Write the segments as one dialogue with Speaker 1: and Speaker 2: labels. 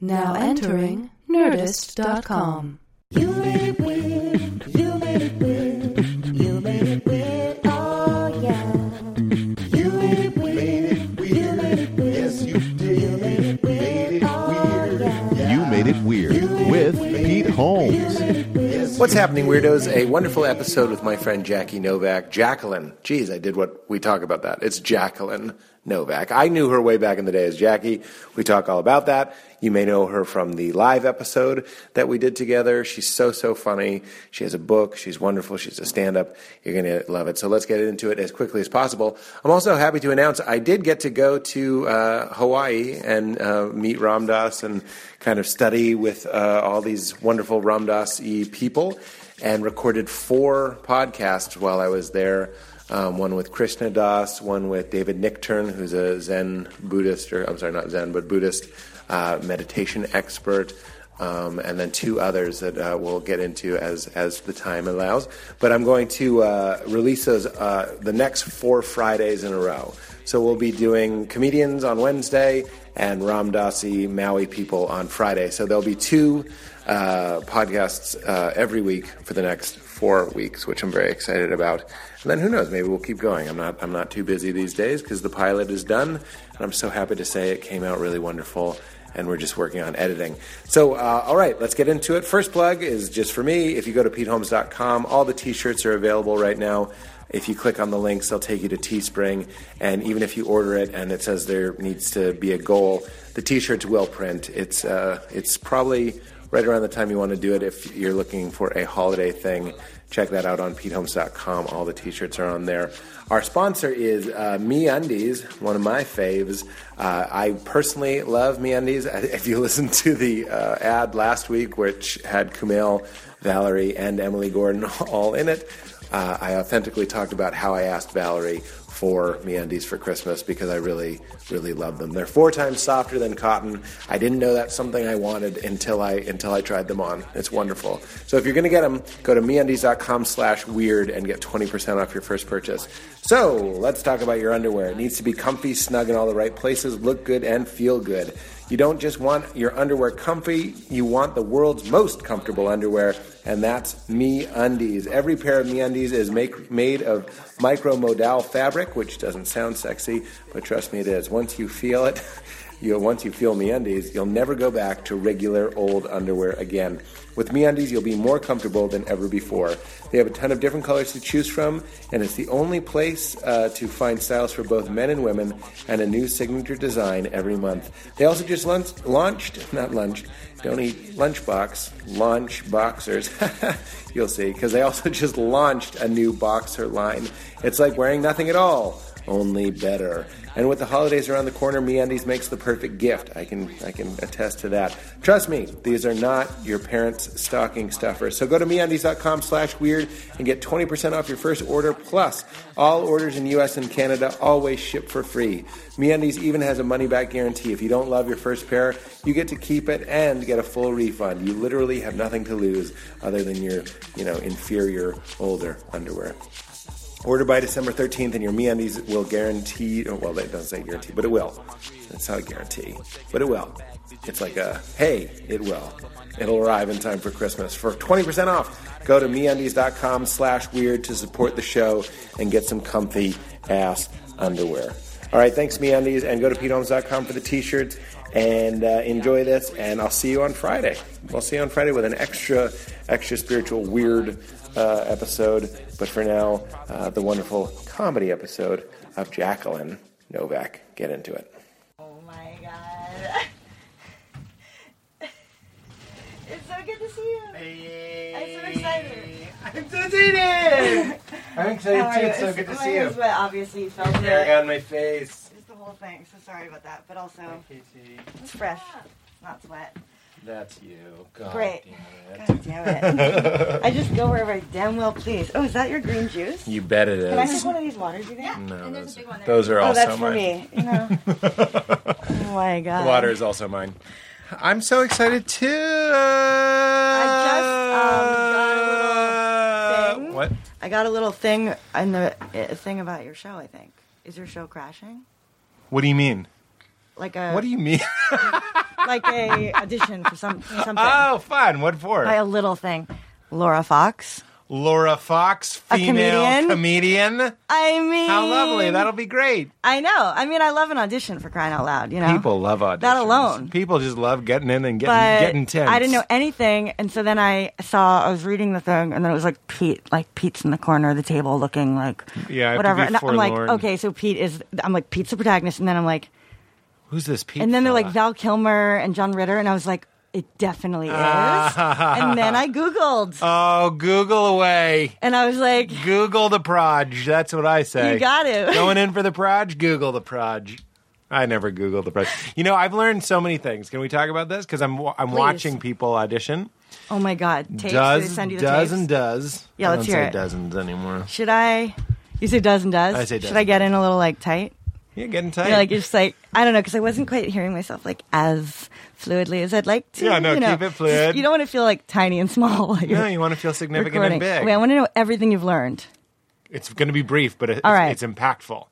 Speaker 1: Now entering Nerdist.com.
Speaker 2: You made it weird. You made it weird. You made it weird. Oh yeah. You made it weird. You made it weird. Yes, you did. You made it weird. Oh yeah.
Speaker 3: You Made It Weird with Pete Holmes.
Speaker 4: What's happening, weirdos? A wonderful episode with my friend Jackie Novak. Jacqueline. Geez, I did what we talk about that. It's Jacqueline Novak. I knew her way back in the day as Jackie. We talk all about that. You may know her from the live episode that we did together. She's so, so funny. She has a book. She's wonderful. She's a stand up. You're going to love it. So let's get into it as quickly as possible. I'm also happy to announce I did get to go to uh, Hawaii and uh, meet Ram Dass and kind of study with uh, all these wonderful Ram Dass y people and recorded four podcasts while I was there. Um, one with Krishna Das, one with David Nickturn, who's a Zen Buddhist, or I'm sorry, not Zen, but Buddhist uh, meditation expert, um, and then two others that uh, we'll get into as as the time allows. But I'm going to uh, release those uh, the next four Fridays in a row. So we'll be doing comedians on Wednesday and Ram Dasi Maui people on Friday. So there'll be two uh, podcasts uh, every week for the next four weeks, which I'm very excited about. And then who knows? Maybe we'll keep going. I'm not I'm not too busy these days because the pilot is done, and I'm so happy to say it came out really wonderful. And we're just working on editing. So, uh, all right, let's get into it. First plug is just for me. If you go to PeteHolmes.com, all the T-shirts are available right now. If you click on the links, they'll take you to Teespring. And even if you order it and it says there needs to be a goal, the T-shirts will print. It's uh, it's probably right around the time you want to do it. If you're looking for a holiday thing, check that out on PeteHolmes.com. All the T-shirts are on there. Our sponsor is uh, Me Undies, one of my faves. Uh, I personally love Me Undies. If you listen to the uh, ad last week, which had Kumail, Valerie, and Emily Gordon all in it. Uh, I authentically talked about how I asked Valerie for MeUndies for Christmas because I really, really love them. They're four times softer than cotton. I didn't know that's something I wanted until I until I tried them on. It's wonderful. So if you're going to get them, go to MeUndies.com slash weird and get 20% off your first purchase. So let's talk about your underwear. It needs to be comfy, snug in all the right places, look good, and feel good. You don't just want your underwear comfy, you want the world's most comfortable underwear, and that's Me Undies. Every pair of Me Undies is make, made of micromodal fabric, which doesn't sound sexy, but trust me, it is. Once you feel it, you once you feel MeUndies, you'll never go back to regular old underwear again. With MeUndies, you'll be more comfortable than ever before. They have a ton of different colors to choose from, and it's the only place uh, to find styles for both men and women, and a new signature design every month. They also just lunch, launched, not launched, don't eat lunchbox, launch boxers. you'll see, because they also just launched a new boxer line. It's like wearing nothing at all only better. And with the holidays around the corner, MeUndies makes the perfect gift. I can I can attest to that. Trust me, these are not your parents' stocking stuffers. So go to MeUndies.com slash weird and get 20% off your first order, plus all orders in U.S. and Canada always ship for free. MeUndies even has a money-back guarantee. If you don't love your first pair, you get to keep it and get a full refund. You literally have nothing to lose other than your, you know, inferior, older underwear. Order by December 13th, and your MeUndies will guarantee. oh, Well, that doesn't say guarantee, but it will. It's not a guarantee, but it will. It's like a hey, it will. It'll arrive in time for Christmas. For 20% off, go to MeUndies.com slash weird to support the show and get some comfy ass underwear. All right, thanks, MeUndies, and go to PeteHolmes.com for the t-shirts and uh, enjoy this. And I'll see you on Friday. We'll see you on Friday with an extra, extra spiritual weird uh, episode. But for now, uh, the wonderful comedy episode of Jacqueline Novak. Get into it.
Speaker 5: Oh my god. it's so good to see you. I'm so excited.
Speaker 6: I'm so excited! I'm
Speaker 5: How
Speaker 6: excited
Speaker 5: are
Speaker 6: too.
Speaker 5: you?
Speaker 6: It's so good to
Speaker 5: my
Speaker 6: see you.
Speaker 5: husband obviously felt
Speaker 6: Hair
Speaker 5: it.
Speaker 6: on my face.
Speaker 5: Just the whole thing. So sorry about that. But also,
Speaker 6: Casey,
Speaker 5: it's fresh. It's not sweat.
Speaker 6: that's you. God
Speaker 5: Great.
Speaker 6: damn it.
Speaker 5: God damn it. I just go wherever I damn well please. Oh, is that your green juice?
Speaker 6: You bet it
Speaker 5: Can I
Speaker 6: is.
Speaker 5: have one of these waters, you think?
Speaker 6: No, those,
Speaker 7: there's a big one there.
Speaker 6: those are
Speaker 5: Oh,
Speaker 6: also
Speaker 5: that's for
Speaker 6: mine.
Speaker 5: me. You know. oh my god.
Speaker 6: Water is also mine. I'm so excited too.
Speaker 5: I just, um, got a um, little thing.
Speaker 6: What?
Speaker 5: I got a little thing in the a thing about your show. I think is your show crashing?
Speaker 6: What do you mean?
Speaker 5: Like a
Speaker 6: What do you mean?
Speaker 5: like a audition for some for something
Speaker 4: Oh, fun. What
Speaker 5: by
Speaker 4: for?
Speaker 5: a little thing. Laura Fox.
Speaker 4: Laura Fox,
Speaker 5: A
Speaker 4: female comedian.
Speaker 5: I mean,
Speaker 4: How lovely. That'll be great.
Speaker 5: I know. I mean, I love an audition for crying out loud. You know,
Speaker 4: People love auditions.
Speaker 5: That Oh. alone.
Speaker 4: People just love getting in and getting,
Speaker 5: but
Speaker 4: getting tense.
Speaker 5: I didn't know anything, and so then I saw I was reading the thing, and then it was like Pete, like Pete's in the corner of the table looking like
Speaker 4: Yeah, I have to
Speaker 5: whatever,
Speaker 4: be
Speaker 5: and I'm like,
Speaker 4: forlorn.
Speaker 5: okay, so Pete is. I'm like Pete's the protagonist, and then I'm like,
Speaker 4: Who's this Pete?
Speaker 5: and then they're like
Speaker 4: fella?
Speaker 5: Val Kilmer and John Ritter, and I was like, it definitely is. and then I googled,
Speaker 4: Oh, Google away.
Speaker 5: and I was like,
Speaker 4: Google the proj. That's what I say.
Speaker 5: you got it.
Speaker 4: Going in for the proj, Google the proj. I never Google the proj. You know, I've learned so many things. Can we talk about this? Because I'm wa- I'm watching people audition.
Speaker 5: oh my god, tapes. Did they
Speaker 4: does
Speaker 5: send you the
Speaker 4: does
Speaker 5: tapes?
Speaker 4: and does.
Speaker 5: Yeah,
Speaker 4: I
Speaker 5: let's
Speaker 4: don't
Speaker 5: hear
Speaker 4: say
Speaker 5: it.
Speaker 4: Dozens anymore.
Speaker 5: Should I? You say does and does.
Speaker 4: I say does
Speaker 5: Should I
Speaker 4: and
Speaker 5: get in a little like tight?
Speaker 4: You're getting tight.
Speaker 5: You know, like you're just like I don't know because I wasn't quite hearing myself like as fluidly as I'd like to.
Speaker 4: Yeah, no,
Speaker 5: you know.
Speaker 4: keep it fluid.
Speaker 5: You don't want to feel like tiny and small. While you're
Speaker 4: no, you want to feel significant
Speaker 5: recording.
Speaker 4: and big.
Speaker 5: I, mean, I want to know everything you've learned.
Speaker 4: it's going to be brief, but it,
Speaker 5: All
Speaker 4: it's,
Speaker 5: right.
Speaker 4: it's impactful.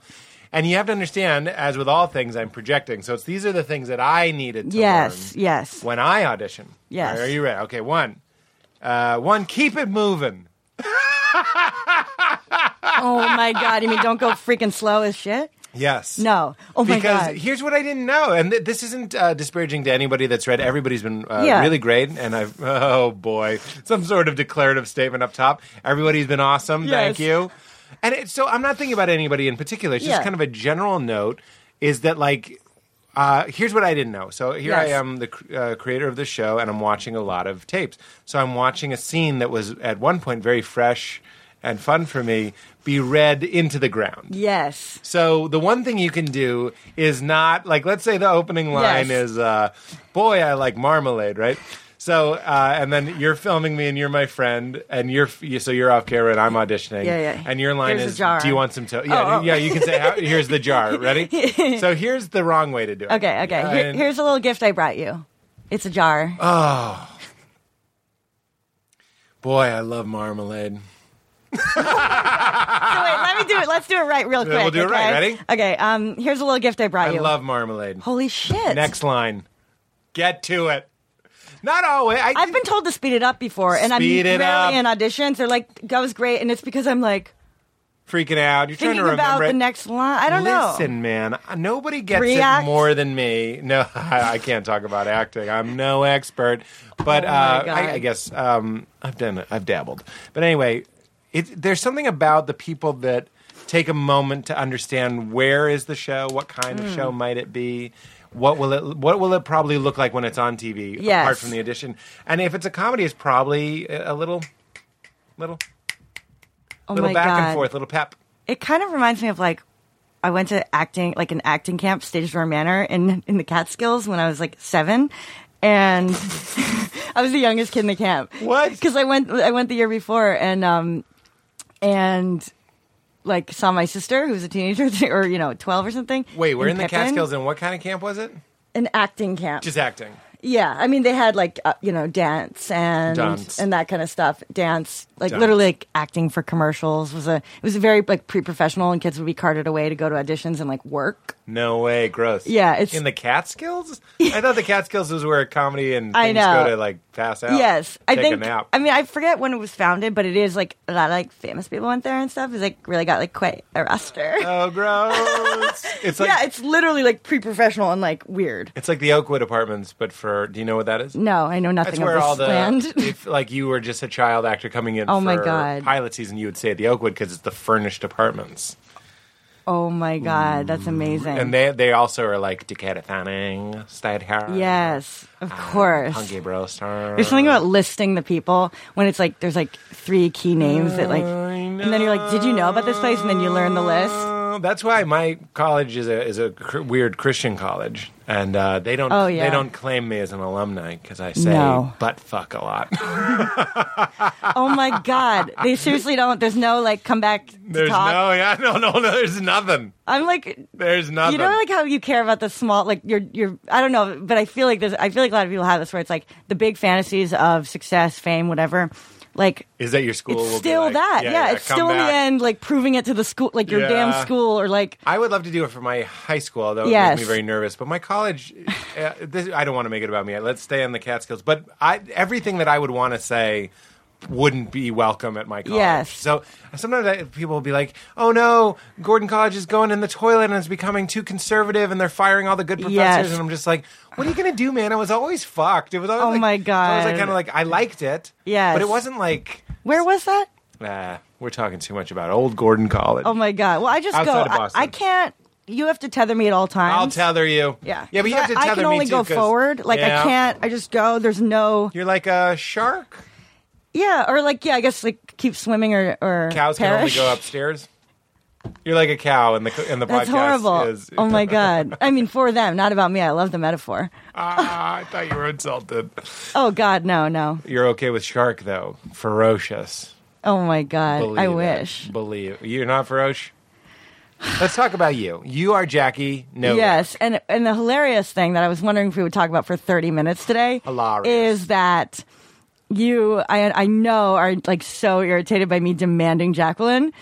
Speaker 4: And you have to understand, as with all things, I'm projecting. So it's these are the things that I needed to
Speaker 5: yes,
Speaker 4: learn
Speaker 5: yes.
Speaker 4: when I audition.
Speaker 5: Yes.
Speaker 4: Are you ready? Okay, one. Uh, one, keep it moving.
Speaker 5: Oh my god! You mean don't go freaking slow as shit?
Speaker 4: Yes.
Speaker 5: No. Oh my
Speaker 4: because
Speaker 5: god.
Speaker 4: here's what I didn't know, and th- this isn't uh, disparaging to anybody that's read. Everybody's been uh,
Speaker 5: Yeah.
Speaker 4: really great, and I've oh boy, some sort of declarative statement up top. Everybody's been awesome. Thank
Speaker 5: Yes.
Speaker 4: you. And it, so I'm not thinking about anybody in particular. It's just
Speaker 5: Yeah.
Speaker 4: kind of a general note. Is that like? Uh, here's what I didn't know. So here I
Speaker 5: Yes.
Speaker 4: am, the cr- uh, creator of the show, and I'm watching a lot of tapes. So I'm watching a scene that was at one point very fresh and fun for me be read into the ground.
Speaker 5: yes.
Speaker 4: So the one thing you can do is not like let's say the opening line
Speaker 5: Yes.
Speaker 4: is uh, boy I like marmalade, right? So uh, and then you're filming me and you're my friend and you're you, so you're off camera and I'm auditioning.
Speaker 5: Yeah, yeah.
Speaker 4: And your line
Speaker 5: Here's
Speaker 4: is
Speaker 5: a jar.
Speaker 4: do you want some to Yeah,
Speaker 5: oh.
Speaker 4: yeah, you can say how, here's the jar, ready? so here's the wrong way to do it.
Speaker 5: Okay. Okay. Here,
Speaker 4: And-
Speaker 5: here's a little gift I brought you. It's a jar.
Speaker 4: boy I love marmalade.
Speaker 5: So wait, let me do it. Let's do it right, real quick.
Speaker 4: We'll do it
Speaker 5: okay?
Speaker 4: right. Ready?
Speaker 5: Okay. Um. Here's a little gift I brought
Speaker 4: I
Speaker 5: you.
Speaker 4: love marmalade.
Speaker 5: Holy shit!
Speaker 4: Next line. Get to it. Not always. I,
Speaker 5: I've been told to speed it up before, and
Speaker 4: Speed
Speaker 5: I'm
Speaker 4: it
Speaker 5: rarely in
Speaker 4: up.
Speaker 5: auditions. They're like, "That was great," and it's because I'm like
Speaker 4: freaking out. You're trying
Speaker 5: thinking
Speaker 4: to remember
Speaker 5: about
Speaker 4: it.
Speaker 5: the next line. I don't know.
Speaker 4: Listen, man, nobody gets
Speaker 5: Three
Speaker 4: it
Speaker 5: acts?
Speaker 4: more than me. No, I, I can't talk about acting. I'm no expert, but
Speaker 5: Oh, my
Speaker 4: uh,
Speaker 5: God.
Speaker 4: I, I guess um, I've done it. I've dabbled. But anyway, it, there's something about the people that take a moment to understand where is the show, what kind of
Speaker 5: Hmm.
Speaker 4: show might it be. What will it? What will it probably look like when it's on TV?
Speaker 5: Yes.
Speaker 4: Apart from the edition, and if it's a comedy, it's probably a a little, little,
Speaker 5: Oh
Speaker 4: little
Speaker 5: my
Speaker 4: back
Speaker 5: god!
Speaker 4: and forth, little pep.
Speaker 5: It kind of reminds me of like I went to acting, like an acting camp, Stage Door Manor in in the Catskills when I was like seven, and I was the youngest kid in the camp.
Speaker 4: What?
Speaker 5: Because I went I went the year before, and um, and. Like saw my sister who was a teenager or you know twelve or something.
Speaker 4: Wait, we're in the
Speaker 5: Pippin.
Speaker 4: Catskills, and what kind of camp was it?
Speaker 5: An acting camp.
Speaker 4: Just acting.
Speaker 5: Yeah, I mean they had like uh, you know dance and
Speaker 4: Dance.
Speaker 5: and that kind of stuff. Dance, like
Speaker 4: Dance.
Speaker 5: literally like acting for commercials was a it was very like pre-professional and kids would be carted away to go to auditions and like work.
Speaker 4: No way, gross.
Speaker 5: Yeah, it's-
Speaker 4: in the Catskills. I thought the Catskills was where comedy and things
Speaker 5: I know.
Speaker 4: go to like pass out.
Speaker 5: yes, I
Speaker 4: take
Speaker 5: think
Speaker 4: a nap.
Speaker 5: I mean I forget when it was founded, but it is like a lot of like famous people went there and stuff. Is like really got like quite a roster.
Speaker 4: oh, gross! it's like
Speaker 5: yeah, it's literally like pre-professional and like weird.
Speaker 4: it's like the Oakwood Apartments, but for do you know what that is?
Speaker 5: No, I know
Speaker 4: That's
Speaker 5: nothing
Speaker 4: where
Speaker 5: of this
Speaker 4: all the
Speaker 5: land.
Speaker 4: if like you were just a child actor coming in
Speaker 5: Oh,
Speaker 4: for
Speaker 5: my God.
Speaker 4: pilot season, you would stay at the Oakwood because it's the furnished apartments,
Speaker 5: oh my god, that's amazing.
Speaker 4: Mm. and they they also are like Decatur Fanning, stayed here.
Speaker 5: yes, of
Speaker 4: uh,
Speaker 5: course.
Speaker 4: Punky Brewster.
Speaker 5: There's something about listing the people when it's like there's like three key names that like, and then you're like, did you know about this place? And then you learn the list.
Speaker 4: Uh, That's why my college is a is a cr- weird Christian college, and uh, they don't
Speaker 5: Oh, yeah.
Speaker 4: they don't claim me as an alumni because I say
Speaker 5: No.
Speaker 4: butt fuck a lot.
Speaker 5: Oh my god, they seriously don't. There's no like come back to
Speaker 4: there's
Speaker 5: talk.
Speaker 4: no yeah no no no there's nothing
Speaker 5: I'm like,
Speaker 4: there's nothing.
Speaker 5: you know, like how you care about the small like you're you're. I don't know, but I feel like there's. I feel like a lot of people have this where it's like the big fantasies of success, fame, whatever. like
Speaker 4: Is that your school?
Speaker 5: it's
Speaker 4: will be
Speaker 5: still
Speaker 4: like,
Speaker 5: that. Yeah, it's
Speaker 4: come
Speaker 5: still in the
Speaker 4: back.
Speaker 5: end like proving it to the school, like your
Speaker 4: Yeah.
Speaker 5: damn school, or like
Speaker 4: I would love to do it for my high school, although it
Speaker 5: Yes.
Speaker 4: makes me very nervous. But my college, uh, this, I don't want to make it about me. Let's stay on the Catskills. But I, everything that I would want to say wouldn't be welcome at my college.
Speaker 5: Yes.
Speaker 4: So sometimes I, people will be like, "Oh no, Gordon College is going in the toilet and it's becoming too conservative, and they're firing all the good professors."
Speaker 5: Yes.
Speaker 4: And I'm just like, "What are you gonna do, man? I was always fucked. It was always
Speaker 5: Oh,
Speaker 4: like,
Speaker 5: my
Speaker 4: I was
Speaker 5: God.
Speaker 4: like, kind of like I liked it.
Speaker 5: Yes.
Speaker 4: but it wasn't like."
Speaker 5: where was that?
Speaker 4: Uh, we're talking too much about old Gordon College.
Speaker 5: Oh my god! Well, I just
Speaker 4: Outside
Speaker 5: go.
Speaker 4: of Boston.
Speaker 5: I, I can't. You have to tether me at all times.
Speaker 4: I'll tether you.
Speaker 5: Yeah,
Speaker 4: yeah, but you have to
Speaker 5: I,
Speaker 4: tether
Speaker 5: I can only
Speaker 4: me too,
Speaker 5: go
Speaker 4: 'cause-
Speaker 5: forward. Like
Speaker 4: Yeah.
Speaker 5: I can't. I just go. There's no.
Speaker 4: You're like a shark.
Speaker 5: Yeah, or like yeah. I guess like keep swimming or or
Speaker 4: Cows can
Speaker 5: perish.
Speaker 4: only go upstairs. You're like a cow, and the and the
Speaker 5: That's
Speaker 4: podcast
Speaker 5: horrible.
Speaker 4: is.
Speaker 5: oh my god! I mean, for them, not about me. I love the metaphor.
Speaker 4: Ah, I thought you were insulted.
Speaker 5: Oh god, no, no.
Speaker 4: You're okay with shark though. Ferocious.
Speaker 5: Oh my god!
Speaker 4: Believe
Speaker 5: I
Speaker 4: it.
Speaker 5: wish.
Speaker 4: Believe you're not ferocious. Let's talk about you. You are Jackie. No.
Speaker 5: Yes, and and the hilarious thing that I was wondering if we would talk about for thirty minutes today
Speaker 4: Hilarious.
Speaker 5: is that you, I, I know, are like so irritated by me demanding Jacqueline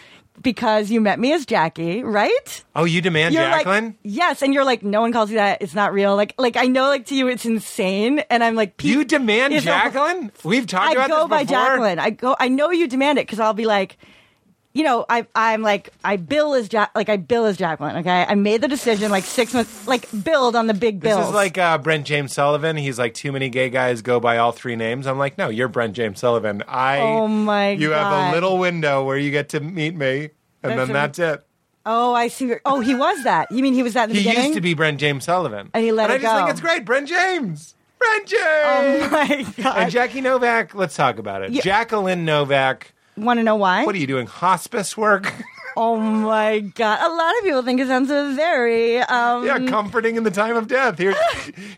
Speaker 5: because you met me as Jackie, right?
Speaker 4: Oh, you demand
Speaker 5: You're
Speaker 4: Jacqueline.
Speaker 5: like yes, and you're like no one calls you that. It's not real. Like like I know, like to you, it's insane, and I'm like
Speaker 4: you demand
Speaker 5: It's a-
Speaker 4: Jacqueline. We've talked
Speaker 5: I
Speaker 4: about
Speaker 5: go
Speaker 4: this
Speaker 5: by
Speaker 4: before.
Speaker 5: Jacqueline. I go. I know you demand it because I'll be like, you know, I I'm like I bill as ja- like I bill as Jacqueline. Okay, I made the decision like six months like build on the big
Speaker 4: This
Speaker 5: bills.
Speaker 4: is like uh, Brent James Sullivan. He's like, too many gay guys go by all three names. I'm like, no, you're Brent James Sullivan. I.
Speaker 5: Oh my
Speaker 4: You have a
Speaker 5: God.
Speaker 4: little window where you get to meet me, and
Speaker 5: That's
Speaker 4: then that's it.
Speaker 5: oh I see. Oh, he was that. You mean he was that in the
Speaker 4: He
Speaker 5: beginning?
Speaker 4: used to be Brent James Sullivan,
Speaker 5: And he let
Speaker 4: I
Speaker 5: it
Speaker 4: just
Speaker 5: go.
Speaker 4: think it's great, Brent James. Brent James.
Speaker 5: Oh my
Speaker 4: and
Speaker 5: god!
Speaker 4: Jackie Novak. Let's talk about it.
Speaker 5: Yeah.
Speaker 4: Jacqueline Novak.
Speaker 5: Want to know why?
Speaker 4: What are you doing? Hospice work?
Speaker 5: oh my god! A lot of people think it sounds very. Um,
Speaker 4: yeah, comforting in the time of death. Here's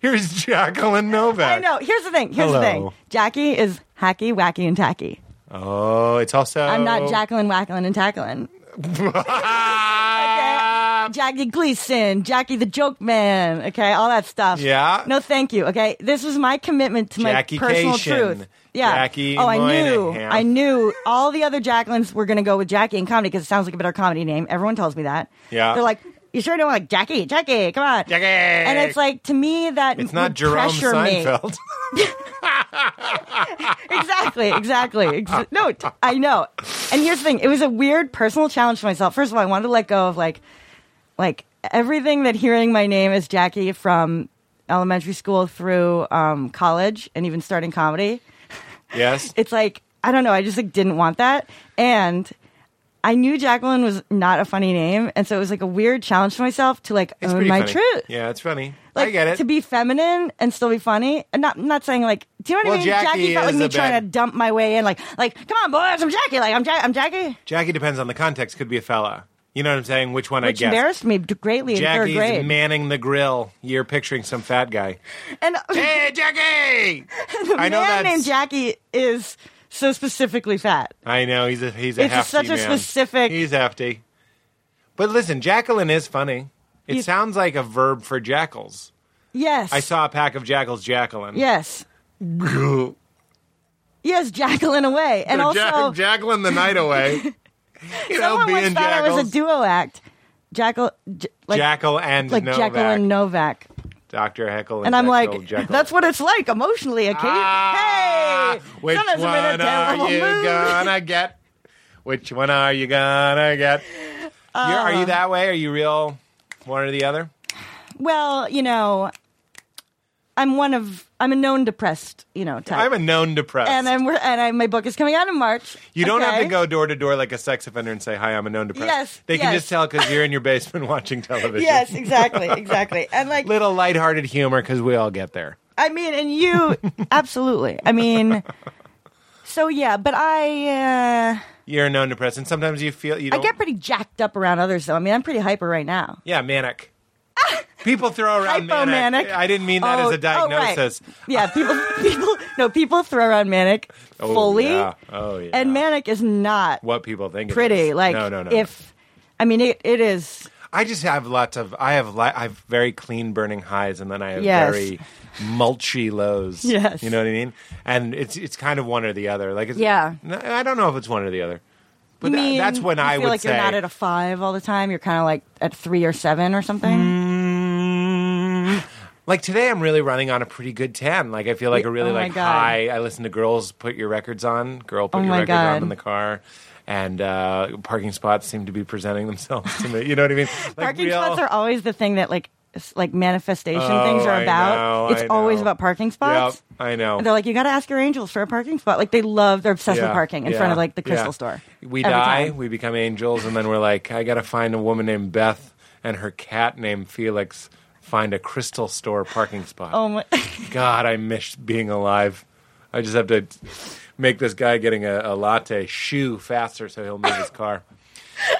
Speaker 4: here's Jacqueline Novak.
Speaker 5: I know. Here's the thing. Here's the
Speaker 4: Hello.
Speaker 5: thing. Jackie is hacky, wacky, and tacky.
Speaker 4: Oh, it's also
Speaker 5: I'm not Jacqueline, Wacklin, and Tacklin. okay? Jackie Gleason, Jackie the Joke Man, okay, all that stuff.
Speaker 4: Yeah.
Speaker 5: No, thank you. Okay, this was my commitment to
Speaker 4: Jackie
Speaker 5: my personal
Speaker 4: Cation,
Speaker 5: truth. Yeah.
Speaker 4: Jackie
Speaker 5: oh, I knew.
Speaker 4: Moynihan.
Speaker 5: I knew all the other Jacquelines were going to go with Jackie in comedy because it sounds like a better comedy name. Everyone tells me that.
Speaker 4: Yeah.
Speaker 5: They're like, you sure don't like Jackie? Jackie, come on.
Speaker 4: Jackie.
Speaker 5: And it's like to me that
Speaker 4: It's not
Speaker 5: would
Speaker 4: Jerome
Speaker 5: pressure me
Speaker 4: Seinfeld.
Speaker 5: exactly, exactly. Ex- no, t- I know. And here's the thing: it was a weird personal challenge for myself. First of all, I wanted to let go of like, like everything that hearing my name as Jackie from elementary school through um, college and even starting comedy.
Speaker 4: yes.
Speaker 5: It's like I don't know. I just like didn't want that, and I knew Jacqueline was not a funny name, and so it was like a weird challenge for myself to like
Speaker 4: It's
Speaker 5: own
Speaker 4: pretty
Speaker 5: my
Speaker 4: funny.
Speaker 5: truth.
Speaker 4: Yeah, it's funny.
Speaker 5: Like,
Speaker 4: I get it.
Speaker 5: To be feminine and still be funny. And not not saying like do you know what
Speaker 4: Well,
Speaker 5: I mean?
Speaker 4: Jackie
Speaker 5: felt like
Speaker 4: is
Speaker 5: me
Speaker 4: a
Speaker 5: trying
Speaker 4: bad-
Speaker 5: to dump my way in, like like, come on boys, I'm Jackie. Like I'm ja- I'm Jackie.
Speaker 4: Jackie depends on the context. Could be a fella. You know what I'm saying? Which one I
Speaker 5: Which
Speaker 4: guess.
Speaker 5: embarrassed me d- greatly in
Speaker 4: Jackie's
Speaker 5: third grade.
Speaker 4: manning the grill. You're picturing some fat guy.
Speaker 5: and
Speaker 4: Hey, Jackie!
Speaker 5: the
Speaker 4: I know
Speaker 5: man
Speaker 4: that's-
Speaker 5: named Jackie is so specifically fat.
Speaker 4: I know he's a he's a
Speaker 5: It's
Speaker 4: hefty
Speaker 5: such a
Speaker 4: man.
Speaker 5: specific-
Speaker 4: He's hefty. But listen, Jacqueline is funny. It
Speaker 5: He's-
Speaker 4: sounds like a verb for jackals.
Speaker 5: Yes.
Speaker 4: I saw a pack of jackals, Jacqueline.
Speaker 5: Yes. Yes, Jacqueline away. And
Speaker 4: So
Speaker 5: also
Speaker 4: Jack- Jacqueline the night away. you know,
Speaker 5: someone
Speaker 4: being
Speaker 5: once thought I was
Speaker 4: jackals.
Speaker 5: a duo act. Jackal J- like
Speaker 4: Jackal and
Speaker 5: like
Speaker 4: Novak.
Speaker 5: Jacqueline Novak.
Speaker 4: Dr. Heckle and,
Speaker 5: And I'm
Speaker 4: Jekyll,
Speaker 5: like,
Speaker 4: Jekyll.
Speaker 5: that's what it's like emotionally. Okay,
Speaker 4: Ah,
Speaker 5: hey,
Speaker 4: which
Speaker 5: sometimes I'm in a
Speaker 4: one are
Speaker 5: terrible
Speaker 4: you
Speaker 5: mood.
Speaker 4: gonna get? Which one are you gonna get? You're- are
Speaker 5: Uh,
Speaker 4: you that way? Are you real one or the other?
Speaker 5: Well, you know, I'm one of I'm a known depressed, you know, type.
Speaker 4: I'm a known depressed.
Speaker 5: and I'm and I, my book is coming out in March.
Speaker 4: you don't have
Speaker 5: okay?
Speaker 4: to go door to door like a sex offender and say, "Hi, I'm a known depressed."
Speaker 5: Yes,
Speaker 4: they can
Speaker 5: yes.
Speaker 4: just tell because you're in your basement watching television.
Speaker 5: Yes, exactly, exactly. And like,
Speaker 4: little lighthearted humor because we all get there.
Speaker 5: I mean, and you absolutely. I mean, so yeah, but I uh,
Speaker 4: You're a known depressed, and sometimes you feel you
Speaker 5: I
Speaker 4: don't.
Speaker 5: get pretty jacked up around others. Though I mean, I'm pretty hyper right now.
Speaker 4: Yeah, manic. People throw around manic.
Speaker 5: Hypomanic.
Speaker 4: I didn't mean that
Speaker 5: Oh,
Speaker 4: as a
Speaker 5: oh, right.
Speaker 4: diagnosis.
Speaker 5: Yeah, people, people, no, people throw around manic
Speaker 4: Oh,
Speaker 5: fully,
Speaker 4: yeah. Oh, yeah.
Speaker 5: and manic is not
Speaker 4: What people think it
Speaker 5: pretty.
Speaker 4: is.
Speaker 5: Like,
Speaker 4: no, no, no.
Speaker 5: if I mean, it, it is.
Speaker 6: I just have lots of. I have. Li- I have very clean burning highs, and then I have
Speaker 5: Yes.
Speaker 6: very mulchy lows.
Speaker 5: Yes.
Speaker 6: you know what I mean. And it's it's kind of one or the other. Like, it's,
Speaker 5: Yeah.
Speaker 6: n- I don't know if it's one or the other. But
Speaker 5: You
Speaker 6: tha-
Speaker 5: mean
Speaker 6: that's when
Speaker 5: you
Speaker 6: I
Speaker 5: feel
Speaker 6: would
Speaker 5: like
Speaker 6: say
Speaker 5: you're not at a five all the time. You're kind of like at three or seven or something.
Speaker 6: Mm, like today i'm really running on a pretty good 10 like i feel like a really
Speaker 5: Oh my
Speaker 6: like
Speaker 5: God.
Speaker 6: high i listen to girls put your records on girl put
Speaker 5: Oh
Speaker 6: your
Speaker 5: my
Speaker 6: records on
Speaker 5: God.
Speaker 6: in the car and uh, parking spots seem to be presenting themselves to me you know what i mean like
Speaker 5: parking
Speaker 6: real-
Speaker 5: spots are always the thing that like s- like manifestation
Speaker 6: Oh,
Speaker 5: things
Speaker 6: I
Speaker 5: are about.
Speaker 6: know,
Speaker 5: it's
Speaker 6: I
Speaker 5: always
Speaker 6: know.
Speaker 5: about parking spots.
Speaker 6: Yep, i know
Speaker 5: And they're like, you got to ask your angels for a parking spot. Like they love, they're obsessed with
Speaker 6: Yeah,
Speaker 5: parking in
Speaker 6: yeah,
Speaker 5: front of like the
Speaker 6: yeah.
Speaker 5: crystal store.
Speaker 6: we
Speaker 5: Every
Speaker 6: die
Speaker 5: time.
Speaker 6: we become angels and then we're like i gotta find a woman named beth and her cat named felix find a crystal store parking spot
Speaker 5: Oh my,
Speaker 6: God, I miss being alive. I just have to make this guy getting a, a latte shoe faster so he'll move his car.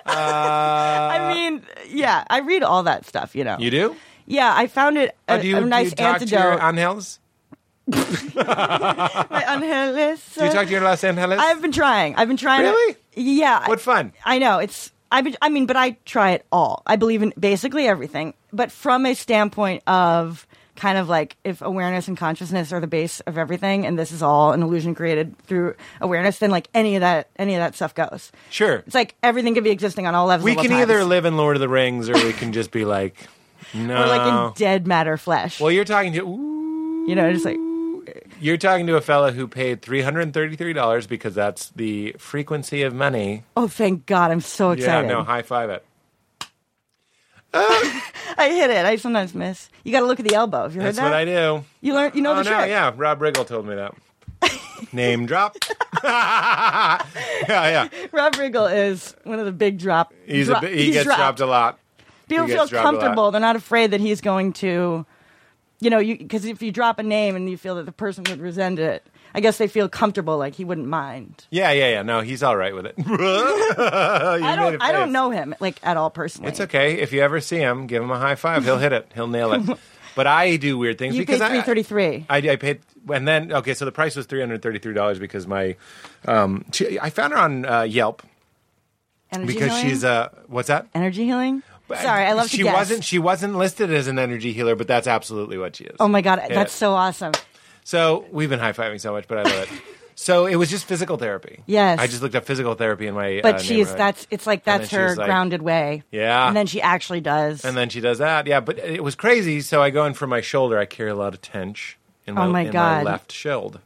Speaker 6: Uh,
Speaker 5: I mean, yeah, I read all that stuff, you know.
Speaker 6: You do?
Speaker 5: yeah, I found it a,
Speaker 6: Oh, do you,
Speaker 5: a
Speaker 6: do you
Speaker 5: nice
Speaker 6: talk to your
Speaker 5: antidote.
Speaker 6: Angeles?
Speaker 5: My Angeles.
Speaker 6: Do you talk to your Los Angeles?
Speaker 5: I've been trying. I've been trying. to-
Speaker 6: Really?
Speaker 5: yeah. I-
Speaker 6: what fun.
Speaker 5: I know it's. I, be, I mean, but I try it all. I believe in basically everything, but from a standpoint of kind of like if awareness and consciousness are the base of everything, and this is all an illusion created through awareness, then like any of that, any of that stuff goes.
Speaker 6: Sure.
Speaker 5: It's like everything could be existing on all levels.
Speaker 6: we
Speaker 5: at all
Speaker 6: can
Speaker 5: times.
Speaker 6: either live in Lord of the Rings or we can just be like, no.
Speaker 5: or like in dead matter flesh.
Speaker 6: well, you're talking to ooh,
Speaker 5: you know, just like
Speaker 6: you're talking to a fella who paid three hundred and thirty three dollars because that's the frequency of money.
Speaker 5: oh, thank God, I'm so excited.
Speaker 6: Yeah, no, high five it.
Speaker 5: I hit it. I sometimes miss. You got to look at the elbow. Have you heard
Speaker 6: That's
Speaker 5: that?
Speaker 6: what I do.
Speaker 5: You learn. You know
Speaker 6: oh
Speaker 5: the
Speaker 6: no,
Speaker 5: trick.
Speaker 6: yeah, Rob Riggle told me that. Name drop. yeah, yeah.
Speaker 5: Rob Riggle is one of the big drop.
Speaker 6: He's
Speaker 5: drop-
Speaker 6: a, bi- he gets dropped. a lot.
Speaker 5: People
Speaker 6: he
Speaker 5: feel
Speaker 6: gets dropped a lot.
Speaker 5: comfortable. They're not afraid that he's going to, you know, because if you drop a name and you feel that the person would resent it, I guess they feel comfortable, like he wouldn't mind.
Speaker 6: Yeah, yeah, yeah. No, he's all right with it.
Speaker 5: I don't. I don't know him like at all personally.
Speaker 6: It's okay. If you ever see him, give him a high five. He'll hit it. He'll nail it. But I do weird things
Speaker 5: You paid
Speaker 6: because I-
Speaker 5: three thirty three.
Speaker 6: I, I paid, and then okay, so the price was three hundred thirty-three dollars because my, um, she, I found her on uh, Yelp
Speaker 5: Energy
Speaker 6: because
Speaker 5: healing?
Speaker 6: she's uh, what's that?
Speaker 5: energy healing.
Speaker 6: But
Speaker 5: Sorry, I love to
Speaker 6: She
Speaker 5: guess.
Speaker 6: wasn't. She wasn't listed as an energy healer, but that's absolutely what she is.
Speaker 5: Oh my god,
Speaker 6: Yeah.
Speaker 5: that's so awesome.
Speaker 6: So we've been high fiving so much, but I love it. so it was just physical therapy.
Speaker 5: Yes.
Speaker 6: I just looked up physical therapy in my.
Speaker 5: But
Speaker 6: uh,
Speaker 5: she's
Speaker 6: neighborhood.
Speaker 5: that's it's like
Speaker 6: And
Speaker 5: that's
Speaker 6: then she
Speaker 5: her
Speaker 6: was like-
Speaker 5: grounded way.
Speaker 6: Yeah.
Speaker 5: and then she actually does.
Speaker 6: And then she does that. Yeah, but it was crazy. So I go in for my shoulder. I carry a lot of tension in my,
Speaker 5: Oh my
Speaker 6: in
Speaker 5: God.
Speaker 6: left shield.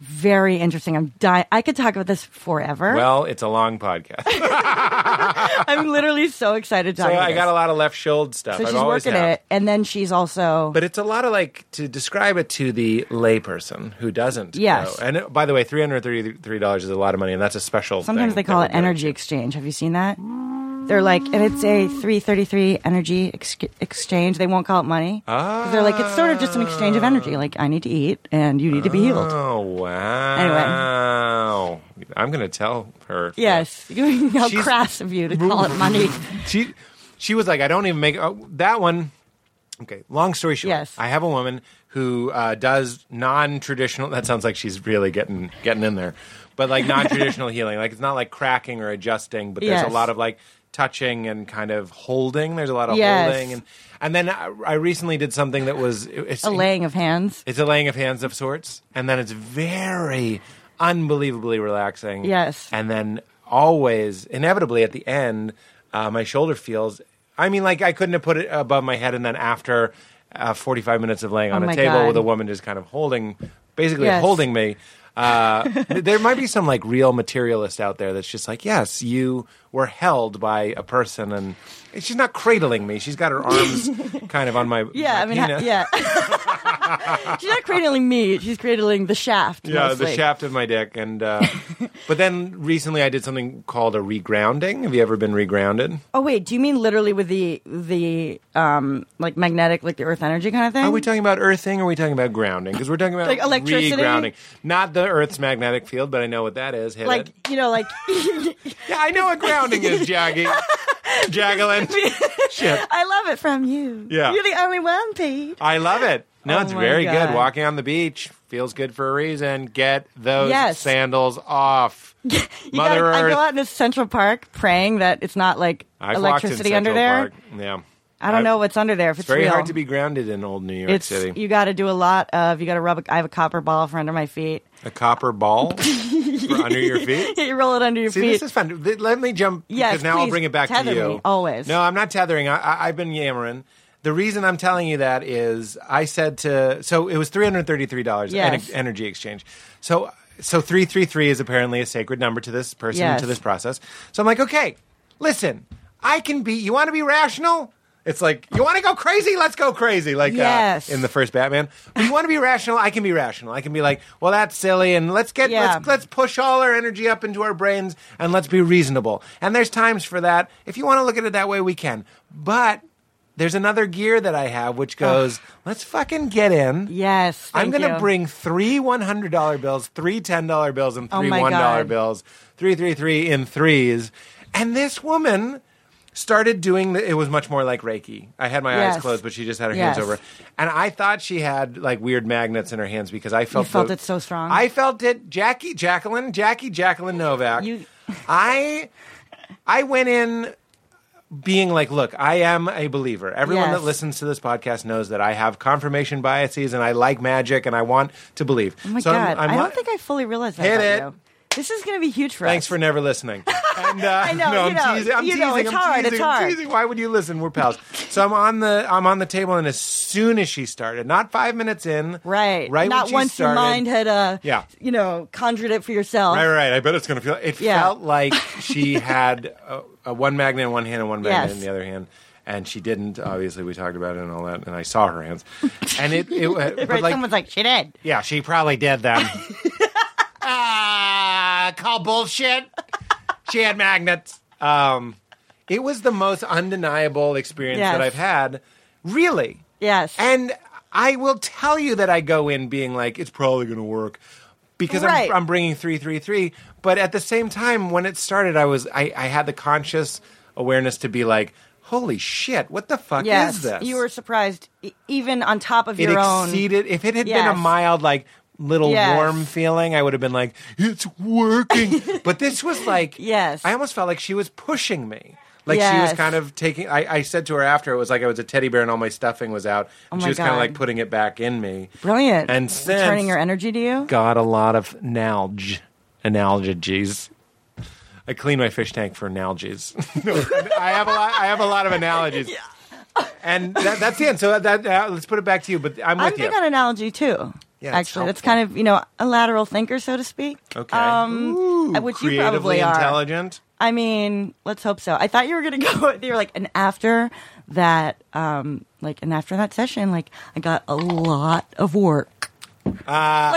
Speaker 5: Very interesting. I'm dying. I could talk about this forever.
Speaker 6: Well, it's a long podcast.
Speaker 5: I'm literally so excited.
Speaker 6: so
Speaker 5: Talking about
Speaker 6: I got
Speaker 5: this.
Speaker 6: a lot of left shield stuff.
Speaker 5: So
Speaker 6: I've
Speaker 5: she's
Speaker 6: always
Speaker 5: working
Speaker 6: had.
Speaker 5: it, and then she's also.
Speaker 6: But it's a lot of like to describe it to the layperson who doesn't.
Speaker 5: Yes.
Speaker 6: know. And it- by the way, three hundred thirty-three dollars is a lot of money, and that's a special.
Speaker 5: sometimes
Speaker 6: thing
Speaker 5: they call
Speaker 6: that
Speaker 5: it
Speaker 6: we're doing.
Speaker 5: energy exchange. Have you seen that? They're like, and it's a three thirty-three energy ex- exchange. They won't call it money. 'Cause They're like, it's sort of just an exchange of energy. Like, I need to eat, and you need to be healed.
Speaker 6: Oh wow! Anyway, I'm gonna tell her.
Speaker 5: Yes, how
Speaker 6: She's-
Speaker 5: crass of you to call it money.
Speaker 6: she she was like, I don't even make oh, that one. Okay, long story short,
Speaker 5: Yes.
Speaker 6: I have a woman who uh, does non-traditional. That sounds like she's really getting getting in there, but like non-traditional healing, like it's not like cracking or adjusting, but there's
Speaker 5: Yes.
Speaker 6: a lot of like touching and kind of holding. There's a lot of
Speaker 5: Yes.
Speaker 6: holding, and and then I, I recently did something that was it's
Speaker 5: A laying of hands.
Speaker 6: it's a laying of hands of sorts, and then it's very unbelievably relaxing.
Speaker 5: Yes.
Speaker 6: And then always, inevitably, at the end, uh, my shoulder feels. I mean, like I couldn't have put it above my head, and then after uh, 45 minutes of laying on
Speaker 5: Oh my
Speaker 6: a table
Speaker 5: God.
Speaker 6: with a woman just kind of holding, basically
Speaker 5: Yes.
Speaker 6: holding me. Uh, there might be some like real materialist out there that's just like, yes, you were held by a person, and she's not cradling me. She's got her arms kind of on my
Speaker 5: Yeah,
Speaker 6: my
Speaker 5: I mean, ha-
Speaker 6: penis.
Speaker 5: yeah. she's not cradling me. She's cradling the shaft.
Speaker 6: Yeah, the
Speaker 5: mostly.
Speaker 6: shaft of my dick, and uh, but then recently I did something called a regrounding. Have you ever been regrounded?
Speaker 5: Oh wait, do you mean literally with the the um like magnetic like the earth energy kind of thing?
Speaker 6: Are Oh, we talking about earthing? or Are we talking about grounding? Because we're talking about
Speaker 5: Oh. Like electricity?
Speaker 6: regrounding, not the Earth's magnetic field, but I know what that is. Hit
Speaker 5: like
Speaker 6: it.
Speaker 5: you know like
Speaker 6: yeah, I know what grounding is, Jaggy, Jaggalin. Shit,
Speaker 5: I love it from you.
Speaker 6: Yeah.
Speaker 5: You're the only one, Pete.
Speaker 6: I love it. No,
Speaker 5: Oh
Speaker 6: it's
Speaker 5: my
Speaker 6: very
Speaker 5: God.
Speaker 6: good. Walking on the beach feels good for a reason. Get those
Speaker 5: Yes.
Speaker 6: sandals off.
Speaker 5: You
Speaker 6: Mother
Speaker 5: gotta, I
Speaker 6: Earth.
Speaker 5: go out in this Central Park praying that it's not like
Speaker 6: I've walked in
Speaker 5: electricity under
Speaker 6: Central
Speaker 5: there.
Speaker 6: Park. Yeah.
Speaker 5: I don't
Speaker 6: I've-
Speaker 5: know what's under there. If it's,
Speaker 6: It's very
Speaker 5: real.
Speaker 6: hard to be grounded in old New York
Speaker 5: It's
Speaker 6: City.
Speaker 5: you got to do a lot of. You got to rub. A, I have a copper ball for under my feet.
Speaker 6: a copper ball for under your feet.
Speaker 5: you roll it under your
Speaker 6: See,
Speaker 5: feet.
Speaker 6: this is fun. Th- Let me jump
Speaker 5: Yes,
Speaker 6: because now I'll
Speaker 5: please
Speaker 6: bring it back
Speaker 5: tether
Speaker 6: to you.
Speaker 5: me, always.
Speaker 6: No, I'm not tethering. I, I, I've been yammering. The reason I'm telling you that is I said to so it was three hundred thirty three dollars
Speaker 5: Yes.
Speaker 6: energy exchange. So so three three three is apparently a sacred number to this person
Speaker 5: Yes.
Speaker 6: to this process. So I'm like, okay, listen, I can be. You want to be rational? It's like you want to go crazy. Let's go crazy. Like
Speaker 5: Yes.
Speaker 6: uh, in the first Batman, But you want to be rational. I can be rational. I can be like, well, that's silly, and let's get
Speaker 5: Yeah.
Speaker 6: let's, let's push all our energy up into our brains and let's be reasonable. And there's times for that. If you want to look at it that way, we can. But there's another gear that I have which goes, let's fucking get in.
Speaker 5: yes,
Speaker 6: I'm
Speaker 5: thank
Speaker 6: going to
Speaker 5: you.
Speaker 6: bring three $100 bills, three $10 bills, and
Speaker 5: Oh
Speaker 6: three
Speaker 5: my
Speaker 6: $1
Speaker 5: God.
Speaker 6: bills, three, three, three in threes. And this woman started doing the, it was much more like Reiki. I had my
Speaker 5: Yes.
Speaker 6: eyes closed, but she just had her
Speaker 5: Yes.
Speaker 6: hands over. And I thought she had like weird magnets in her hands because I felt
Speaker 5: felt
Speaker 6: the-
Speaker 5: it so strong?
Speaker 6: I felt it. Jackie, Jacqueline, Jackie, Jacqueline Novak.
Speaker 5: You-
Speaker 6: I, I went in being like, look, I am a believer. Everyone
Speaker 5: Yes.
Speaker 6: that listens to this podcast knows that I have confirmation biases and I like magic and I want to believe.
Speaker 5: Oh my god! i don't
Speaker 6: not-
Speaker 5: think I fully realized that.
Speaker 6: Hit
Speaker 5: about
Speaker 6: it.
Speaker 5: you. This is going to be huge for
Speaker 6: Thanks
Speaker 5: us.
Speaker 6: for never listening. And, uh,
Speaker 5: I
Speaker 6: no,
Speaker 5: know, you
Speaker 6: I'm
Speaker 5: know,
Speaker 6: teasing. I'm
Speaker 5: you know,
Speaker 6: teasing.
Speaker 5: it's
Speaker 6: I'm
Speaker 5: hard, it's
Speaker 6: teasing, I'm
Speaker 5: hard.
Speaker 6: teasing. Why would you listen? We're pals. So I'm on the I'm on the table, and as soon as she started, not five minutes in,
Speaker 5: right.
Speaker 6: right,
Speaker 5: Not
Speaker 6: when she
Speaker 5: once
Speaker 6: started,
Speaker 5: your mind had uh,
Speaker 6: Yeah.
Speaker 5: you know, conjured it for yourself.
Speaker 6: Right, right. I bet it's going to feel. It
Speaker 5: Yeah.
Speaker 6: felt like she had a, a one magnet in one hand and one magnet
Speaker 5: Yes.
Speaker 6: in the other hand, and she didn't. Obviously, we talked about it and all that, and I saw her hands, and it. it uh, but
Speaker 5: Right,
Speaker 6: like,
Speaker 5: someone's like, "She did."
Speaker 6: yeah, she probably did them. Ah, call bullshit. She had magnets. Um, it was the most undeniable experience
Speaker 5: Yes.
Speaker 6: that I've had, really.
Speaker 5: Yes.
Speaker 6: And I will tell you that I go in being like, it's probably going to work because
Speaker 5: Right.
Speaker 6: I'm, I'm bringing 333. But at the same time, when it started, I was I, I had the conscious awareness to be like, holy shit, what the fuck
Speaker 5: yes,
Speaker 6: is this?
Speaker 5: you were surprised, e- even on top of
Speaker 6: it
Speaker 5: your own.
Speaker 6: exceeded. If it had been
Speaker 5: Yes.
Speaker 6: a mild, like, little
Speaker 5: Yes.
Speaker 6: warm feeling, I would have been like, it's working. but this was like,
Speaker 5: Yes.
Speaker 6: I almost felt like she was pushing me. Like she
Speaker 5: Yes.
Speaker 6: was kind of taking. I, I said to her after it was like I was a teddy bear and all my stuffing was out. and
Speaker 5: Oh my
Speaker 6: she was kind
Speaker 5: God.
Speaker 6: of like putting it back in me.
Speaker 5: Brilliant.
Speaker 6: And since
Speaker 5: turning your energy to you.
Speaker 6: got a lot of nalg, analgies. I clean my fish tank for analogies. No, I have a lot. I have a lot of analogies. And that, that's the end. So that, uh, let's put it back to you. But I'm
Speaker 5: I'm
Speaker 6: with
Speaker 5: big
Speaker 6: you.
Speaker 5: on analogy too.
Speaker 6: Yeah, it's
Speaker 5: actually,
Speaker 6: helpful.
Speaker 5: that's kind of you know a lateral thinker, so to speak.
Speaker 6: Okay.
Speaker 5: um,
Speaker 6: Ooh,
Speaker 5: which you
Speaker 6: creatively
Speaker 5: probably are.
Speaker 6: intelligent.
Speaker 5: I mean, let's hope so. I thought you were gonna go. You were like, and after that, um, like, and after that session, like, I got a lot of work. Uh, like,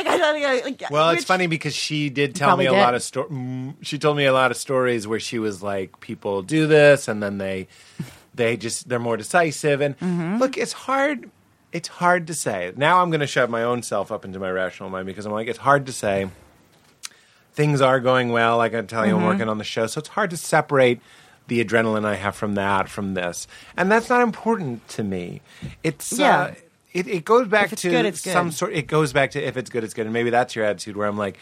Speaker 5: I don't think I, like,
Speaker 6: Well, it's
Speaker 5: which-
Speaker 6: funny because she did tell
Speaker 5: probably
Speaker 6: me a
Speaker 5: did.
Speaker 6: lot of sto- mm, she told me a lot of stories where she was like people do this and then they they just they're more decisive and
Speaker 5: Mm-hmm.
Speaker 6: look, it's hard it's hard to say. Now I'm going to shove my own self up into my rational mind because I'm like it's hard to say things are going well. Like I'm telling you,
Speaker 5: Mm-hmm.
Speaker 6: I'm working on the show, so it's hard to separate the adrenaline I have from that from this, and that's not important to me. It's
Speaker 5: Yeah.
Speaker 6: Uh, it, it goes back
Speaker 5: If it's
Speaker 6: to
Speaker 5: good, it's
Speaker 6: some
Speaker 5: good.
Speaker 6: sort. It goes back to if it's good, it's good, and maybe that's your attitude. Where I'm like,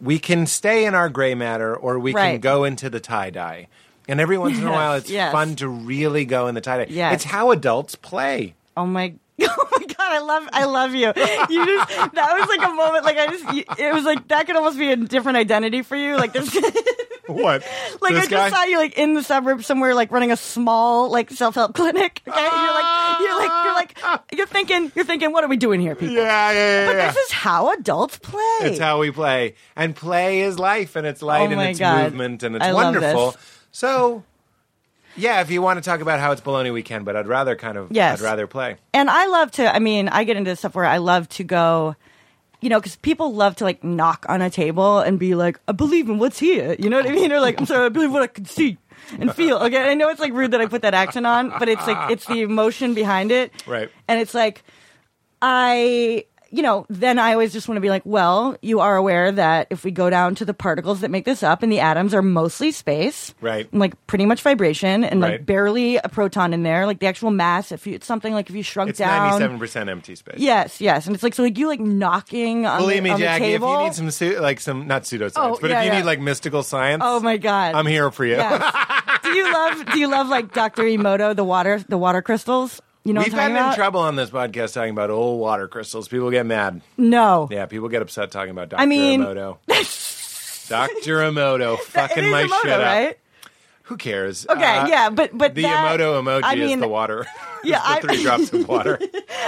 Speaker 6: we can stay in our gray matter, or we can
Speaker 5: Right.
Speaker 6: go into the tie dye. And every once in a
Speaker 5: Yes,
Speaker 6: while, it's
Speaker 5: yes.
Speaker 6: fun to really go in the tie dye.
Speaker 5: Yes.
Speaker 6: It's how adults play.
Speaker 5: Oh my. Oh my god, I love I love you. You just that was like a moment like I just you, it was like that could almost be a different identity for you. Like this
Speaker 6: What?
Speaker 5: Like
Speaker 6: This
Speaker 5: I just
Speaker 6: guy?
Speaker 5: saw you like in the suburbs somewhere, like running a small like self help clinic. Okay, you're like you're like you're like you're thinking you're thinking, what are we doing here, people?
Speaker 6: Yeah, yeah, yeah.
Speaker 5: But
Speaker 6: yeah.
Speaker 5: this is how adults play.
Speaker 6: It's how we play. And play is life, and it's light,
Speaker 5: Oh
Speaker 6: and
Speaker 5: my
Speaker 6: it's
Speaker 5: God.
Speaker 6: movement, and it's
Speaker 5: I love
Speaker 6: wonderful.
Speaker 5: this.
Speaker 6: So, yeah, if you want to talk about how it's baloney, we can, but I'd rather kind of,
Speaker 5: Yes.
Speaker 6: I'd rather play.
Speaker 5: and I love to. I mean, I get into stuff where I love to go. You know, because people love to like knock on a table and be like, "I believe in what's here." You know what I mean? Or like, "I'm sorry, I believe what I can see and feel." Okay, I know it's like rude that I put that accent on, but it's like it's the emotion behind it,
Speaker 6: Right.
Speaker 5: And it's like I, you know, then I always just want to be like, well, you are aware that if we go down to the particles that make this up, and the atoms are mostly space,
Speaker 6: Right.
Speaker 5: and, like pretty much vibration, and
Speaker 6: Right.
Speaker 5: like barely a proton in there, like the actual mass. If you, it's something like if you shrunk
Speaker 6: It's
Speaker 5: down,
Speaker 6: ninety-seven percent empty space.
Speaker 5: Yes, yes, and it's like so like you like knocking on
Speaker 6: Believe
Speaker 5: the,
Speaker 6: me,
Speaker 5: on the
Speaker 6: Jackie, if you
Speaker 5: table.
Speaker 6: need some pseu- like some not pseudoscience,
Speaker 5: Oh,
Speaker 6: but
Speaker 5: yeah,
Speaker 6: if you
Speaker 5: yeah.
Speaker 6: need like mystical science,
Speaker 5: oh my god,
Speaker 6: I'm here for you.
Speaker 5: Yes. do you love do you love like Dr. Emoto the water the water crystals? You know
Speaker 6: We've
Speaker 5: what I'm
Speaker 6: gotten
Speaker 5: talking about?
Speaker 6: in trouble on this podcast talking about old water crystals. People get mad.
Speaker 5: No.
Speaker 6: Yeah, people get upset talking about Dr.
Speaker 5: I mean-
Speaker 6: Emoto. Dr. Emoto
Speaker 5: It
Speaker 6: fucking
Speaker 5: is
Speaker 6: my
Speaker 5: Emoto,
Speaker 6: shit up.
Speaker 5: right?
Speaker 6: Who cares? Uh,
Speaker 5: Okay, yeah, but- but
Speaker 6: the
Speaker 5: that-
Speaker 6: Emoto emoji
Speaker 5: I
Speaker 6: is
Speaker 5: mean-
Speaker 6: the water.
Speaker 5: Yeah,
Speaker 6: It's the
Speaker 5: I-
Speaker 6: three drops of water.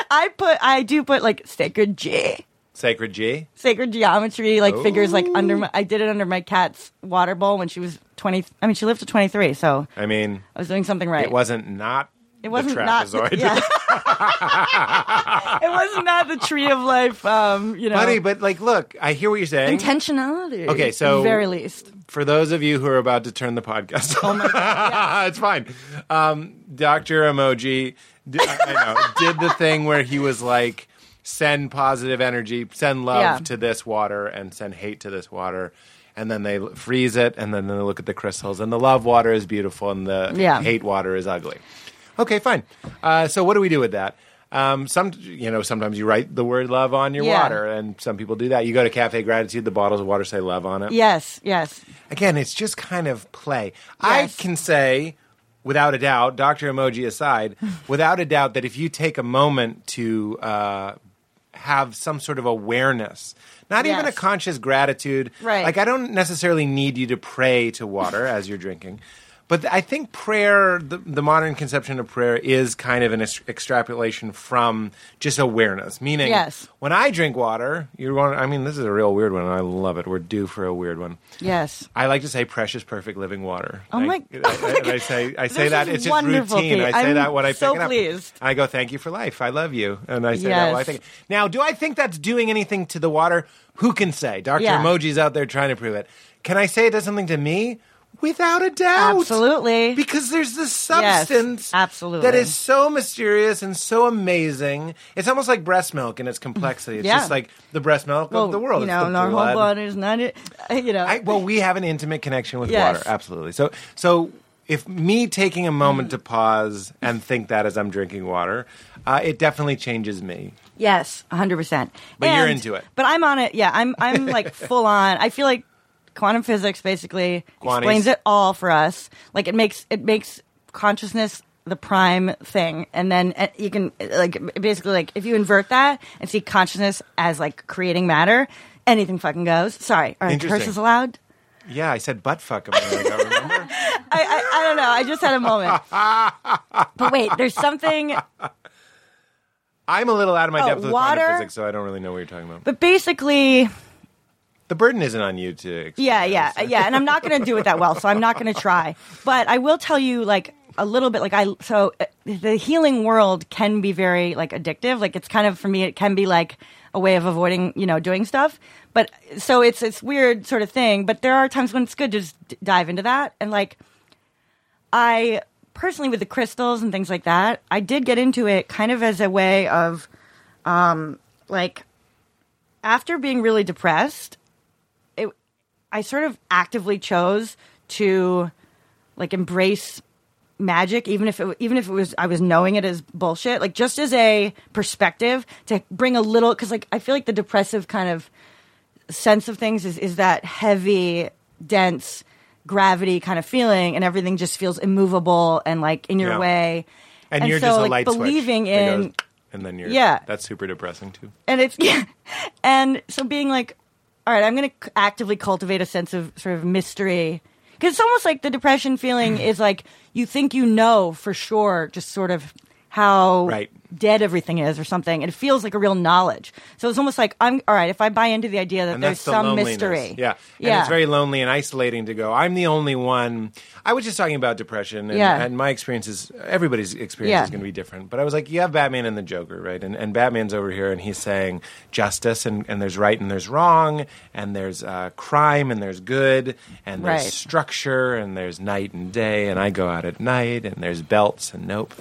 Speaker 5: I put I do put like sacred G,
Speaker 6: Sacred G.
Speaker 5: sacred geometry, like figures like under
Speaker 6: Oh.
Speaker 5: my. I did it under my cat's water bowl when she was twenty. I mean, she lived to twenty three, so
Speaker 6: I mean,
Speaker 5: I was doing something right.
Speaker 6: it wasn't not.
Speaker 5: It wasn't
Speaker 6: the
Speaker 5: not.
Speaker 6: trapezoid.
Speaker 5: yeah. it was not the tree of life. Um, you know,
Speaker 6: Buddy, but like, look, I hear what you're saying.
Speaker 5: intentionality.
Speaker 6: Okay, so-
Speaker 5: at the very least,
Speaker 6: for those of you who are about to turn the podcast
Speaker 5: Oh
Speaker 6: off, it's fine. Um, Dr. Emoji d- I- I know, did the thing where he was like, send positive energy, send love
Speaker 5: Yeah.
Speaker 6: to this water, and send hate to this water. And then they l- freeze it, and then they look at the crystals. And the love water is beautiful, and the
Speaker 5: Yeah.
Speaker 6: hate water is ugly. Okay, fine. Uh, so, what do we do with that? Um, some, you know, sometimes you write the word love on your
Speaker 5: Yeah.
Speaker 6: water, and some people do that. You go to Cafe Gratitude, the bottles of water say love on it
Speaker 5: yes, yes,
Speaker 6: again, it's just kind of play.
Speaker 5: Yes.
Speaker 6: I can say, without a doubt, Dr. Emoji aside, without a doubt, that if you take a moment to uh, have some sort of awareness, not even a
Speaker 5: Yes.
Speaker 6: conscious gratitude,
Speaker 5: Right.
Speaker 6: like I don't necessarily need you to pray to water as you're drinking. But I think prayer, the, the modern conception of prayer, is kind of an ex- extrapolation from just awareness. Meaning,
Speaker 5: Yes.
Speaker 6: when I drink water, you're going, I mean, this is a real weird one. and I love it. We're due for a weird one.
Speaker 5: yes.
Speaker 6: I like to say precious, perfect living water.
Speaker 5: Oh my-
Speaker 6: I, I, I, I say I say
Speaker 5: This
Speaker 6: that
Speaker 5: is
Speaker 6: it's just
Speaker 5: wonderful,
Speaker 6: routine. I
Speaker 5: Pete.
Speaker 6: say
Speaker 5: I'm
Speaker 6: that when I pick
Speaker 5: so
Speaker 6: it up.
Speaker 5: pleased.
Speaker 6: I go, "Thank you for life. I love you," and I say that. While I
Speaker 5: Yes.
Speaker 6: think. Now, do I think that's doing anything to the water? Who can say? Doctor
Speaker 5: Yeah.
Speaker 6: Emoji's out there trying to prove it. Can I say it does something to me? Without a doubt,
Speaker 5: Absolutely.
Speaker 6: because there's this
Speaker 5: Yes,
Speaker 6: substance
Speaker 5: absolutely.
Speaker 6: that is so mysterious and so amazing. It's almost like breast milk in its complexity. It's
Speaker 5: Yeah.
Speaker 6: just like the breast milk
Speaker 5: Well,
Speaker 6: of the world.
Speaker 5: you
Speaker 6: It's
Speaker 5: know,
Speaker 6: the
Speaker 5: and our
Speaker 6: blood.
Speaker 5: whole body is not it. You know,
Speaker 6: I, well, we have an intimate connection with
Speaker 5: Yes.
Speaker 6: water, absolutely. So, so if me taking a moment to pause and think that as I'm drinking water, uh, it definitely changes me.
Speaker 5: Yes, 100%.
Speaker 6: But you're into it.
Speaker 5: But I'm on it. Yeah, I'm I'm like full on. I feel like quantum physics basically
Speaker 6: Quanties.
Speaker 5: explains it all for us. Like it makes it makes consciousness the prime thing and then uh, you can uh, like basically like if you invert that and see consciousness as like creating matter, anything fucking goes. Sorry. Are
Speaker 6: Interesting.
Speaker 5: curses allowed?
Speaker 6: Yeah, I said butt fuck a minute ago. Remember?
Speaker 5: I, I I don't know. I just had a moment. but wait, there's something
Speaker 6: I'm a little out of my
Speaker 5: Oh,
Speaker 6: depth with
Speaker 5: water?
Speaker 6: quantum physics, so I don't really know what you're talking about.
Speaker 5: but basically
Speaker 6: The burden isn't on you to. explain
Speaker 5: Yeah,
Speaker 6: this.
Speaker 5: yeah, uh, yeah. And I'm not going to do it that well, so I'm not going to try. But I will tell you, like a little bit, like I. So uh, the healing world can be very like addictive. Like it's kind of for me, it can be like a way of avoiding, you know, doing stuff. But so it's it's weird sort of thing. But there are times when it's good to just d- dive into that and like I personally with the crystals and things like that, I did get into it kind of as a way of um like after being really depressed, it I sort of actively chose to like embrace magic even if it even if it was I was knowing it as bullshit, like just as a perspective to bring a little cuz like I feel like the depressive kind of sense of things is, is that heavy, dense gravity kind of feeling, and everything just feels immovable and like in your
Speaker 6: Yeah.
Speaker 5: way.
Speaker 6: And, you're just a
Speaker 5: like
Speaker 6: light
Speaker 5: believing
Speaker 6: switch that
Speaker 5: in,
Speaker 6: goes, and then you're.
Speaker 5: Yeah.
Speaker 6: that's super depressing too.
Speaker 5: and it's yeah, and so being like, all right, I'm going to actively cultivate a sense of sort of mystery. Because it's almost like the depression
Speaker 6: Mm.
Speaker 5: feeling is like you think you know for sure, just sort of how
Speaker 6: Right.
Speaker 5: dead everything is or something. And it feels like a real knowledge. So it's almost like, I'm all right, if I buy into the idea that
Speaker 6: and
Speaker 5: there's
Speaker 6: that's the
Speaker 5: some
Speaker 6: loneliness.
Speaker 5: mystery.
Speaker 6: Yeah, and
Speaker 5: yeah.
Speaker 6: it's very lonely and isolating to go. I'm the only one. I was just talking about depression, and,
Speaker 5: Yeah.
Speaker 6: and my experience is everybody's experience
Speaker 5: Yeah.
Speaker 6: is going to be different. But I was like, you have Batman and the Joker, right? And, and Batman's over here, and he's saying justice, and, and there's right and there's wrong, and there's uh, crime and there's good, and there's
Speaker 5: Right.
Speaker 6: structure, and there's night and day, and I go out at night, and there's belts and nope.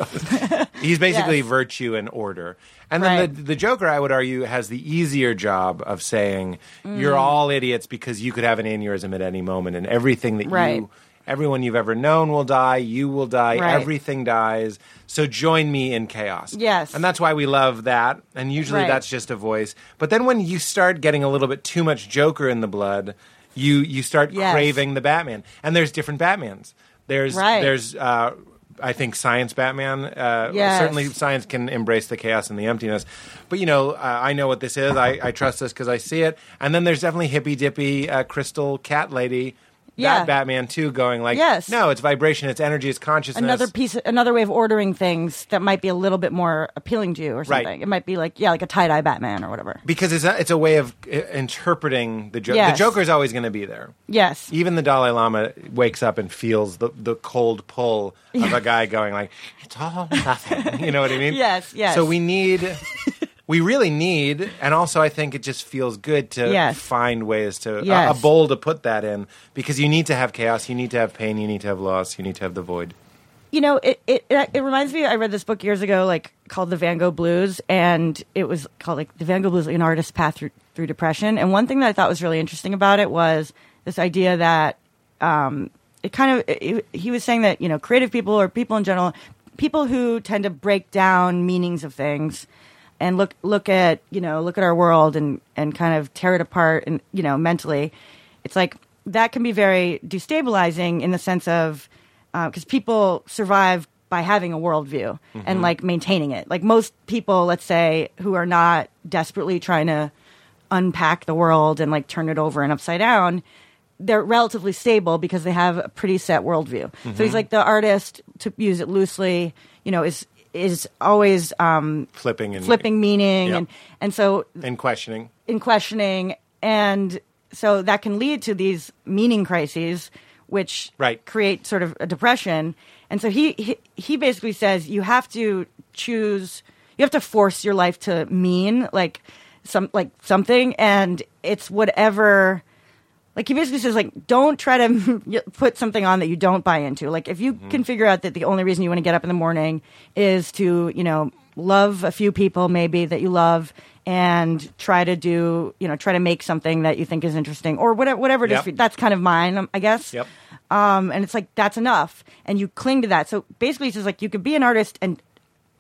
Speaker 6: he's basically
Speaker 5: Yes.
Speaker 6: virtue get you an order. And then
Speaker 5: Right.
Speaker 6: the, the Joker, I would argue, has the easier job of saying,
Speaker 5: Mm.
Speaker 6: you're all idiots because you could have an aneurysm at any moment and everything that
Speaker 5: Right.
Speaker 6: you. Everyone you've ever known will die. You will die.
Speaker 5: Right.
Speaker 6: Everything dies. So join me in chaos.
Speaker 5: Yes.
Speaker 6: And that's why we love that. And usually
Speaker 5: Right.
Speaker 6: that's just a voice. But then when you start getting a little bit too much Joker in the blood, you you start
Speaker 5: Yes.
Speaker 6: craving the Batman. And there's different Batmans. There's
Speaker 5: Right.
Speaker 6: there's uh, I think science Batman. Uh,
Speaker 5: Yes.
Speaker 6: Certainly science can embrace the chaos and the emptiness. But you know, uh, I know what this is. I, I trust this because I see it. And then there's definitely hippy dippy uh, crystal cat lady.
Speaker 5: Yeah.
Speaker 6: That Batman too, going like,
Speaker 5: Yes.
Speaker 6: no, it's vibration, it's energy, it's consciousness.
Speaker 5: another piece, another way of ordering things that might be a little bit more appealing to you or
Speaker 6: Right.
Speaker 5: something. It might be like, yeah, like a tie dye Batman or whatever.
Speaker 6: because it's a, it's a way of uh, interpreting the Joker.
Speaker 5: Yes.
Speaker 6: The Joker's always going to be there.
Speaker 5: Yes.
Speaker 6: Even the Dalai Lama wakes up and feels the, the cold pull of a guy going like, "It's all nothing." You know what I mean?
Speaker 5: Yes, yes.
Speaker 6: So we need, we really need, and also I think it just feels good to
Speaker 5: Yes.
Speaker 6: find ways to
Speaker 5: Yes.
Speaker 6: a, a bowl to put that in because you need to have chaos, you need to have pain, you need to have loss, you need to have the void.
Speaker 5: you know, it, it it it reminds me. I read this book years ago, like called The Van Gogh Blues, and it was called like The Van Gogh Blues: An Artist's Path Through, Through Depression. And one thing that I thought was really interesting about it was this idea that um, it kind of it, it- he was saying that you know, creative people or people in general, people who tend to break down meanings of things and look look at you know look at our world and and kind of tear it apart and you know mentally, it's like that can be very destabilizing in the sense of because people survive by having a worldview and like maintaining it. Like most people, let's say, who are not desperately trying to unpack the world and like turn it over and upside down, they're relatively stable because they have a pretty set worldview. So he's like the artist, to use it loosely, you know, is is always um,
Speaker 6: Flipping and
Speaker 5: flipping meaning
Speaker 6: Yeah.
Speaker 5: and and so
Speaker 6: and questioning.
Speaker 5: in questioning and so that can lead to these meaning crises which
Speaker 6: Right.
Speaker 5: create sort of a depression and so he, he he basically says you have to choose you have to force your life to mean like some like something and it's whatever like he basically says like don't try to put something on that you don't buy into like if you
Speaker 6: Mm-hmm.
Speaker 5: can figure out that the only reason you want to get up in the morning is to you know love a few people maybe that you love and try to do you know try to make something that you think is interesting or whatever whatever it is
Speaker 6: Yep.
Speaker 5: for you. that's kind of mine um, i guess
Speaker 6: Yep.
Speaker 5: um and it's like that's enough and you cling to that so basically he says like you could be an artist and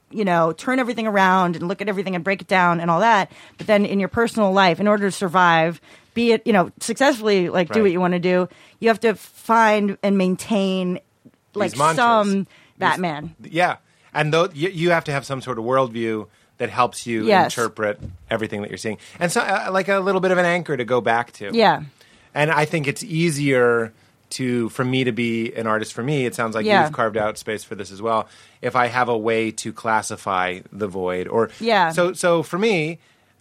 Speaker 5: you know, turn everything around and look at everything and break it down and all that. But then in your personal life, in order to survive, be it, you know, successfully, like do
Speaker 6: Right.
Speaker 5: what you want to do, you have to find and maintain like
Speaker 6: mantras.
Speaker 5: some
Speaker 6: These-
Speaker 5: Batman.
Speaker 6: Yeah, and though you, you have to have some sort of worldview that helps you
Speaker 5: Yes.
Speaker 6: interpret everything that you're seeing, and so uh, like a little bit of an anchor to go back to.
Speaker 5: Yeah.
Speaker 6: and I think it's easier to for me to be an artist. For me, it sounds like
Speaker 5: Yeah.
Speaker 6: you've carved out space for this as well. If I have a way to classify the void, or
Speaker 5: Yeah.
Speaker 6: so so for me.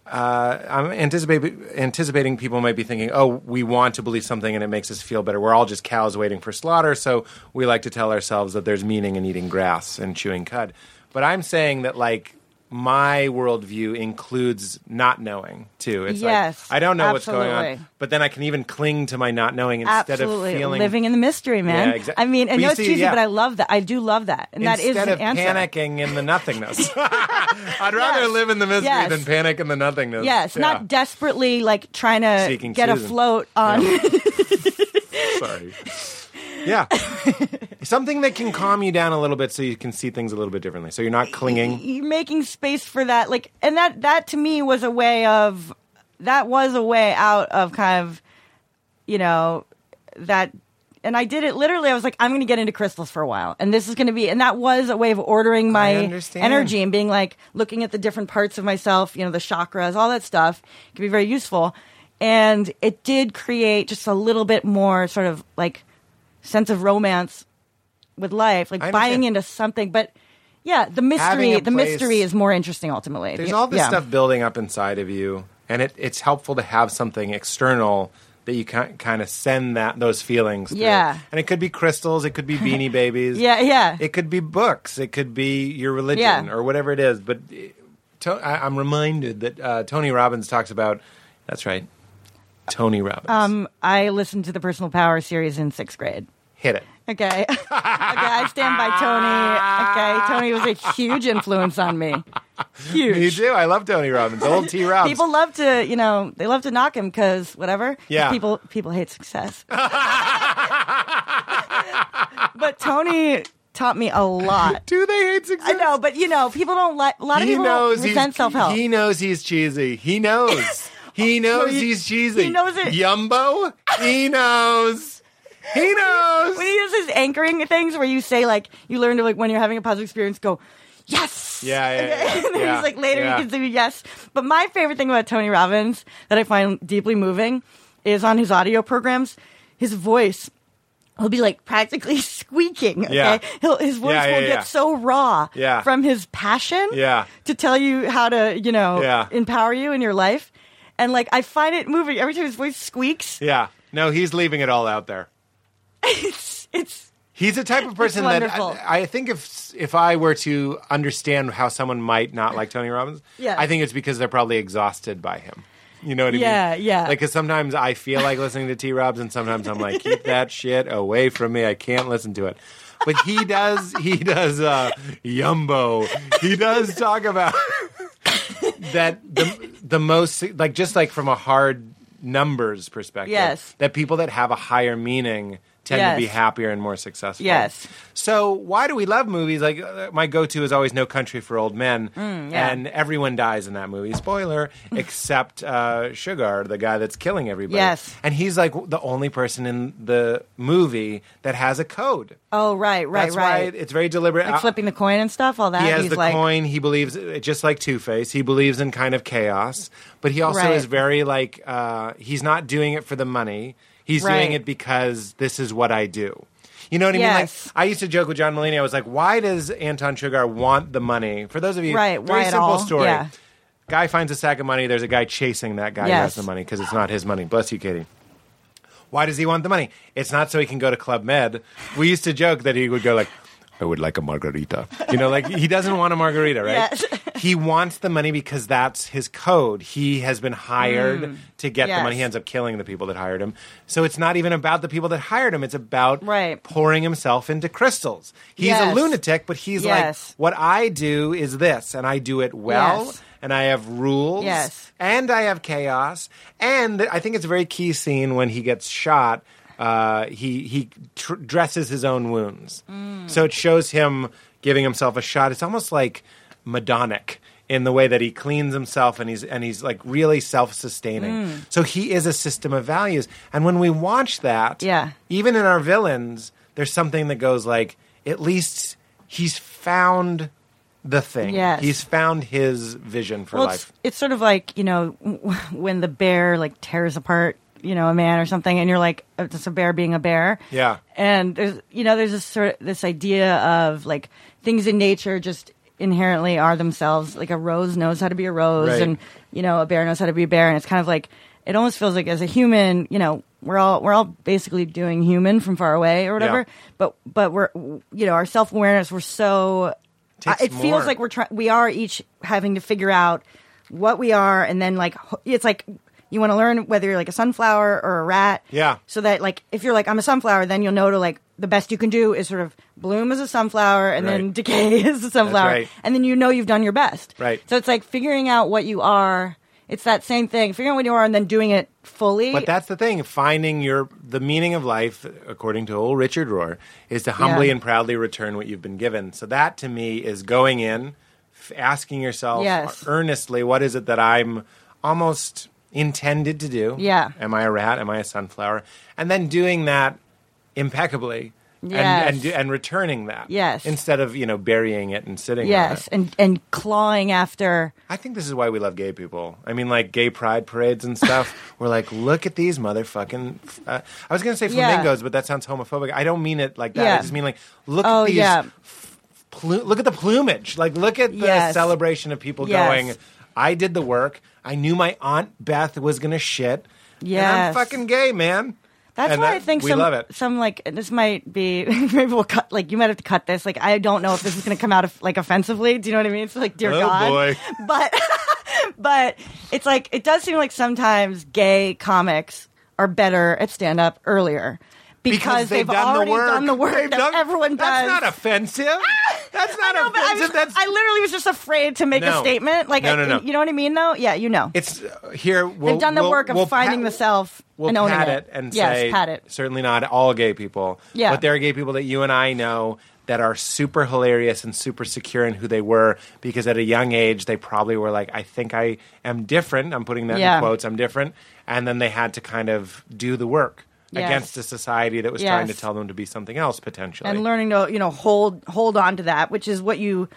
Speaker 6: Uh, I'm anticipating anticipating people might be thinking, "Oh, we want to believe something, and it makes us feel better. We're all just cows waiting for slaughter, so we like to tell ourselves that there's meaning in eating grass and chewing cud." But I'm saying that like my worldview includes not knowing too. It's
Speaker 5: Yes,
Speaker 6: like I don't know what's going
Speaker 5: absolutely.
Speaker 6: on, but then I can even cling to my not knowing instead
Speaker 5: Absolutely.
Speaker 6: of feeling
Speaker 5: Living in the mystery, man.
Speaker 6: Yeah, exac-
Speaker 5: I mean, I
Speaker 6: But you
Speaker 5: know it's
Speaker 6: see,
Speaker 5: cheesy,
Speaker 6: yeah.
Speaker 5: but I love that. I do love that. And that is
Speaker 6: instead
Speaker 5: the
Speaker 6: of
Speaker 5: answer.
Speaker 6: panicking in the nothingness. I'd rather
Speaker 5: Yes.
Speaker 6: live in the mystery
Speaker 5: Yes.
Speaker 6: than panic in the nothingness.
Speaker 5: Yes,
Speaker 6: Yeah.
Speaker 5: not desperately like trying to
Speaker 6: Seeking
Speaker 5: get
Speaker 6: Susan.
Speaker 5: afloat on.
Speaker 6: Sorry. Yeah. Something that can calm you down a little bit so you can see things a little bit differently. So you're not clinging.
Speaker 5: you making space for that like and that that to me was a way of that was a way out of kind of you know that and I did it literally. I was like, I'm going to get into crystals for a while, and this is going to be, and that was a way of ordering my
Speaker 6: understand.
Speaker 5: energy and being like looking at the different parts of myself, you know, the chakras, all that stuff It can be very useful. And it did create just a little bit more sort of like sense of romance with life, like
Speaker 6: I understand.
Speaker 5: buying into something. But yeah, the
Speaker 6: Having
Speaker 5: mystery,
Speaker 6: a
Speaker 5: the
Speaker 6: place-
Speaker 5: mystery is more interesting ultimately.
Speaker 6: There's
Speaker 5: Yeah.
Speaker 6: all this
Speaker 5: Yeah.
Speaker 6: stuff building up inside of you, and it, it's helpful to have something external that you can kind of send that those feelings. through.
Speaker 5: Yeah.
Speaker 6: and it could be crystals, it could be beanie babies,
Speaker 5: Yeah, yeah.
Speaker 6: it could be books, it could be your religion
Speaker 5: Yeah.
Speaker 6: or whatever it is. But eh, to, I, I'm reminded that uh, Tony Robbins talks about. That's right, Tony Robbins.
Speaker 5: um, I listened to the Personal Power series in sixth grade.
Speaker 6: Hit it.
Speaker 5: Okay. okay, I stand by Tony. Okay, Tony was a huge influence on me. Huge.
Speaker 6: Me too. I love Tony Robbins. Old T. Robbins.
Speaker 5: People love to, you know, they love to knock him because whatever. 'Cause
Speaker 6: Yeah.
Speaker 5: People people hate success. but Tony taught me a lot.
Speaker 6: Do they hate success?
Speaker 5: I know, but you know, people don't like a lot of
Speaker 6: he
Speaker 5: people
Speaker 6: knows
Speaker 5: don't
Speaker 6: he's
Speaker 5: resent self help.
Speaker 6: He knows he's cheesy. He knows. He knows
Speaker 5: Oh, he-
Speaker 6: he's cheesy.
Speaker 5: he knows it.
Speaker 6: Yumbo. He knows. He knows.
Speaker 5: When he does his anchoring things where you say like you learn to like when you're having a positive experience, go yes.
Speaker 6: Yeah, yeah, yeah,
Speaker 5: and then
Speaker 6: yeah,
Speaker 5: he's like later
Speaker 6: yeah.
Speaker 5: you can do yes. But my favorite thing about Tony Robbins that I find deeply moving is on his audio programs, his voice. He'll be like practically squeaking. Okay,
Speaker 6: Yeah.
Speaker 5: He'll, his voice
Speaker 6: Yeah, yeah,
Speaker 5: will
Speaker 6: yeah.
Speaker 5: get so raw
Speaker 6: Yeah.
Speaker 5: from his passion
Speaker 6: Yeah.
Speaker 5: to tell you how to, you know,
Speaker 6: Yeah.
Speaker 5: empower you in your life. And like I find it moving every time his voice squeaks.
Speaker 6: yeah. No, he's leaving it all out there.
Speaker 5: It's it's
Speaker 6: He's a type of person that
Speaker 5: wonderful.
Speaker 6: I, I think if if I were to understand how someone might not like Tony Robbins,
Speaker 5: Yeah.
Speaker 6: I think it's because they're probably exhausted by him. You know what I
Speaker 5: Yeah,
Speaker 6: mean?
Speaker 5: yeah.
Speaker 6: Like, 'cause sometimes I feel like listening to T. Robs, and sometimes I'm like, keep that shit away from me. I can't listen to it. But he does. He does. Uh, Yumbo. He does talk about that the the most like just like from a hard numbers perspective.
Speaker 5: Yes.
Speaker 6: That people that have a higher meaning tend to be
Speaker 5: Yes.
Speaker 6: happier and more successful.
Speaker 5: Yes.
Speaker 6: So why do we love movies? Like uh, my go-to is always No Country for Old Men,
Speaker 5: Mm, yeah.
Speaker 6: and everyone dies in that movie. Spoiler, except uh, Sugar, the guy that's killing everybody.
Speaker 5: Yes.
Speaker 6: And he's like the only person in the movie that has a code.
Speaker 5: oh right, right,
Speaker 6: that's
Speaker 5: right.
Speaker 6: why it's very deliberate.
Speaker 5: like
Speaker 6: Uh,
Speaker 5: flipping the coin and stuff, all that.
Speaker 6: he has
Speaker 5: he's
Speaker 6: the
Speaker 5: like,
Speaker 6: coin. He believes, uh, just like Two Face, he believes in kind of chaos. But he also
Speaker 5: Right.
Speaker 6: is very like uh, he's not doing it for the money. He's doing
Speaker 5: Right.
Speaker 6: it because this is what I do. You know what I
Speaker 5: Yes.
Speaker 6: mean? Like I used to joke with John Mulaney. I was like, "Why does Anton Sugar want the money?" For those of you,
Speaker 5: Right,
Speaker 6: Very
Speaker 5: why at
Speaker 6: simple
Speaker 5: all?
Speaker 6: story.
Speaker 5: Yeah.
Speaker 6: Guy finds a sack of money. There's a guy chasing that guy who has
Speaker 5: Yes.
Speaker 6: the money because it's not his money. Bless you, Katie. Why does he want the money? It's not so he can go to Club Med. We used to joke that he would go like, I would like a margarita. You know, like he doesn't want a margarita, right?
Speaker 5: Yes.
Speaker 6: he wants the money because that's his code. He has been hired to get the
Speaker 5: Mm. yes.
Speaker 6: money. He ends up killing the people that hired him. So it's not even about the people that hired him. It's about
Speaker 5: Right.
Speaker 6: pouring himself into crystals. He's a
Speaker 5: Yes.
Speaker 6: lunatic, but he's
Speaker 5: Yes.
Speaker 6: like, what I do is this, and I do it well,
Speaker 5: Yes.
Speaker 6: and I have rules
Speaker 5: Yes.
Speaker 6: and I have chaos, and I think it's a very key scene when he gets shot. Uh, he he tr- dresses his own wounds,
Speaker 5: Mm.
Speaker 6: so it shows him giving himself a shot. It's almost like Madonic in the way that he cleans himself and he's and he's like really self sustaining.
Speaker 5: Mm.
Speaker 6: So he is a system of values, and when we watch that,
Speaker 5: Yeah.
Speaker 6: even in our villains, there's something that goes like, at least he's found the thing.
Speaker 5: Yes.
Speaker 6: He's found his vision for
Speaker 5: well,
Speaker 6: life.
Speaker 5: it's, it's sort of like you know when the bear like tears apart you know a man or something, and you're like, it's just a bear being a bear.
Speaker 6: Yeah.
Speaker 5: And there's you know there's this sort of this idea of like things in nature just inherently are themselves. Like a rose knows how to be a rose,
Speaker 6: Right.
Speaker 5: and you know a bear knows how to be a bear, and it's kind of like it almost feels like as a human, you know, we're all we're all basically doing human from far away or whatever.
Speaker 6: Yeah.
Speaker 5: But but we're you know our self awareness we're so
Speaker 6: Takes
Speaker 5: I- it
Speaker 6: more.
Speaker 5: feels like we're trying we are each having to figure out what we are and then like ho- it's like you want to learn whether you're like a sunflower or a rat
Speaker 6: Yeah.
Speaker 5: so that like if you're like i'm a sunflower then you'll know to like the best you can do is sort of bloom as a sunflower and then
Speaker 6: Right.
Speaker 5: decay as a sunflower
Speaker 6: right.
Speaker 5: and then you know you've done your best
Speaker 6: Right.
Speaker 5: so it's like figuring out what you are it's that same thing figuring out what you are and then doing it fully
Speaker 6: But that's the thing. Finding your the meaning of life, according to old Richard Rohr, is to humbly
Speaker 5: Yeah.
Speaker 6: and proudly return what you've been given. So that to me is going in, f- asking yourself
Speaker 5: Yes.
Speaker 6: earnestly, what is it that I'm almost intended to do?
Speaker 5: Yeah.
Speaker 6: Am I a rat? Am I a sunflower? And then doing that impeccably.
Speaker 5: Yes.
Speaker 6: And, and do- and returning that,
Speaker 5: Yes.
Speaker 6: instead of you know burying it and sitting. on
Speaker 5: yes
Speaker 6: it.
Speaker 5: and and clawing after
Speaker 6: I think this is why we love gay people. I mean, like gay pride parades and stuff. we're like, look at these motherfucking. Uh, I was gonna say
Speaker 5: Yeah.
Speaker 6: flamingos, but that sounds homophobic. I don't mean it like that. I
Speaker 5: Yeah.
Speaker 6: just mean like, look
Speaker 5: Oh,
Speaker 6: at these.
Speaker 5: yeah.
Speaker 6: f- plu- look at the plumage. Like, look at the
Speaker 5: Yes.
Speaker 6: celebration of people
Speaker 5: Yes.
Speaker 6: going. I did the work. I knew my aunt Beth was gonna shit. And I'm
Speaker 5: Yes.
Speaker 6: fucking gay, man.
Speaker 5: That's
Speaker 6: And
Speaker 5: why
Speaker 6: that-
Speaker 5: I think
Speaker 6: we
Speaker 5: some
Speaker 6: love it.
Speaker 5: some like this might be maybe we'll cut like you might have to cut this like I don't know if this is going to come out of like offensively. Do you know what I mean? It's like dear
Speaker 6: Oh,
Speaker 5: God,
Speaker 6: boy.
Speaker 5: but but it's like it does seem like sometimes gay comics are better at stand up earlier because,
Speaker 6: because, they've, done
Speaker 5: already
Speaker 6: the work.
Speaker 5: done the work
Speaker 6: They've
Speaker 5: that
Speaker 6: done-
Speaker 5: everyone does.
Speaker 6: That's not offensive. That's not
Speaker 5: No, but I, was,
Speaker 6: offensive. That's
Speaker 5: I literally was just afraid to make
Speaker 6: No.
Speaker 5: a statement. Like,
Speaker 6: No, no,
Speaker 5: I-
Speaker 6: no.
Speaker 5: you know what I mean? Though, yeah, you know,
Speaker 6: it's uh, here. We'll,
Speaker 5: they've done the
Speaker 6: we'll-
Speaker 5: work of
Speaker 6: we'll
Speaker 5: finding
Speaker 6: pat-
Speaker 5: the self
Speaker 6: We'll
Speaker 5: and owning
Speaker 6: pat it, and
Speaker 5: yes,
Speaker 6: say,
Speaker 5: pat it.
Speaker 6: certainly not all gay people.
Speaker 5: Yeah.
Speaker 6: But there are gay people that you and I know that are super hilarious and super secure in who they were because at a young age they probably were like, I think I am different. I'm putting that
Speaker 5: Yeah.
Speaker 6: in quotes, I'm different. And then they had to kind of do the work
Speaker 5: Yes.
Speaker 6: against a society that was trying to
Speaker 5: Yes.
Speaker 6: tell them to be something else potentially.
Speaker 5: and learning to you know hold hold on to that which is what you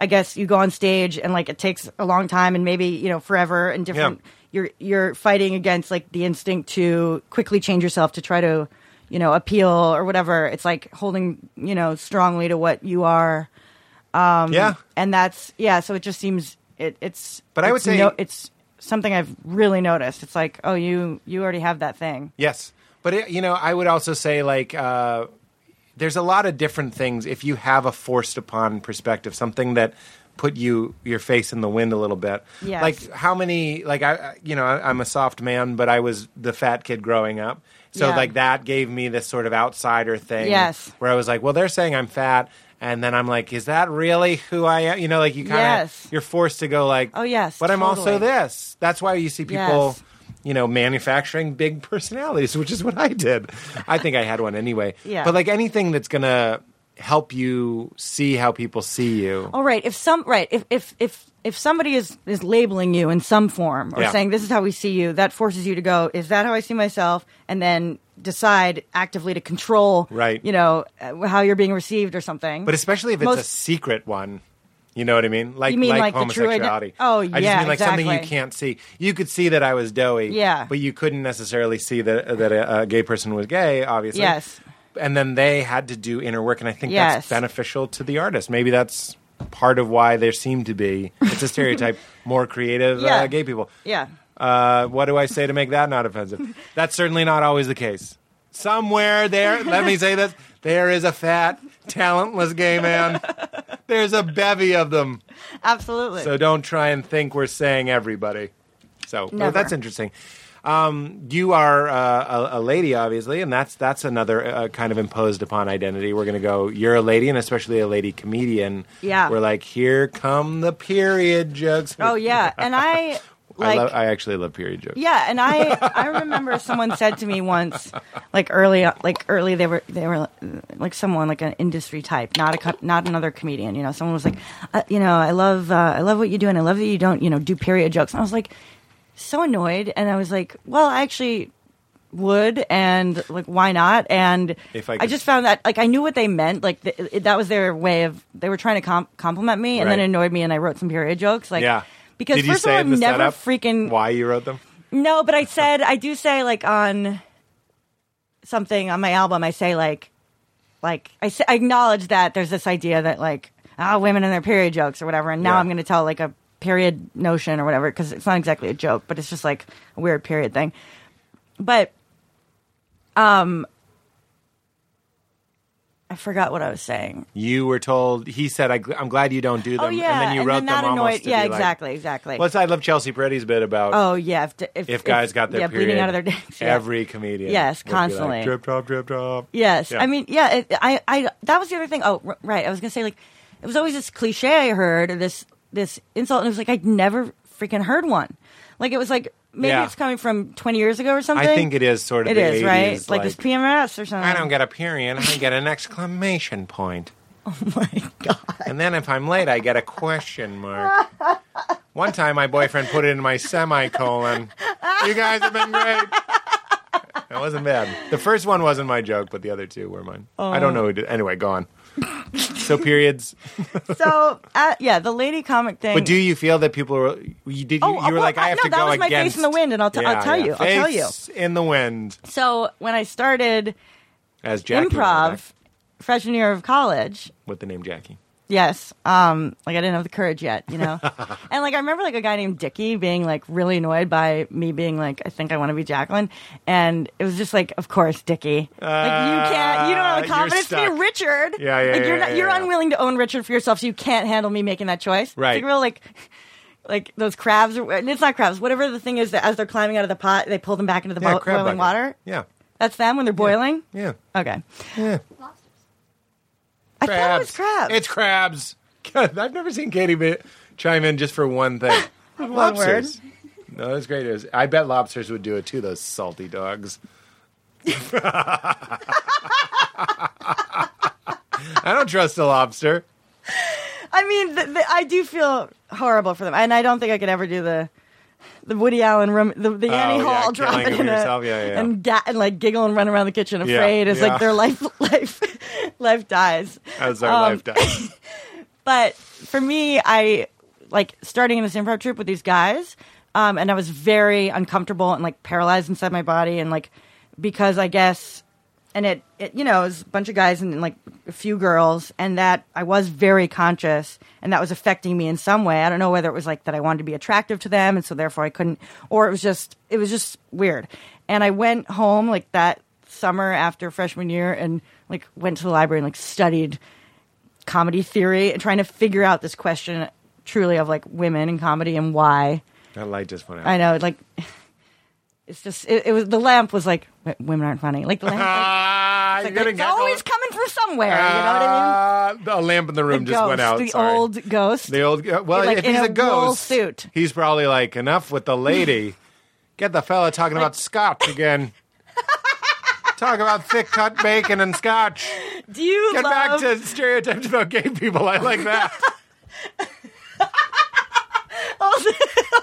Speaker 5: i guess you go on stage and like it takes a long time and maybe you know forever and different
Speaker 6: Yeah.
Speaker 5: you're you're fighting against like the instinct to quickly change yourself to try to you know appeal or whatever it's like holding you know strongly to what you are
Speaker 6: yeah.
Speaker 5: and that's yeah so it just seems it, it's
Speaker 6: But I would
Speaker 5: it's
Speaker 6: say-
Speaker 5: it's something i've really noticed it's like oh you you already have that thing
Speaker 6: Yes, but it, you know, I would also say like uh, there's a lot of different things. If you have a forced upon perspective, something that put you your face in the wind a little bit.
Speaker 5: Yes.
Speaker 6: Like how many? Like I, I- you know, I, I'm a soft man, but I was the fat kid growing up. So
Speaker 5: Yeah.
Speaker 6: like that gave me this sort of outsider thing.
Speaker 5: Yes.
Speaker 6: Where I was like, well, they're saying I'm fat. And then I'm like, is that really who I am? You know, like you kind of
Speaker 5: Yes.
Speaker 6: you're forced to go like,
Speaker 5: Oh, yes,
Speaker 6: but I'm also
Speaker 5: totally.
Speaker 6: this. That's why you see people
Speaker 5: Yes.
Speaker 6: you know, manufacturing big personalities, which is what I did. I think I had one anyway.
Speaker 5: Yeah.
Speaker 6: But like anything that's gonna help you see how people see you.
Speaker 5: All Oh, right. If some right, if if if if somebody is is labeling you in some form or
Speaker 6: Yeah.
Speaker 5: saying this is how we see you, that forces you to go. Is that how I see myself? And then decide actively to control,
Speaker 6: Right.
Speaker 5: You know uh, how you're being received or something.
Speaker 6: But especially if it's a
Speaker 5: Most-
Speaker 6: secret one. You know what I mean? Like
Speaker 5: You mean
Speaker 6: like,
Speaker 5: like the true ident-
Speaker 6: homosexuality.
Speaker 5: Oh,
Speaker 6: I just
Speaker 5: yeah,
Speaker 6: mean like something you
Speaker 5: exactly.
Speaker 6: can't see. You could see that I was doughy.
Speaker 5: Yeah.
Speaker 6: But you couldn't necessarily see that that a, a gay person was gay. Obviously.
Speaker 5: Yes.
Speaker 6: And then they had to do inner work, and I think that's
Speaker 5: Yes.
Speaker 6: beneficial to the artist. Maybe that's part of why there seem to be it's a stereotype more creative uh,
Speaker 5: Yeah.
Speaker 6: gay people.
Speaker 5: yeah,
Speaker 6: Uh, what do I say to make that not offensive? That's certainly not always the case. Somewhere there, let me say this there is a fat, talentless gay man. There's a bevy of them.
Speaker 5: absolutely.
Speaker 6: So don't try and think we're saying everybody. So well,
Speaker 5: Never.
Speaker 6: that's interesting. Um, you are uh, a, a lady, obviously, and that's that's another uh, kind of imposed upon identity. We're going to go. You're a lady, and especially a lady comedian.
Speaker 5: Yeah.
Speaker 6: we're like, here come the period jokes.
Speaker 5: oh yeah, and I
Speaker 6: I,
Speaker 5: like
Speaker 6: love, I actually love period jokes.
Speaker 5: Yeah, and I I remember someone said to me once, like early, like early they were they were like someone like an industry type, not a co- not another comedian. You know, someone was like, uh, you know, I love uh, I love what you do, and I love that you don't you know do period jokes. And I was like, so annoyed, and I was like, well, I actually would and like why not and
Speaker 6: If I could-
Speaker 5: just found that like i knew what they meant like th- it, that was their way of they were trying to com- compliment me and then
Speaker 6: Right.
Speaker 5: it annoyed me and i wrote some period jokes like
Speaker 6: yeah.
Speaker 5: because
Speaker 6: Did you
Speaker 5: first of
Speaker 6: say
Speaker 5: all
Speaker 6: in
Speaker 5: i'm
Speaker 6: the
Speaker 5: never
Speaker 6: setup
Speaker 5: freaking
Speaker 6: why you wrote them?
Speaker 5: no, but I said I do say like on something on my album. I say like, like I, s- I acknowledge that there's this idea that like ah women and their period jokes or whatever, and now
Speaker 6: Yeah.
Speaker 5: I'm going to tell like a period notion or whatever because it's not exactly a joke, but it's just like a weird period thing. But um, I forgot what I was saying.
Speaker 6: You were told. He said, I, "I'm glad you don't do them."
Speaker 5: oh yeah,
Speaker 6: and then you wrote
Speaker 5: that
Speaker 6: them
Speaker 5: annoyed.
Speaker 6: almost. To
Speaker 5: yeah,
Speaker 6: be like-
Speaker 5: exactly, exactly.
Speaker 6: Well, it's- I love Chelsea Peretti's bit about
Speaker 5: oh yeah, if if,
Speaker 6: if guys got their
Speaker 5: yeah,
Speaker 6: period,
Speaker 5: bleeding out of their dicks. yeah.
Speaker 6: every comedian,
Speaker 5: Yes,
Speaker 6: would be like,
Speaker 5: constantly.
Speaker 6: drip drop, drip drop.
Speaker 5: Yes,
Speaker 6: Yeah.
Speaker 5: I mean, yeah, it, I, I, that was the other thing. Oh, r- right, I was gonna say like, it was always this cliche I heard or this this insult, and it was like I'd never freaking heard one. Like it was like maybe
Speaker 6: Yeah.
Speaker 5: it's coming from twenty years ago or something.
Speaker 6: I think it is sort of
Speaker 5: It
Speaker 6: the
Speaker 5: is
Speaker 6: 80s,
Speaker 5: right,
Speaker 6: Like,
Speaker 5: like, this PMS or something.
Speaker 6: I don't get a period. I get an exclamation point.
Speaker 5: Oh my god.
Speaker 6: And then if I'm late, I get a question mark. One time, my boyfriend put it in my semicolon. You guys have been great. That wasn't bad. The first one wasn't my joke, but the other two were mine. I don't know who did. Anyway, go on. so periods.
Speaker 5: So uh, yeah, the lady comic thing.
Speaker 6: But do you feel that people were? You did. You,
Speaker 5: Oh,
Speaker 6: you were
Speaker 5: well,
Speaker 6: like, I
Speaker 5: I-
Speaker 6: have
Speaker 5: no,
Speaker 6: to
Speaker 5: that
Speaker 6: go
Speaker 5: was my
Speaker 6: against.
Speaker 5: face in the wind, and I'll t- I'll tell you, I'll tell you.
Speaker 6: Face in the wind,
Speaker 5: so when I started
Speaker 6: as Jackie
Speaker 5: improv, freshman year of college,
Speaker 6: with the name Jackie.
Speaker 5: Yes. Um, like I didn't have the courage yet, you know? and like I remember like a guy named Dickie being like really annoyed by me being like, I think I want to be Jacqueline. And it was just like, of course, Dickie. like you can't you don't have
Speaker 6: Uh,
Speaker 5: the
Speaker 6: you're
Speaker 5: confidence to
Speaker 6: stuck.
Speaker 5: be Richard.
Speaker 6: Yeah, yeah,
Speaker 5: Like
Speaker 6: yeah,
Speaker 5: you're
Speaker 6: yeah,
Speaker 5: you're
Speaker 6: yeah.
Speaker 5: unwilling to own Richard for yourself, so you can't handle me making that choice.
Speaker 6: Right.
Speaker 5: It's like real like like those crabs or and it's not crabs, whatever the thing is that as they're climbing out of the pot, they pull them back into the
Speaker 6: Yeah,
Speaker 5: bo-
Speaker 6: crab
Speaker 5: boiling
Speaker 6: bucket.
Speaker 5: water.
Speaker 6: Yeah,
Speaker 5: That's them when they're boiling?
Speaker 6: yeah.
Speaker 5: Okay.
Speaker 6: Yeah.
Speaker 5: I thought it was crabs.
Speaker 6: It's crabs. God, I've never seen Katie be- chime in just for one thing.
Speaker 5: word.
Speaker 6: lobsters. No, that's great. It was- I bet lobsters would do it too. Those salty dogs. I don't trust a lobster.
Speaker 5: I mean, th th I do feel horrible for them, and I don't think I could ever do the the Woody Allen, rum, the, the Annie
Speaker 6: Oh, yeah, killing
Speaker 5: Hall, drop it
Speaker 6: them
Speaker 5: in a-
Speaker 6: yourself. Yeah, yeah, yeah.
Speaker 5: and ga- and like giggle and run around the kitchen
Speaker 6: Yeah,
Speaker 5: afraid. It's
Speaker 6: yeah.
Speaker 5: like their life, life, life dies.
Speaker 6: As our
Speaker 5: Um,
Speaker 6: life does.
Speaker 5: But for me, I like starting in this improv troupe with these guys, um, and I was very uncomfortable and like paralyzed inside my body, and like because I guess, and it, it you know, it was a bunch of guys and like a few girls, and that I was very conscious, and that was affecting me in some way. I don't know whether it was like that I wanted to be attractive to them, and so therefore I couldn't, or it was just it was just weird. And I went home like that summer after freshman year, and like went to the library and like studied comedy theory and trying to figure out this question truly of like women in comedy and why.
Speaker 6: That light just went out.
Speaker 5: I know, like, it's just, it, it was, the lamp was like, "W- women aren't funny. Like, the lamp, like,
Speaker 6: Ah, you're
Speaker 5: it's, like,
Speaker 6: gonna
Speaker 5: it's
Speaker 6: get
Speaker 5: always coming from somewhere. you know what I mean?
Speaker 6: what I mean? A lamp in the room
Speaker 5: The
Speaker 6: just
Speaker 5: ghost,
Speaker 6: went out.
Speaker 5: The
Speaker 6: sorry.
Speaker 5: old ghost.
Speaker 6: The old uh, well,
Speaker 5: Like,
Speaker 6: if
Speaker 5: in
Speaker 6: he's a,
Speaker 5: a wool
Speaker 6: ghost,
Speaker 5: suit.
Speaker 6: he's probably like enough with the lady. Get the fella talking about scotch again. Talk about thick cut bacon and scotch.
Speaker 5: Do you
Speaker 6: Get
Speaker 5: love,
Speaker 6: back to stereotypes about gay people. I like that.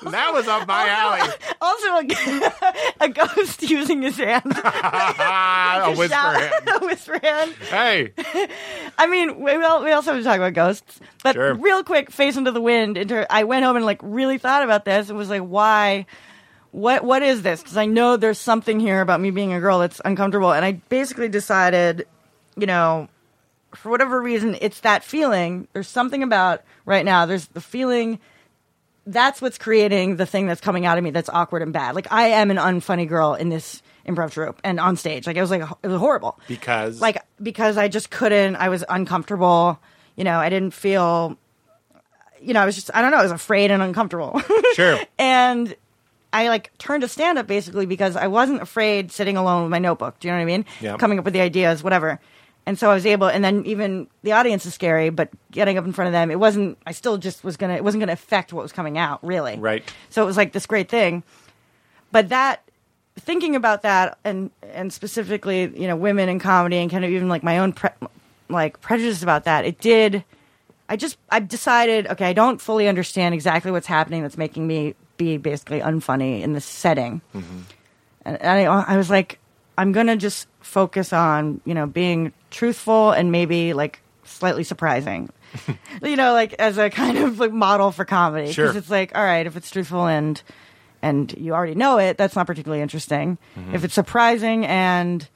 Speaker 6: that was up
Speaker 5: Oh,
Speaker 6: my alley.
Speaker 5: also a, a ghost using his hand?
Speaker 6: Ah, a
Speaker 5: to
Speaker 6: whisper.
Speaker 5: shout-
Speaker 6: hand.
Speaker 5: a whisper hand.
Speaker 6: Hey,
Speaker 5: I mean, we, well, we also have to talk about ghosts, but
Speaker 6: Sure.
Speaker 5: real quick, face into the wind. Inter- I went home and like really thought about this and was like, why? What what is this? Because I know there's something here about me being a girl that's uncomfortable, and I basically decided, you know, for whatever reason, it's that feeling. There's something about right now. There's the feeling. That's what's creating the thing that's coming out of me that's awkward and bad. Like I am an unfunny girl in this improv troupe and on stage. Like it was like it was horrible
Speaker 6: because
Speaker 5: like because I just couldn't. I was uncomfortable. You know, I didn't feel. You know, I was just I don't know. I was afraid and uncomfortable,
Speaker 6: sure.
Speaker 5: and I like turned to stand up basically because I wasn't afraid sitting alone with my notebook. Do you know what I mean?
Speaker 6: Yeah.
Speaker 5: Coming up with the ideas, whatever. And so I was able, and then even the audience is scary, but getting up in front of them, it wasn't. I still just was gonna. It wasn't gonna affect what was coming out, really.
Speaker 6: Right.
Speaker 5: So it was like this great thing, but that thinking about that and and specifically you know women in comedy and kind of even like my own pre- like prejudice about that it did i just i decided okay i don't fully understand exactly what's happening that's making me be basically unfunny in this setting
Speaker 6: Mm-hmm.
Speaker 5: and, and I, I was like i'm gonna just focus on you know being truthful and maybe like slightly surprising you know like as a kind of like model for comedy
Speaker 6: Sure.
Speaker 5: it's like all right if it's truthful and and you already know it that's not particularly interesting if it's surprising and
Speaker 6: Mm-hmm.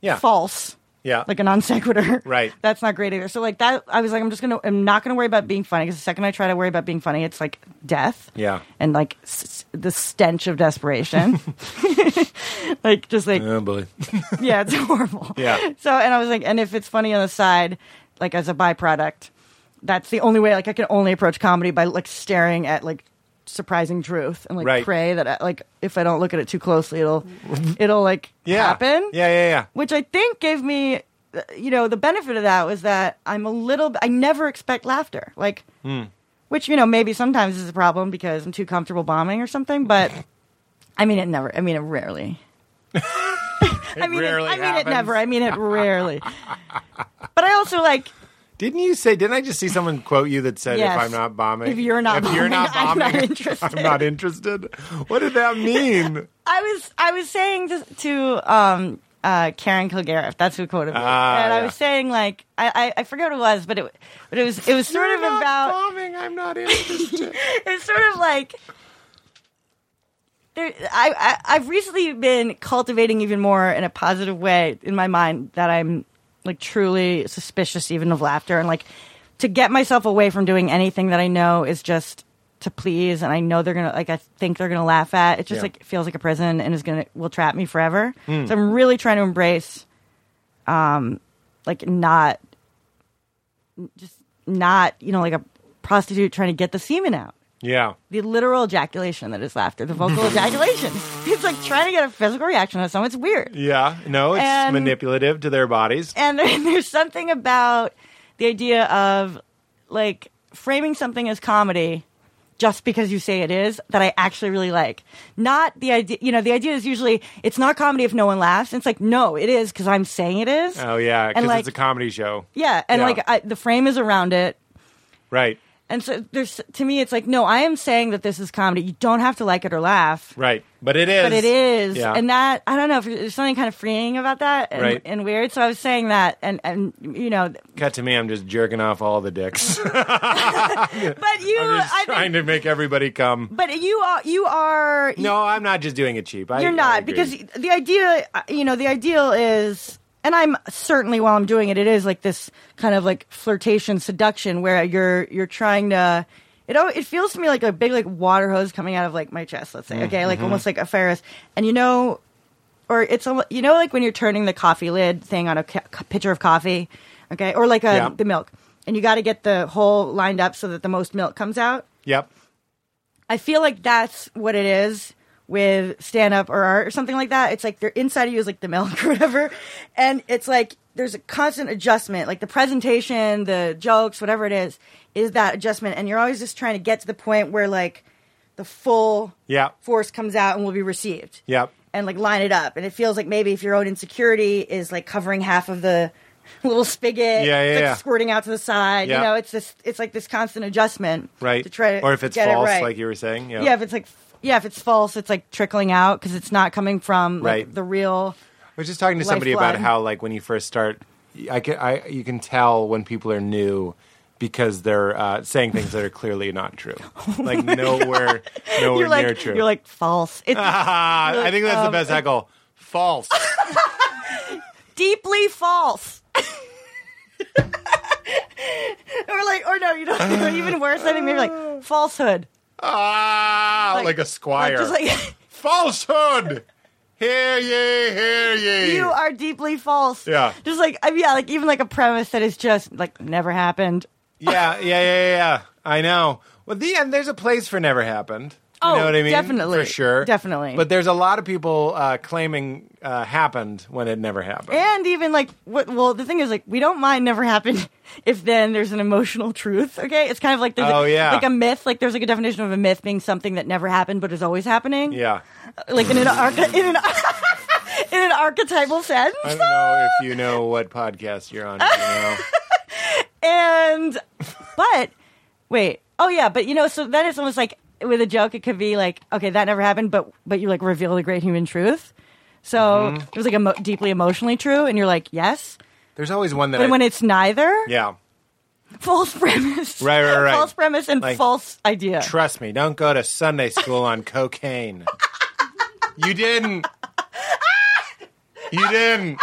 Speaker 6: Yeah.
Speaker 5: false
Speaker 6: Yeah.
Speaker 5: like a non sequitur.
Speaker 6: Right.
Speaker 5: That's not great either. So like that, I was like, I'm just gonna, I'm not gonna worry about being funny because the second I try to worry about being funny, it's like death.
Speaker 6: Yeah.
Speaker 5: And like s- the stench of desperation. like just like
Speaker 6: oh boy.
Speaker 5: yeah, it's horrible.
Speaker 6: Yeah.
Speaker 5: So and I was like, and if it's funny on the side, like as a byproduct, that's the only way. Like I can only approach comedy by like staring at like surprising truth and like
Speaker 6: Right.
Speaker 5: pray that I, like if I don't look at it too closely, it'll it'll like
Speaker 6: Yeah.
Speaker 5: happen
Speaker 6: Yeah, yeah, yeah.
Speaker 5: which I think gave me, uh, you know, the benefit of that was that I'm a little, I never expect laughter. Like,
Speaker 6: Hmm.
Speaker 5: which, you know, maybe sometimes is a problem because I'm too comfortable bombing or something, but I mean, it never, I mean, it rarely. I mean,
Speaker 6: rarely
Speaker 5: it, I mean, it
Speaker 6: happens.
Speaker 5: never, I mean, it rarely. but I also like,
Speaker 6: Didn't you say? Didn't I just see someone quote you that said,
Speaker 5: Yes.
Speaker 6: "If I'm not bombing,
Speaker 5: If you're not
Speaker 6: if you're
Speaker 5: bombing,
Speaker 6: not
Speaker 5: I'm
Speaker 6: bombing,
Speaker 5: not interested."
Speaker 6: I'm not interested." What did that mean?
Speaker 5: I was I was saying to, to um, uh, Karen Kilgariff, that's who quoted me,
Speaker 6: Ah,
Speaker 5: and I
Speaker 6: yeah.
Speaker 5: was saying like I, I, I forget what it was, but it but it was it was sort
Speaker 6: You're
Speaker 5: of
Speaker 6: not
Speaker 5: about
Speaker 6: bombing. I'm not interested.
Speaker 5: it's sort of like there, I, I I've recently been cultivating even more in a positive way in my mind that I'm like truly suspicious even of laughter and like to get myself away from doing anything that I know is just to please and I know they're gonna like I think they're gonna laugh at it just
Speaker 6: Yeah.
Speaker 5: like feels like a prison and is gonna will trap me forever so I'm really trying to embrace um like not just not you know like a prostitute trying to get the semen out
Speaker 6: Yeah.
Speaker 5: the literal ejaculation that is laughter, the vocal ejaculation. It's like trying to get a physical reaction out of someone. It's weird.
Speaker 6: Yeah. No, it's
Speaker 5: And-
Speaker 6: manipulative to their bodies.
Speaker 5: And there's something about the idea of like framing something as comedy just because you say it is that I actually really like. Not the idea, you know, the idea is usually it's not comedy if no one laughs. It's like, no, it is because I'm saying it is.
Speaker 6: Oh yeah, because
Speaker 5: And, like-
Speaker 6: it's a comedy show.
Speaker 5: Yeah. And
Speaker 6: Yeah.
Speaker 5: like I, the frame is around it.
Speaker 6: Right.
Speaker 5: And so there's, to me, it's like, no, I am saying that this is comedy. You don't have to like it or laugh.
Speaker 6: Right. But it is.
Speaker 5: but it is
Speaker 6: Yeah.
Speaker 5: and that i don't know if there's something kind of freeing about that and,
Speaker 6: Right.
Speaker 5: and weird so i was saying that and and you know
Speaker 6: Cut to me, I'm just jerking off all the dicks.
Speaker 5: but you
Speaker 6: I'm just
Speaker 5: i
Speaker 6: trying
Speaker 5: think
Speaker 6: to make everybody come.
Speaker 5: but you are you are
Speaker 6: No, I'm not just doing it cheap. I,
Speaker 5: you're
Speaker 6: I
Speaker 5: not
Speaker 6: agree.
Speaker 5: because the idea you know the ideal is and i'm certainly while i'm doing it it is like this kind of like flirtation seduction where you're you're trying to it, al- it feels to me like a big like water hose coming out of like my chest let's say okay
Speaker 6: Mm-hmm.
Speaker 5: like almost like a ferris and you know or it's almo- you know like when you're turning the coffee lid thing on a ca- ca- pitcher of coffee okay or like a,
Speaker 6: Yeah.
Speaker 5: the milk and you got to get the hole lined up so that the most milk comes out
Speaker 6: Yep.
Speaker 5: I feel like that's what it is with stand up or art or something like that. It's like they're inside of you is like the milk or whatever. And it's like there's a constant adjustment, like the presentation, the jokes, whatever it is, is that adjustment. And you're always just trying to get to the point where like the full
Speaker 6: Yeah.
Speaker 5: force comes out and will be received.
Speaker 6: Yep.
Speaker 5: And like line it up. And it feels like maybe if your own insecurity is like covering half of the little spigot,
Speaker 6: Yeah,
Speaker 5: it's like
Speaker 6: yeah, yeah.
Speaker 5: squirting out to the side.
Speaker 6: Yeah.
Speaker 5: You know, it's this it's like this constant adjustment.
Speaker 6: Right.
Speaker 5: To try to
Speaker 6: or if it's
Speaker 5: get it
Speaker 6: false,
Speaker 5: right.
Speaker 6: like you were saying. Yeah.
Speaker 5: Yeah, if it's like yeah, if it's false, it's like trickling out because it's not coming from like,
Speaker 6: Right.
Speaker 5: the real.
Speaker 6: I was just talking to somebody about
Speaker 5: Lifeblood.
Speaker 6: how, like, when you first start, I can, I, you can tell when people are new because they're uh, saying things that are clearly not true, like nowhere, nowhere
Speaker 5: Oh You're
Speaker 6: near
Speaker 5: like
Speaker 6: true.
Speaker 5: you're like false. It's
Speaker 6: Ah, I think that's
Speaker 5: um,
Speaker 6: the best heckle. False.
Speaker 5: deeply false. or like or no, you don't even worse. I think maybe like falsehood.
Speaker 6: ah, like, a squire.
Speaker 5: Like, just
Speaker 6: Falsehood. Hear ye, hear
Speaker 5: like
Speaker 6: ye.
Speaker 5: you are deeply false.
Speaker 6: Yeah.
Speaker 5: Just like I mean, yeah, like even like a premise that is just like never happened.
Speaker 6: Yeah, yeah, yeah, yeah. I know. Well, the and there's a place for never happened. You
Speaker 5: Oh,
Speaker 6: know what I mean?
Speaker 5: definitely.
Speaker 6: for sure,
Speaker 5: Definitely.
Speaker 6: But there's a lot of people uh, claiming uh, happened when it never happened.
Speaker 5: And even like what well the thing is like we don't mind never happened if then there's an emotional truth, okay? It's kind of like there's
Speaker 6: Oh,
Speaker 5: a,
Speaker 6: yeah.
Speaker 5: like a myth, like there's like a definition of a myth being something that never happened but is always happening.
Speaker 6: yeah,
Speaker 5: Like in an arch- in an in an archetypal sense.
Speaker 6: I don't know if you know what podcast you're on. right now.
Speaker 5: And but wait. Oh yeah, but you know, so then it's almost like with a joke it could be like, okay, that never happened, but but you like reveal the great human truth. So
Speaker 6: Mm-hmm.
Speaker 5: it was like emo- deeply emotionally true, and you're like, yes.
Speaker 6: There's always one that.
Speaker 5: But
Speaker 6: I,
Speaker 5: when it's neither,
Speaker 6: yeah,
Speaker 5: false premise.
Speaker 6: Right, right, right.
Speaker 5: False premise and
Speaker 6: Like-
Speaker 5: false idea.
Speaker 6: trust me. Don't go to Sunday school on cocaine. You didn't. You didn't.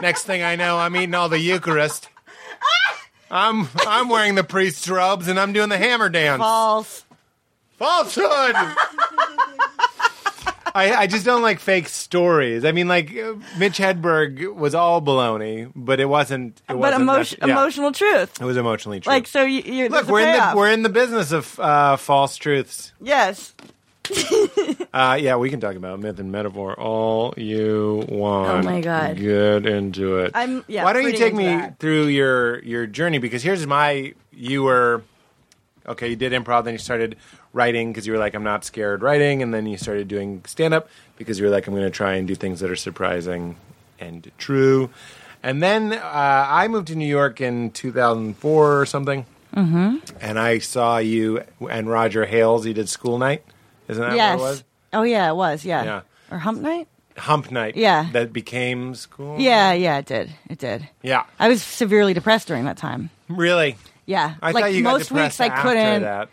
Speaker 6: Next thing I know, I'm eating all the Eucharist. I'm I'm wearing the priest's robes and I'm doing the hammer dance.
Speaker 5: false.
Speaker 6: Falsehood. I, I just don't like fake stories. I mean, like uh, Mitch Hedberg was all baloney, but it wasn't. It
Speaker 5: But
Speaker 6: wasn't
Speaker 5: emotion,
Speaker 6: that- yeah.
Speaker 5: emotional truth.
Speaker 6: It was emotionally true.
Speaker 5: Like so, you, you're
Speaker 6: look,
Speaker 5: there's a
Speaker 6: we're in the
Speaker 5: payoff.
Speaker 6: we're in the business of uh, false truths.
Speaker 5: yes.
Speaker 6: Uh, yeah, we can talk about myth and metaphor all you want.
Speaker 5: Oh, my God.
Speaker 6: get into it.
Speaker 5: I'm- yeah,
Speaker 6: Why don't you
Speaker 5: pretty
Speaker 6: take
Speaker 5: into
Speaker 6: me
Speaker 5: that.
Speaker 6: through your your journey? Because here's my you were okay. You did improv, then you started writing because you were like, I'm not scared writing, and then you started doing stand up because you were like, I'm going to try and do things that are surprising and true. And then uh, I moved to New York in 2004 or something, mm-hmm. and I saw you and Roger Hales. You did School Night, isn't that
Speaker 5: Yes.
Speaker 6: what it was?
Speaker 5: Oh yeah, it was. Yeah.
Speaker 6: Yeah.
Speaker 5: Or hump night.
Speaker 6: Hump Night.
Speaker 5: Yeah.
Speaker 6: That became school.
Speaker 5: Yeah, yeah, it did. It did.
Speaker 6: Yeah.
Speaker 5: I was severely depressed during that time.
Speaker 6: Really.
Speaker 5: Yeah.
Speaker 6: I
Speaker 5: like
Speaker 6: thought you got
Speaker 5: most
Speaker 6: depressed
Speaker 5: weeks, I
Speaker 6: after
Speaker 5: couldn't.
Speaker 6: That.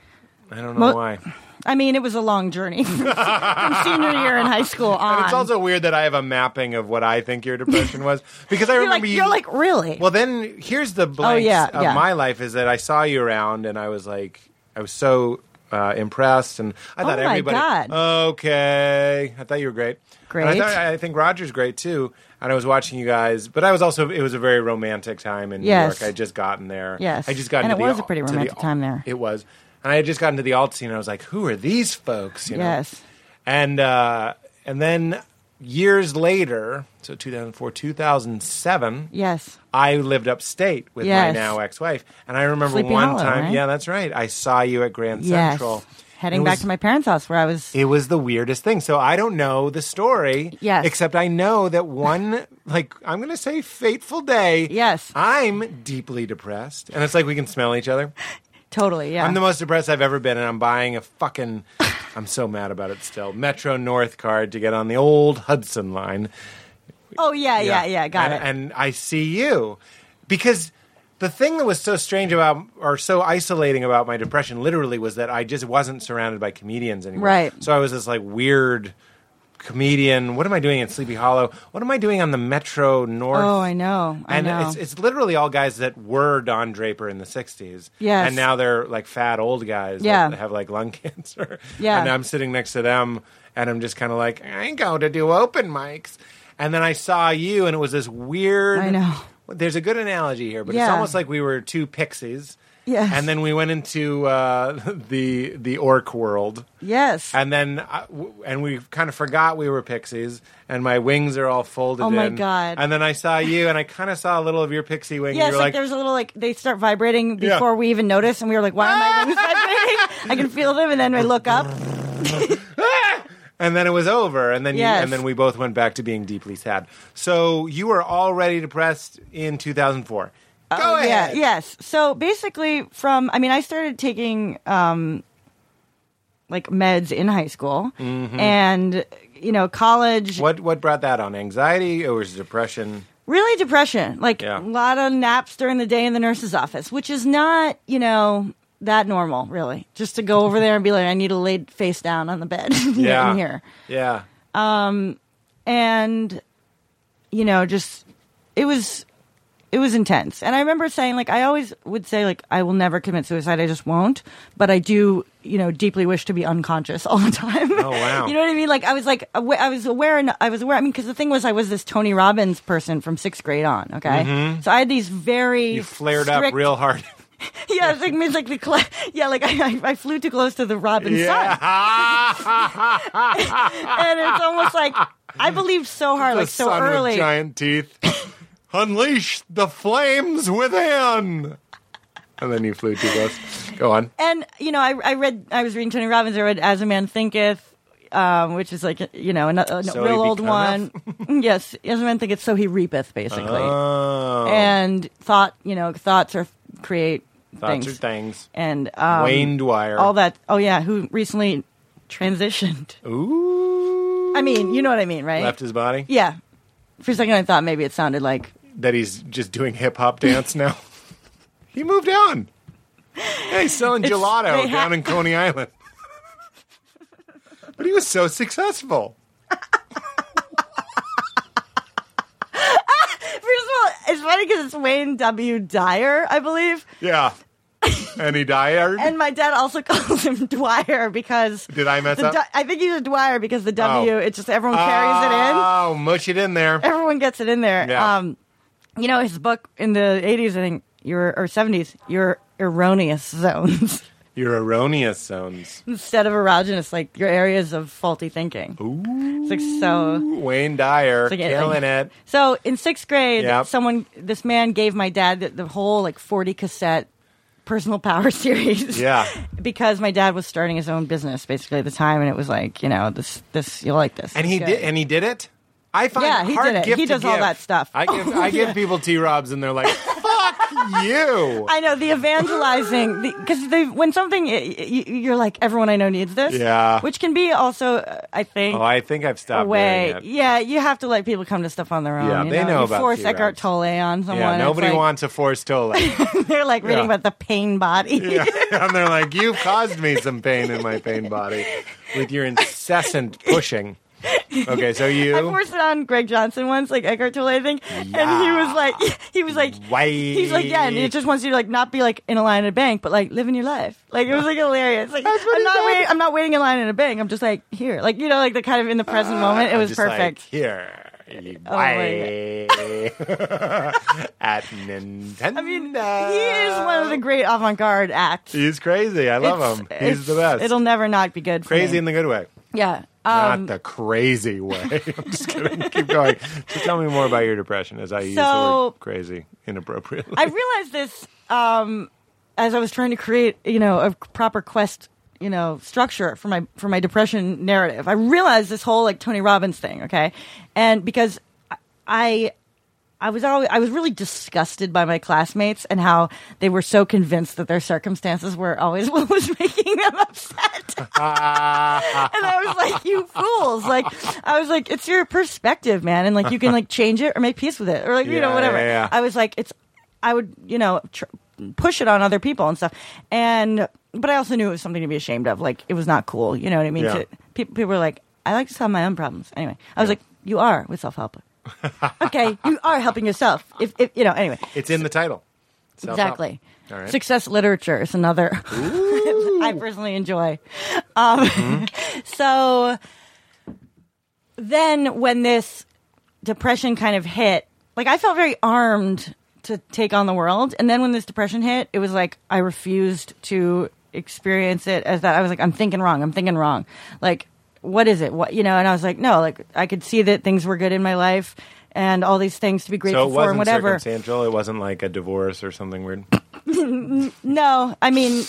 Speaker 6: I don't know
Speaker 5: Mo-
Speaker 6: why.
Speaker 5: I mean, it was a long journey from senior year in high school on.
Speaker 6: And it's also weird that I have a mapping of what I think your depression was because I
Speaker 5: you're like,
Speaker 6: remember you.
Speaker 5: you're like, really?
Speaker 6: well, then here's the blanks
Speaker 5: Oh, yeah,
Speaker 6: of
Speaker 5: yeah.
Speaker 6: my life is that I saw you around and I was like, I was so uh, impressed and I thought
Speaker 5: Oh, my
Speaker 6: everybody.
Speaker 5: God.
Speaker 6: Okay, I thought you were great. And I,
Speaker 5: Great.
Speaker 6: thought, I think Roger's great too. And I was watching you guys, but I was also it was a very romantic time in
Speaker 5: Yes.
Speaker 6: New York. I just gotten there.
Speaker 5: Yes.
Speaker 6: I just got
Speaker 5: And
Speaker 6: into
Speaker 5: it
Speaker 6: the-
Speaker 5: was a pretty
Speaker 6: to the-
Speaker 5: romantic time there.
Speaker 6: It was. And I had just gotten to the alt scene, and I was like, "Who are these folks?" You know?
Speaker 5: Yes.
Speaker 6: And uh, and then years later, so 2004, 2007,
Speaker 5: Yes.
Speaker 6: I lived upstate with my
Speaker 5: Yes.
Speaker 6: now ex-wife, and I remember
Speaker 5: Sleepy
Speaker 6: one
Speaker 5: Hollow,
Speaker 6: time.
Speaker 5: right?
Speaker 6: Yeah, that's right. I saw you at Grand
Speaker 5: Yes.
Speaker 6: Central.
Speaker 5: Heading
Speaker 6: It
Speaker 5: back
Speaker 6: was-
Speaker 5: to my parents' house where I was.
Speaker 6: It was the weirdest thing. So I don't know the story.
Speaker 5: Yes.
Speaker 6: Except I know that one, like, I'm going to say fateful day.
Speaker 5: Yes.
Speaker 6: I'm deeply depressed. And it's like we can smell each other.
Speaker 5: Totally, yeah.
Speaker 6: I'm the most depressed I've ever been, and I'm buying a fucking, I'm so mad about it still, Metro North card to get on the old Hudson line.
Speaker 5: oh, yeah, yeah, yeah. got
Speaker 6: and,
Speaker 5: it.
Speaker 6: And I see you. Because the thing that was so strange about, or so isolating about my depression literally was that I just wasn't surrounded by comedians anymore.
Speaker 5: Right.
Speaker 6: So I was this like weird comedian. What am I doing at Sleepy Hollow? What am I doing on the Metro North?
Speaker 5: oh, I know. I
Speaker 6: and
Speaker 5: know.
Speaker 6: it's it's literally all guys that were Don Draper in the '60s,
Speaker 5: Yes.
Speaker 6: and now they're like fat old guys
Speaker 5: Yeah.
Speaker 6: that have like lung cancer.
Speaker 5: Yeah.
Speaker 6: and I'm sitting next to them, and I'm just kind of like, I ain't going to do open mics. And then I saw you, and it was this weird.
Speaker 5: I know.
Speaker 6: There's a good analogy here, but it's
Speaker 5: Yeah.
Speaker 6: almost like we were two pixies.
Speaker 5: Yes.
Speaker 6: and then we went into uh, the the orc world.
Speaker 5: yes.
Speaker 6: And then, I, w- and we kind of forgot we were pixies, and my wings are all folded.
Speaker 5: Oh, my
Speaker 6: in.
Speaker 5: God.
Speaker 6: And then I saw you, and I kind of saw a little of your pixie wing. and you
Speaker 5: Yes,
Speaker 6: were
Speaker 5: like,
Speaker 6: like,
Speaker 5: there was a little like they start vibrating
Speaker 6: Yeah.
Speaker 5: before we even notice, and we were like, "Why are my wings vibrating?" I can feel them, and then I look up.
Speaker 6: and then it was over, and then you,
Speaker 5: Yes.
Speaker 6: and then we both went back to being deeply sad. So you were already depressed in 2004. Go ahead.
Speaker 5: Oh, Yeah, yes. So basically, from I mean, I started taking um, like meds in high school, and you know, college.
Speaker 6: Mm-hmm. What what brought that on? Anxiety or was it depression?
Speaker 5: Really, depression. Like
Speaker 6: Yeah.
Speaker 5: a lot of naps during the day in the nurse's office, which is not you know that normal, really. Just to go over there and be like, I need to lay face down on the bed in here.
Speaker 6: Yeah.
Speaker 5: and you know just it was it was intense and i remember saying like i always would say like i will never commit suicide i just won't but i do you know deeply wish to be unconscious all the time
Speaker 6: Oh, wow.
Speaker 5: you know what i mean like i was like awa- i was aware and i was aware i mean because the thing was i was this tony robbins person from sixth grade on okay so i had these very
Speaker 6: Mm-hmm. You flared up
Speaker 5: strict-
Speaker 6: real hard.
Speaker 5: yeah it's like, it's like the cla yeah like I, I i flew too close to the robin sun and it's almost like i believed so hard
Speaker 6: the
Speaker 5: like so
Speaker 6: sun
Speaker 5: early
Speaker 6: with giant teeth. Unleash the flames within. And then you flew too close. Go on.
Speaker 5: and you know, I, I read, I was reading Tony Robbins. I read "As a Man Thinketh," um, which is like you know, an, an
Speaker 6: So
Speaker 5: real
Speaker 6: he
Speaker 5: old one. yes, as a man thinketh, so he reapeth, basically.
Speaker 6: Oh,
Speaker 5: and thought, you know, thoughts are create
Speaker 6: thoughts
Speaker 5: things.
Speaker 6: are things.
Speaker 5: And um,
Speaker 6: Wayne Dwyer.
Speaker 5: all that. Oh yeah, who recently transitioned?
Speaker 6: Ooh.
Speaker 5: I mean, you know what I mean, right?
Speaker 6: left his body.
Speaker 5: Yeah. For a second, I thought maybe it sounded like
Speaker 6: That he's just doing hip hop dance now. he moved on. Yeah, he's selling
Speaker 5: It's-
Speaker 6: gelato
Speaker 5: they ha-
Speaker 6: down in Coney Island. but he was so successful.
Speaker 5: First of all, it's funny because it's Wayne W. Dyer, I believe,
Speaker 6: Yeah. And he died.
Speaker 5: and my dad also calls him Dwyer because
Speaker 6: Did I mess
Speaker 5: The
Speaker 6: up?
Speaker 5: Du- I think he's a Dwyer because the W.
Speaker 6: Oh.
Speaker 5: It's just everyone carries it
Speaker 6: Oh, mush it in there.
Speaker 5: in. Everyone gets it in there.
Speaker 6: Yeah.
Speaker 5: Um, you know his book in the eighties, I think, your or seventies, your erroneous zones
Speaker 6: Your erroneous zones.
Speaker 5: instead of erogenous, like your areas of faulty thinking. Ooh. It's like so.
Speaker 6: Wayne Dyer
Speaker 5: like it-
Speaker 6: killing it.
Speaker 5: So in sixth grade,
Speaker 6: Yep.
Speaker 5: someone, this man gave my dad the, the whole like forty cassette personal power series.
Speaker 6: Yeah.
Speaker 5: Because my dad was starting his own business basically at the time, and it was like, you know, this, this, you'll like this.
Speaker 6: And he
Speaker 5: It's
Speaker 6: did
Speaker 5: good.
Speaker 6: and he did it? I find
Speaker 5: Yeah,
Speaker 6: it
Speaker 5: he
Speaker 6: hard
Speaker 5: did it.
Speaker 6: gift
Speaker 5: He
Speaker 6: to
Speaker 5: does all
Speaker 6: give.
Speaker 5: that stuff.
Speaker 6: I give I give people T Robs and they're like, fuck you.
Speaker 5: I know the evangelizing because they when something y- y- you're like everyone I know needs this,
Speaker 6: Yeah.
Speaker 5: which can be also uh, I think
Speaker 6: Oh, I think I've
Speaker 5: a
Speaker 6: stopped
Speaker 5: way.
Speaker 6: doing it.
Speaker 5: Yeah, you have to let people come to stuff on their own.
Speaker 6: Yeah,
Speaker 5: you
Speaker 6: they know
Speaker 5: you
Speaker 6: about
Speaker 5: force
Speaker 6: T-Rex.
Speaker 5: Eckhart Tolle on someone.
Speaker 6: Yeah,
Speaker 5: it's
Speaker 6: nobody
Speaker 5: like-
Speaker 6: wants a forced toll.
Speaker 5: They're like reading
Speaker 6: Yeah.
Speaker 5: about the pain body.
Speaker 6: Yeah. and they're like, you caused me some pain in my pain body with your incessant pushing. Okay, so
Speaker 5: I
Speaker 6: you
Speaker 5: forced it on Greg Johnson once, like Eckhart Tolle, I think, and he was like, he was like,
Speaker 6: Why?
Speaker 5: he's like, yeah, and it just wants you to like not be like in a line at a bank, but like living your life. Like it was like hilarious. Like
Speaker 6: That's what
Speaker 5: I'm
Speaker 6: he
Speaker 5: not
Speaker 6: said.
Speaker 5: waiting. I'm not waiting in line at a bank. I'm just like here, like you know, like the kind of in the present moment. It
Speaker 6: Uh, I'm
Speaker 5: was
Speaker 6: just like,
Speaker 5: perfect. Oh
Speaker 6: Here, at Nintendo.
Speaker 5: I mean, he is one of the great avant-garde acts.
Speaker 6: He's crazy. I uh, love
Speaker 5: It's-
Speaker 6: him. He's the
Speaker 5: it's-
Speaker 6: best.
Speaker 5: It'll never not be good. For
Speaker 6: crazy
Speaker 5: me.
Speaker 6: in the good way,
Speaker 5: yeah.
Speaker 6: not
Speaker 5: Um,
Speaker 6: the crazy way. I'm just kidding. Keep going. So tell me more about your depression as I use the
Speaker 5: So-
Speaker 6: word crazy inappropriately.
Speaker 5: I realized this um, as I was trying to create, you know, a proper quest, you know, structure for my for my depression narrative. I realized this whole like Tony Robbins thing, okay, and because I- I. I was always, I was really disgusted by my classmates and how they were so convinced that their circumstances were always what was making them upset. and I was like, "You fools!" Like, I was like, "It's your perspective, man, and like you can like change it or make peace with it, or like you know
Speaker 6: Yeah,
Speaker 5: whatever."
Speaker 6: yeah, yeah.
Speaker 5: I was like, "It's," I would you know tr- push it on other people and stuff, and but I also knew it was something to be ashamed of. Like, it was not cool. You know what I mean?
Speaker 6: Yeah.
Speaker 5: To, pe- people were like, "I like to solve my own problems." Anyway, I was like, "You are with self help." okay, you are helping yourself. If, if you know, anyway,
Speaker 6: it's in the title. Self-help.
Speaker 5: exactly.
Speaker 6: All right.
Speaker 5: Success literature is another I personally enjoy.
Speaker 6: Mm-hmm.
Speaker 5: Um, So then, when this depression kind of hit, like I felt very armed to take on the world, and then when this depression hit, it was like I refused to experience it as that. I was like, I'm thinking wrong. I'm thinking wrong. Like, what is it? What you know? And I was like, no. Like, I could see that things were good in my life. And all these things to
Speaker 6: So
Speaker 5: be
Speaker 6: it
Speaker 5: grateful for,
Speaker 6: wasn't
Speaker 5: and whatever.
Speaker 6: circumstantial. It wasn't like a divorce or something weird.
Speaker 5: No, I mean,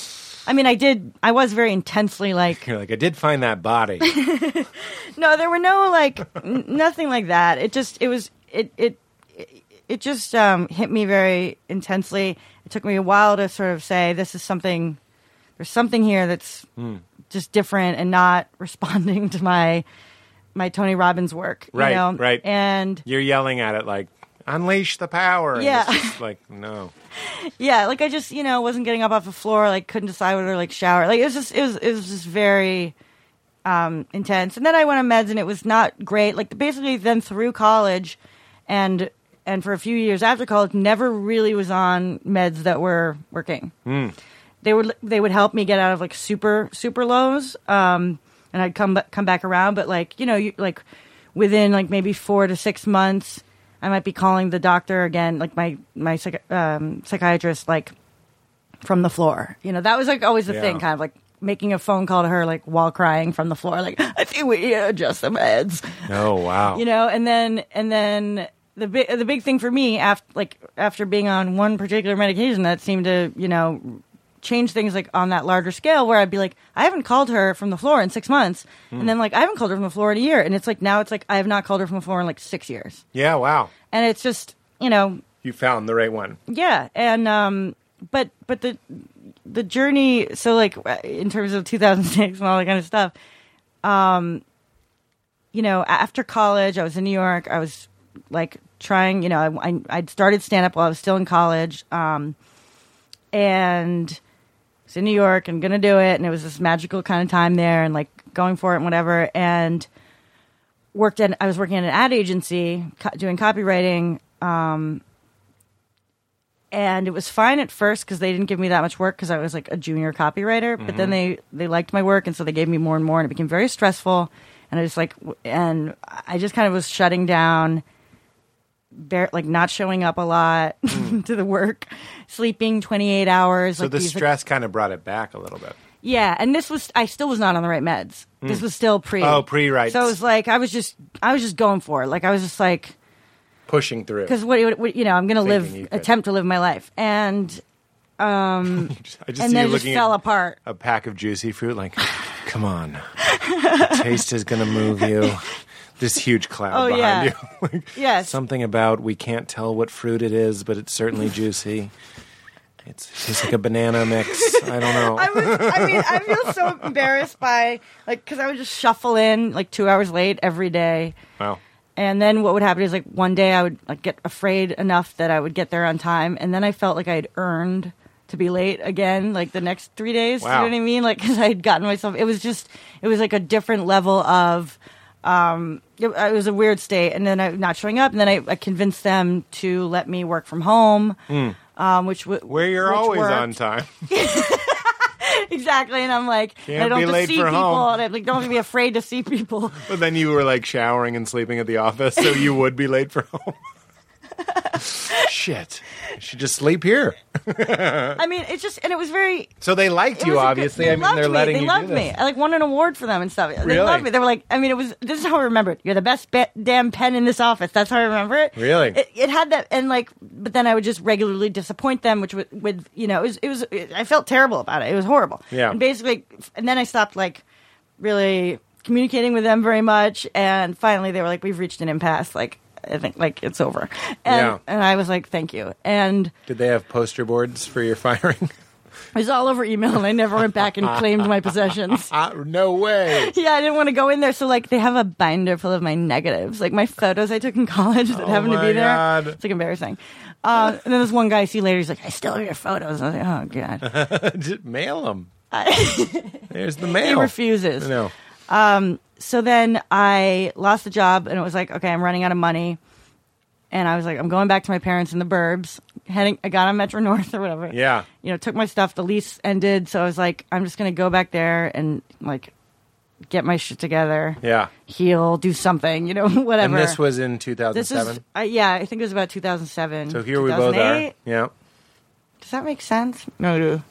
Speaker 5: I mean, I did. I was very intensely like.
Speaker 6: You're like, I did find that body.
Speaker 5: No, there were no like n- nothing like that. It just it was it it it- it just um, hit me very intensely. It took me a while to sort of say this is something. There's something here that's
Speaker 6: Hmm.
Speaker 5: just different and not responding to my my Tony Robbins work. you
Speaker 6: Right,
Speaker 5: know?
Speaker 6: right.
Speaker 5: And
Speaker 6: You're yelling at it like, unleash the power. And
Speaker 5: Yeah.
Speaker 6: It's just like, no.
Speaker 5: yeah, like I just you know wasn't getting up off the floor, like couldn't decide whether to, like shower. Like it was just it was it was just very um, intense. And then I went on meds, and it was not great. Like basically, then through college, and and for a few years after college, never really was on meds that were working. They would they would help me get out of like super super lows, um, and I'd come ba- come back around. But like you know, you, like within like maybe four to six months, I might be calling the doctor again, like my my psych- um, psychiatrist, like from the floor. You know, that was like always the
Speaker 6: Yeah.
Speaker 5: thing, kind of like making a phone call to her, like while crying from the floor, like I think we need to adjust some heads,
Speaker 6: Oh, wow.
Speaker 5: you know. And then and then the big the big thing for me after like after being on one particular medication that seemed to you know change things like on that larger scale where I'd be like I haven't called her from the floor in six months, and then like I haven't called her from the floor in a year, and it's like now it's like I have not called her from the floor in like six years,
Speaker 6: yeah, wow.
Speaker 5: and it's just you know
Speaker 6: You found the right one.
Speaker 5: yeah, and um, but but the the journey. So like in terms of 2006 and all that kind of stuff, um, you know, after college, I was in New York. I was like trying. You know, I, I I'd started stand up while I was still in college. Um, and was in New York and gonna do it, and it was this magical kind of time there, and like going for it and whatever, and worked at I was working at an ad agency co- doing copywriting, um, and it was fine at first because they didn't give me that much work because I was like a junior copywriter, but then
Speaker 6: Mm-hmm.
Speaker 5: they they liked my work, and so they gave me more and more, and it became very stressful, and I was like, w- and I just kind of was shutting down. Bare, like not showing up a lot to the work, sleeping twenty eight hours.
Speaker 6: Mm. So
Speaker 5: like
Speaker 6: the
Speaker 5: these, like,
Speaker 6: stress kind of brought it back a little bit.
Speaker 5: yeah, and this was I still was not on the right meds. This was still pre.
Speaker 6: Oh, pre-rights.
Speaker 5: So it was like I was just I was just going for it. Like I was just like
Speaker 6: Pushing through.
Speaker 5: because what, what, you know I'm gonna
Speaker 6: Thinking
Speaker 5: live
Speaker 6: you could.
Speaker 5: attempt to live my life and
Speaker 6: I just see
Speaker 5: and then
Speaker 6: you
Speaker 5: it just
Speaker 6: looking
Speaker 5: fell
Speaker 6: at
Speaker 5: apart.
Speaker 6: a pack of juicy fruit like, come on. The taste is going to move you. This huge cloud
Speaker 5: Oh,
Speaker 6: behind
Speaker 5: yeah.
Speaker 6: you. Like,
Speaker 5: Yes.
Speaker 6: Something about we can't tell what fruit it is, but it's certainly juicy. It's tastes like a banana mix. I don't know.
Speaker 5: I was I mean I feel so embarrassed by like because I would just shuffle in like two hours late every day.
Speaker 6: wow.
Speaker 5: And then what would happen is like one day I would like get afraid enough that I would get there on time, and then I felt like I had earned to be late again, like the next three days.
Speaker 6: Wow.
Speaker 5: You know what I mean? Like because I had gotten myself. It was just it was like a different level of. Um, it, it was a weird state, and then I not showing up, and then I, I convinced them to let me work from home, um, which w-
Speaker 6: Hmm. Where you're
Speaker 5: which
Speaker 6: always
Speaker 5: worked.
Speaker 6: on time.
Speaker 5: exactly. And I'm like, and I
Speaker 6: Can't
Speaker 5: don't
Speaker 6: be
Speaker 5: have to
Speaker 6: late
Speaker 5: see
Speaker 6: for
Speaker 5: people.
Speaker 6: home.
Speaker 5: And I like, don't have to be afraid to see people.
Speaker 6: But then you were like showering and sleeping at the office, so you would be late for home. Shit. You should just sleep here.
Speaker 5: I mean, it's just, and it was very.
Speaker 6: So they liked
Speaker 5: it
Speaker 6: you,
Speaker 5: was a good-
Speaker 6: obviously.
Speaker 5: they
Speaker 6: I mean,
Speaker 5: loved
Speaker 6: they're
Speaker 5: me.
Speaker 6: letting
Speaker 5: they
Speaker 6: you
Speaker 5: loved
Speaker 6: do
Speaker 5: me.
Speaker 6: this.
Speaker 5: I like won an award for them and stuff. They
Speaker 6: Really?
Speaker 5: loved me. They were like, I mean, it was. This is how I remember it. You're the best ba- damn pen in this office. That's how I remember it.
Speaker 6: Really?
Speaker 5: It, it had that, and like, but then I would just regularly disappoint them, which would, with you know, it was, it was. It, I felt terrible about it. It was horrible.
Speaker 6: Yeah.
Speaker 5: And basically, and then I stopped like really communicating with them very much, and finally they were like, we've reached an impasse. Like. I think like it's over, and
Speaker 6: Yeah.
Speaker 5: and I was like, "Thank you," and
Speaker 6: Did they have poster boards for your firing?
Speaker 5: it was all over email, and I never went back and claimed my possessions.
Speaker 6: Ah, no way.
Speaker 5: Yeah, I didn't want to go in there. So like, they have a binder full of my negatives, like my photos I took in college that happened to
Speaker 6: Oh my
Speaker 5: be there.
Speaker 6: God.
Speaker 5: It's like embarrassing. Uh, and then this one guy I see later, he's like, "I still have your photos." I was like, "Oh God,"
Speaker 6: Just mail them.
Speaker 5: I,
Speaker 6: There's the
Speaker 5: he
Speaker 6: mail.
Speaker 5: refuses.
Speaker 6: No.
Speaker 5: So then I lost the job, and it was like, okay, I'm running out of money, and I was like, I'm going back to my parents in the burbs. Heading, I got on Metro North or whatever.
Speaker 6: Yeah.
Speaker 5: you know, took my stuff. The lease ended, so I was like, I'm just gonna go back there and like get my shit together.
Speaker 6: Yeah.
Speaker 5: heal, do something, you know, whatever.
Speaker 6: And this was in
Speaker 5: this
Speaker 6: 2007.
Speaker 5: is uh, yeah, I think it was about 2007.
Speaker 6: so here we both are.
Speaker 5: 2008.
Speaker 6: Yeah.
Speaker 5: Does that make sense? No,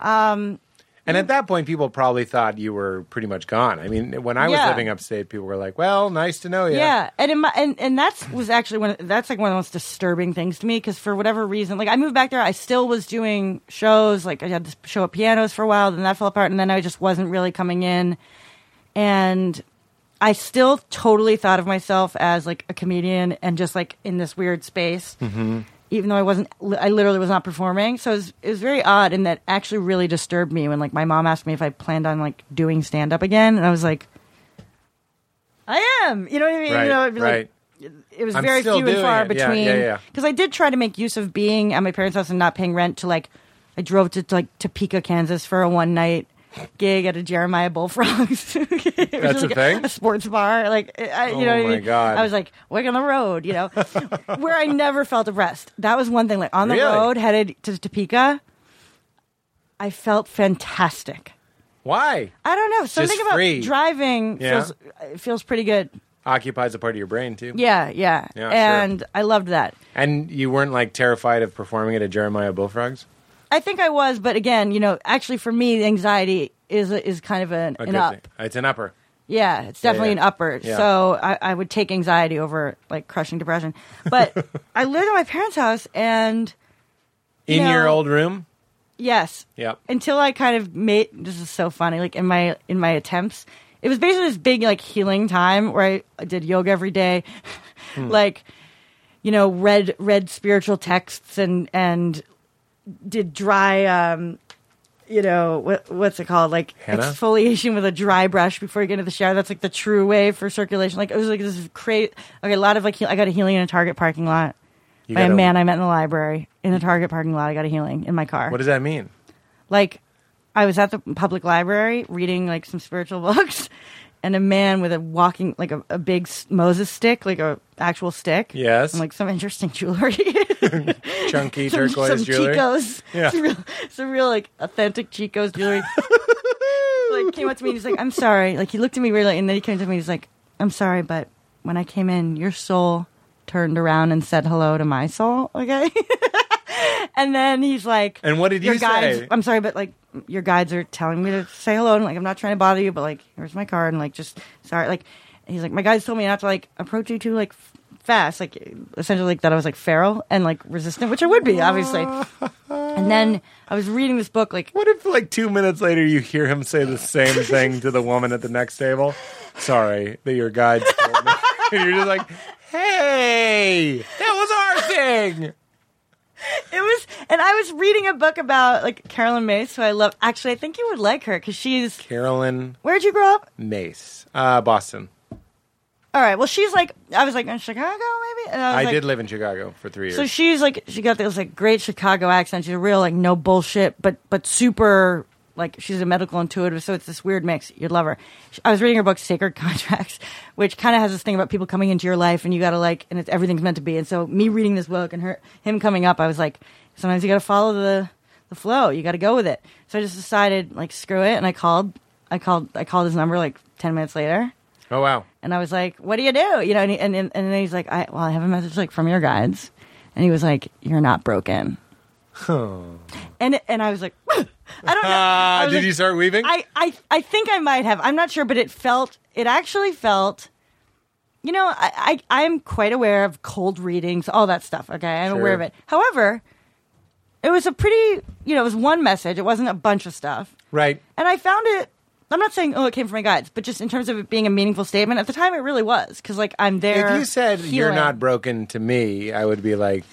Speaker 5: no.
Speaker 6: And at that point, people probably thought you were pretty much gone. I mean, when I was
Speaker 5: Yeah.
Speaker 6: living upstate, people were like, "Well, nice to know you."
Speaker 5: Yeah. and in my and and that's was actually one of, that's like one of the most disturbing things to me because for whatever reason, like I moved back there, I still was doing shows. Like I had this show at pianos for a while, then that fell apart, and then I just wasn't really coming in, and. I still totally thought of myself as like a comedian and just like in this weird space.
Speaker 6: Mm-hmm.
Speaker 5: even though I wasn't, I literally was not performing. So it was, it was very odd, and that actually really disturbed me when like my mom asked me if I planned on like doing stand up again, and I was like, I am. You know what I mean?
Speaker 6: Right,
Speaker 5: you know, it'd be like-
Speaker 6: right.
Speaker 5: it was
Speaker 6: I'm
Speaker 5: very
Speaker 6: still
Speaker 5: few and
Speaker 6: doing
Speaker 5: far
Speaker 6: it. Yeah,
Speaker 5: between.
Speaker 6: yeah, yeah.
Speaker 5: Because I did try to make use of being at my parents' house and not paying rent to like, I drove to, to, like Topeka, Kansas for a one night gig at a Jeremiah Bullfrogs. That's
Speaker 6: a thing?
Speaker 5: A sports bar. Like, I, you
Speaker 6: Oh
Speaker 5: know what I
Speaker 6: my
Speaker 5: mean?
Speaker 6: God.
Speaker 5: I was like, we're on the road, you know, where I never felt depressed. That was one thing. Like, on the
Speaker 6: Really?
Speaker 5: road, headed to Topeka, I felt fantastic.
Speaker 6: Why?
Speaker 5: I don't know. Something about
Speaker 6: free.
Speaker 5: driving
Speaker 6: Yeah.
Speaker 5: feels feels, feels pretty good.
Speaker 6: Occupies a part of your brain too.
Speaker 5: Yeah, yeah.
Speaker 6: Yeah, sure.
Speaker 5: and I loved that.
Speaker 6: And you weren't like terrified of performing at a Jeremiah Bullfrogs?
Speaker 5: I think I was, but again, you know, actually for me, anxiety is is kind of an,
Speaker 6: A
Speaker 5: an up.
Speaker 6: It's an upper.
Speaker 5: Yeah, it's definitely
Speaker 6: yeah.
Speaker 5: an upper.
Speaker 6: Yeah.
Speaker 5: So I, I would take anxiety over like crushing depression. But I lived at my parents' house, and
Speaker 6: In
Speaker 5: No.
Speaker 6: your old room?
Speaker 5: yes,
Speaker 6: Yep.
Speaker 5: until I kind of made this is so funny. Like in my in my attempts, it was basically this big like healing time where I did yoga every day,
Speaker 6: Hmm.
Speaker 5: like you know read read spiritual texts and and did dry um you know what what's it called like
Speaker 6: Henna?
Speaker 5: exfoliation with a dry brush before you get into the shower. That's like the true way for circulation. Like it was like this crazy. Okay, a lot of like heal- I got a healing in a Target parking lot.
Speaker 6: You
Speaker 5: by
Speaker 6: got
Speaker 5: a
Speaker 6: a-
Speaker 5: man I met in the library in the Target parking lot, I got a healing in my car
Speaker 6: What does that mean?
Speaker 5: like I was at the public library reading like some spiritual books, and a man with a walking like a, a big s- Moses stick, like a actual stick.
Speaker 6: Yes.
Speaker 5: and like some interesting jewelry,
Speaker 6: Chunky
Speaker 5: some,
Speaker 6: turquoise
Speaker 5: some
Speaker 6: jewelry?
Speaker 5: Chicos,
Speaker 6: Yeah.
Speaker 5: some, real, some real like authentic Chicos jewelry. like came up to me and he's like, "I'm sorry." Like he looked at me really, and then he came to me. and He's like, "I'm sorry, but when I came in, your soul turned around and said hello to my soul." Okay. And then he's like,
Speaker 6: And what did
Speaker 5: your
Speaker 6: you
Speaker 5: guides,
Speaker 6: say?
Speaker 5: I'm sorry, but like your guides are telling me to say hello, and like I'm not trying to bother you, but like here's my card, and like just sorry, like and he's like my guides told me not to like approach you too like f- fast, like essentially like that I was like feral and like resistant, which I would be obviously. and then I was reading this book, like
Speaker 6: What if like two minutes later you hear him say the same thing to the woman at the next table? Sorry that your guides told me. and you're just like, hey, that was our thing.
Speaker 5: it was, and I was reading a book about like Carolyn Mace, who I love. Actually, I think you would like her because she's
Speaker 6: Carolyn
Speaker 5: where'd you grow up?
Speaker 6: Mace, uh, Boston.
Speaker 5: All right, well she's like I was like in Chicago maybe, and I was
Speaker 6: I
Speaker 5: like,
Speaker 6: did live in Chicago for three years.
Speaker 5: So she's like, she got this like great Chicago accent. She's a real like no bullshit, but but super like she's a medical intuitive. So it's this weird mix. You'd love her. She- I was reading her book Sacred Contracts, which kind of has this thing about people coming into your life and you gotta like, and it's everything's meant to be. And so me reading this book and her him coming up, I was like, sometimes you gotta follow the the flow. You got to go with it. So I just decided, like, screw it, and I called. I called. I called his number like ten minutes later,
Speaker 6: Oh wow.
Speaker 5: and I was like, "What do you do?" You know, and he, and, and then he's like, "I well, I have a message like from your guides," and he was like, "You're not broken." And and I was like, I don't know.
Speaker 6: Ah,
Speaker 5: I was
Speaker 6: did
Speaker 5: like-
Speaker 6: you start weaving?
Speaker 5: I, I I think I might have. I'm not sure, but it felt it actually felt you know, I, I I'm quite aware of cold readings, all that stuff, okay? I'm
Speaker 6: Sure.
Speaker 5: aware of it. However, it was a pretty you know, it was one message, it wasn't a bunch of stuff.
Speaker 6: right.
Speaker 5: And I found it I'm not saying oh it came from my guides, but just in terms of it being a meaningful statement, at the time it really was cuz like I'm there.
Speaker 6: If you said you're
Speaker 5: healing.
Speaker 6: not broken to me, I would be like,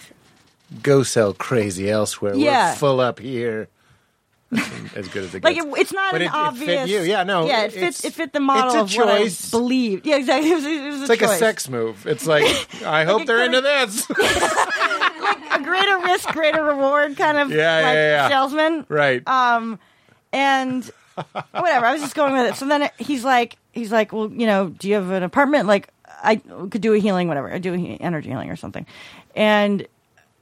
Speaker 6: go sell crazy elsewhere.
Speaker 5: Yeah.
Speaker 6: We're full up here. That's as good as it
Speaker 5: like
Speaker 6: gets.
Speaker 5: it, it's not
Speaker 6: But
Speaker 5: an
Speaker 6: it- it fit
Speaker 5: obvious.
Speaker 6: you. Yeah, no,
Speaker 5: Yeah, it
Speaker 6: it's-
Speaker 5: fits. It fit the model
Speaker 6: it's a
Speaker 5: of what I
Speaker 6: choice.
Speaker 5: believed. Yeah, exactly. It was, it was
Speaker 6: it's like
Speaker 5: choice.
Speaker 6: a sex move. It's like, I hope
Speaker 5: it
Speaker 6: they're
Speaker 5: kinda-
Speaker 6: into this.
Speaker 5: a greater risk, greater reward kind of
Speaker 6: Yeah,
Speaker 5: like
Speaker 6: yeah, yeah.
Speaker 5: salesman.
Speaker 6: right.
Speaker 5: Um, and whatever. I was just going with it. So then he's like, he's like, well, you know, do you have an apartment? Like, I could do a healing, whatever. I do a he- energy healing or something. And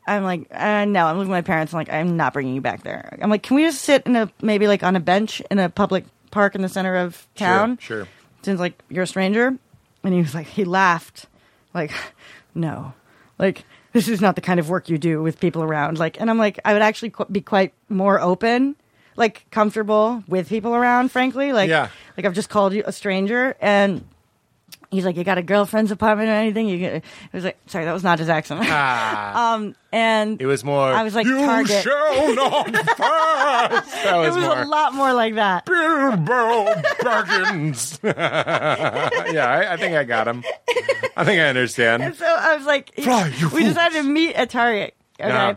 Speaker 5: I'm like, uh, no. I'm looking at my parents. I'm like, I'm not bringing you back there. I'm like, can we just sit in a maybe like on a bench in a public park in the center of town?
Speaker 6: Sure, sure.
Speaker 5: Since like you're a stranger, and he was like, he laughed, like, no, like this is not the kind of work you do with people around. Like, and I'm like, I would actually qu- be quite more open, like comfortable with people around. Frankly, like,
Speaker 6: Yeah.
Speaker 5: like I've just called you a stranger, and he's like, you got a girlfriend's apartment or anything? You get? It was like, sorry, that was not his accent.
Speaker 6: Ah,
Speaker 5: um, and
Speaker 6: it was more.
Speaker 5: I was like,
Speaker 6: you
Speaker 5: Target."
Speaker 6: shall not pass. That
Speaker 5: It
Speaker 6: was,
Speaker 5: was
Speaker 6: more.
Speaker 5: a lot more like that.
Speaker 6: Bilbo Baggins. yeah, I, I think I got him. I think I understand.
Speaker 5: So I was like,
Speaker 6: Fly, you
Speaker 5: we decided to meet at Target. Okay.
Speaker 6: Yeah.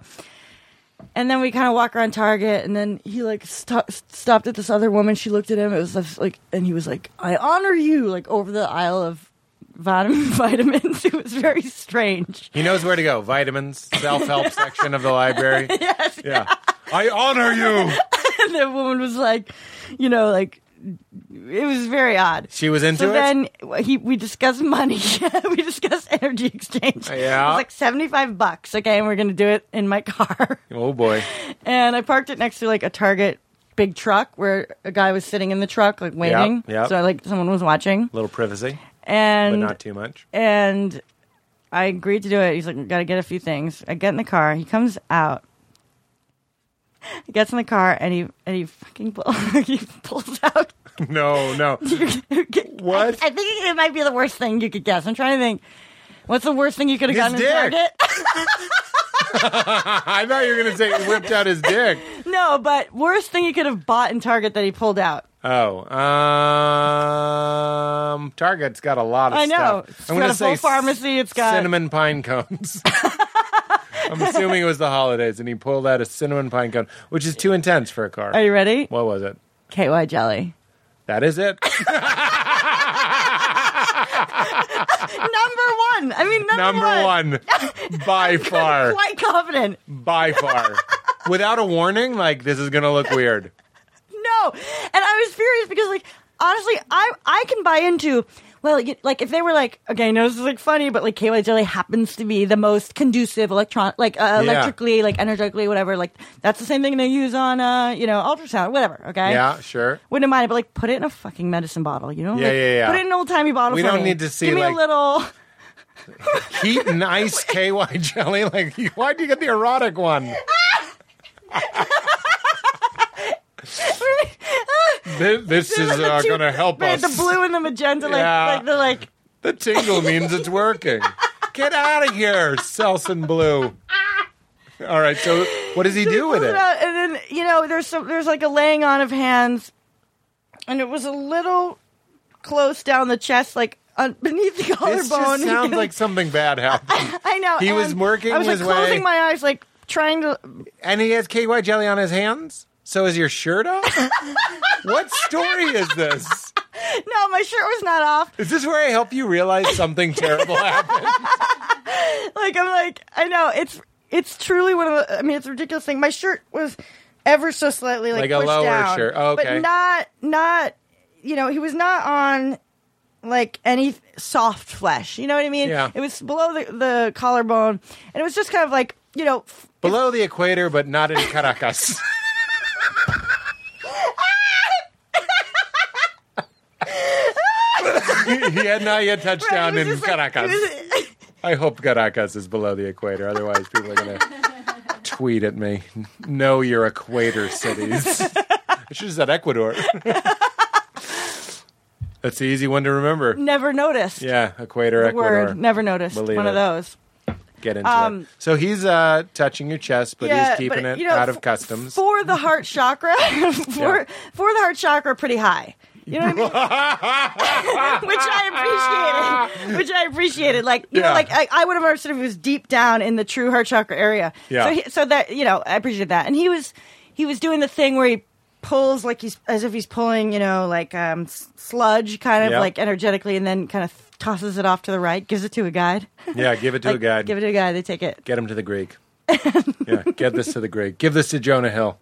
Speaker 5: And then we kind of walk around Target, and then he like sto- stopped at this other woman. She looked at him. It was just, like, and he was like, "I honor you," like over the aisle of vitamin vitamins. It was very strange.
Speaker 6: He knows where to go. Vitamins, self help section of the library. Yes. Yeah. I honor you.
Speaker 5: And the woman was like, you know, like it was very odd.
Speaker 6: She was into
Speaker 5: So
Speaker 6: it.
Speaker 5: then he, we discussed money. we discussed energy exchange.
Speaker 6: Yeah.
Speaker 5: It was like 75 bucks. Okay. And we're going to do it in my car.
Speaker 6: oh boy.
Speaker 5: and I parked it next to like a Target big truck where a guy was sitting in the truck like waiting.
Speaker 6: yep.
Speaker 5: So like someone was watching,
Speaker 6: little privacy, but
Speaker 5: and
Speaker 6: not too much.
Speaker 5: and I agreed to do it. He's like, "Got to get a few things." I get in the car. He comes out. He gets in the car and he and he fucking pull, he pulls out.
Speaker 6: No, no. What?
Speaker 5: I, I think it might be the worst thing you could guess. I'm trying to think. What's the worst thing you could have
Speaker 6: His dick.
Speaker 5: gotten in Target?
Speaker 6: I thought you were going to say he whipped out his dick.
Speaker 5: no, but worst thing you could have bought in Target that he pulled out.
Speaker 6: Oh, um, Target's got a lot of
Speaker 5: I know.
Speaker 6: stuff.
Speaker 5: It's
Speaker 6: gonna
Speaker 5: got a full
Speaker 6: s-
Speaker 5: pharmacy. It's got-
Speaker 6: cinnamon pine cones. I'm assuming it was the holidays, and he pulled out a cinnamon pine cone, which is too intense for a car.
Speaker 5: Are you ready?
Speaker 6: What was it?
Speaker 5: KY jelly.
Speaker 6: That is it.
Speaker 5: number one. I mean, number,
Speaker 6: Number one, by far,
Speaker 5: Quite confident.
Speaker 6: by far. Without a warning, like this is gonna look weird.
Speaker 5: No, and I was furious because, like, honestly, I I can buy into. Well, you- like if they were like, okay, I know this is like funny, but like KY jelly happens to be the most conducive electron, like uh, electrically, like energetically, whatever. Like that's the same thing they use on, uh, you know, ultrasound, whatever. Okay,
Speaker 6: Yeah, sure.
Speaker 5: wouldn't mind it, but like put it in a fucking medicine bottle, you know?
Speaker 6: Yeah,
Speaker 5: Like,
Speaker 6: yeah, yeah.
Speaker 5: Put it in an old timey bottle.
Speaker 6: We
Speaker 5: for
Speaker 6: don't
Speaker 5: me.
Speaker 6: need to see,
Speaker 5: Give me
Speaker 6: like-
Speaker 5: a little.
Speaker 6: Heat and ice KY jelly. Like, why'd you get the erotic one? this this is uh,
Speaker 5: the two-
Speaker 6: going to help
Speaker 5: right,
Speaker 6: us.
Speaker 5: The blue and the magenta, like,
Speaker 6: Yeah.
Speaker 5: like the like.
Speaker 6: The tingle means it's working. Get out of here, Selsun Blue. All right, so what does he do with
Speaker 5: pulls
Speaker 6: it?
Speaker 5: it out, and then you know, there's some, there's like a laying on of hands, and it was a little close down the chest, like un- beneath the
Speaker 6: This
Speaker 5: collarbone.
Speaker 6: just sounds like something bad happened.
Speaker 5: I know
Speaker 6: he was
Speaker 5: and
Speaker 6: working
Speaker 5: I was like
Speaker 6: his
Speaker 5: closing
Speaker 6: way-
Speaker 5: my eyes, like trying to.
Speaker 6: And he has KY jelly on his hands? So is your shirt off? what story is this?
Speaker 5: No, my shirt was not off.
Speaker 6: Is this where I help you realize something terrible happened?
Speaker 5: Like I'm like I know it's it's truly one of the. I mean, it's a ridiculous thing. My shirt was ever so slightly like,
Speaker 6: Like a
Speaker 5: pushed
Speaker 6: lower
Speaker 5: down,
Speaker 6: shirt. Oh, okay.
Speaker 5: but not not. You know, he was not on like any soft flesh. You know what I mean?
Speaker 6: Yeah.
Speaker 5: It was below the, the collarbone, and it was just kind of like you know. f-
Speaker 6: Below the equator, but not in Caracas. he had not yet touched down
Speaker 5: It
Speaker 6: in
Speaker 5: was just like-
Speaker 6: Caracas.
Speaker 5: it was-
Speaker 6: I hope Caracas is below the equator. Otherwise, people are going to tweet at me. Know your equator cities. I should have said Ecuador. That's the easy one to remember.
Speaker 5: never noticed.
Speaker 6: Yeah, equator,
Speaker 5: The
Speaker 6: Ecuador.
Speaker 5: word. Never noticed.
Speaker 6: Believe
Speaker 5: One
Speaker 6: it.
Speaker 5: of those.
Speaker 6: Get into
Speaker 5: Um,
Speaker 6: it. So he's uh, touching your chest, but
Speaker 5: Yeah,
Speaker 6: he's keeping it
Speaker 5: but, you know,
Speaker 6: out of
Speaker 5: f-
Speaker 6: customs.
Speaker 5: For the heart chakra, for,
Speaker 6: Yeah.
Speaker 5: for the heart chakra, pretty high. You know what I mean? which I appreciated. Which I appreciated. Like you
Speaker 6: Yeah.
Speaker 5: know, like I, I would have understood if it was deep down in the true heart chakra area.
Speaker 6: Yeah.
Speaker 5: So he, so that you know, I appreciate that. And he was he was doing the thing where he pulls like he's as if he's pulling you know like um, s- sludge kind of
Speaker 6: Yeah.
Speaker 5: like energetically, and then kind of tosses it off to the right, gives it to a guide.
Speaker 6: yeah, give it to a
Speaker 5: Like,
Speaker 6: guide.
Speaker 5: Give it to a guy. They take it.
Speaker 6: Get him to the Greek. yeah, get this to the Greek. Give this to Jonah Hill.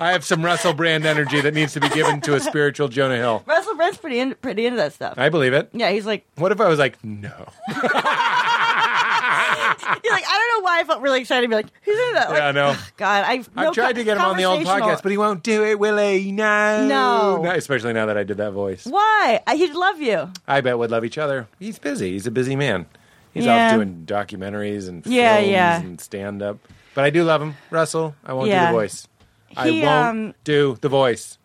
Speaker 6: I have some Russell Brand energy that needs to be given to a spiritual Jonah Hill.
Speaker 5: Russell Brand's pretty in, pretty into that stuff.
Speaker 6: I believe it.
Speaker 5: yeah, he's like
Speaker 6: What if I was like, no?
Speaker 5: You're like, I don't know why I felt really excited to be like, who's in that? Like,
Speaker 6: Yeah, I know.
Speaker 5: God, I've, no
Speaker 6: I've tried to get him on the old podcast, but he won't do it, will he? No.
Speaker 5: No.
Speaker 6: Especially now that I did that voice.
Speaker 5: why? I, he'd love you.
Speaker 6: I bet would love each other. He's busy. He's a busy man. He's
Speaker 5: Yeah.
Speaker 6: off doing documentaries and
Speaker 5: Yeah,
Speaker 6: films
Speaker 5: yeah.
Speaker 6: and stand up. But I do love him. Russell, I won't do
Speaker 5: Yeah.
Speaker 6: the voice. I
Speaker 5: He,
Speaker 6: won't
Speaker 5: um,
Speaker 6: do the voice.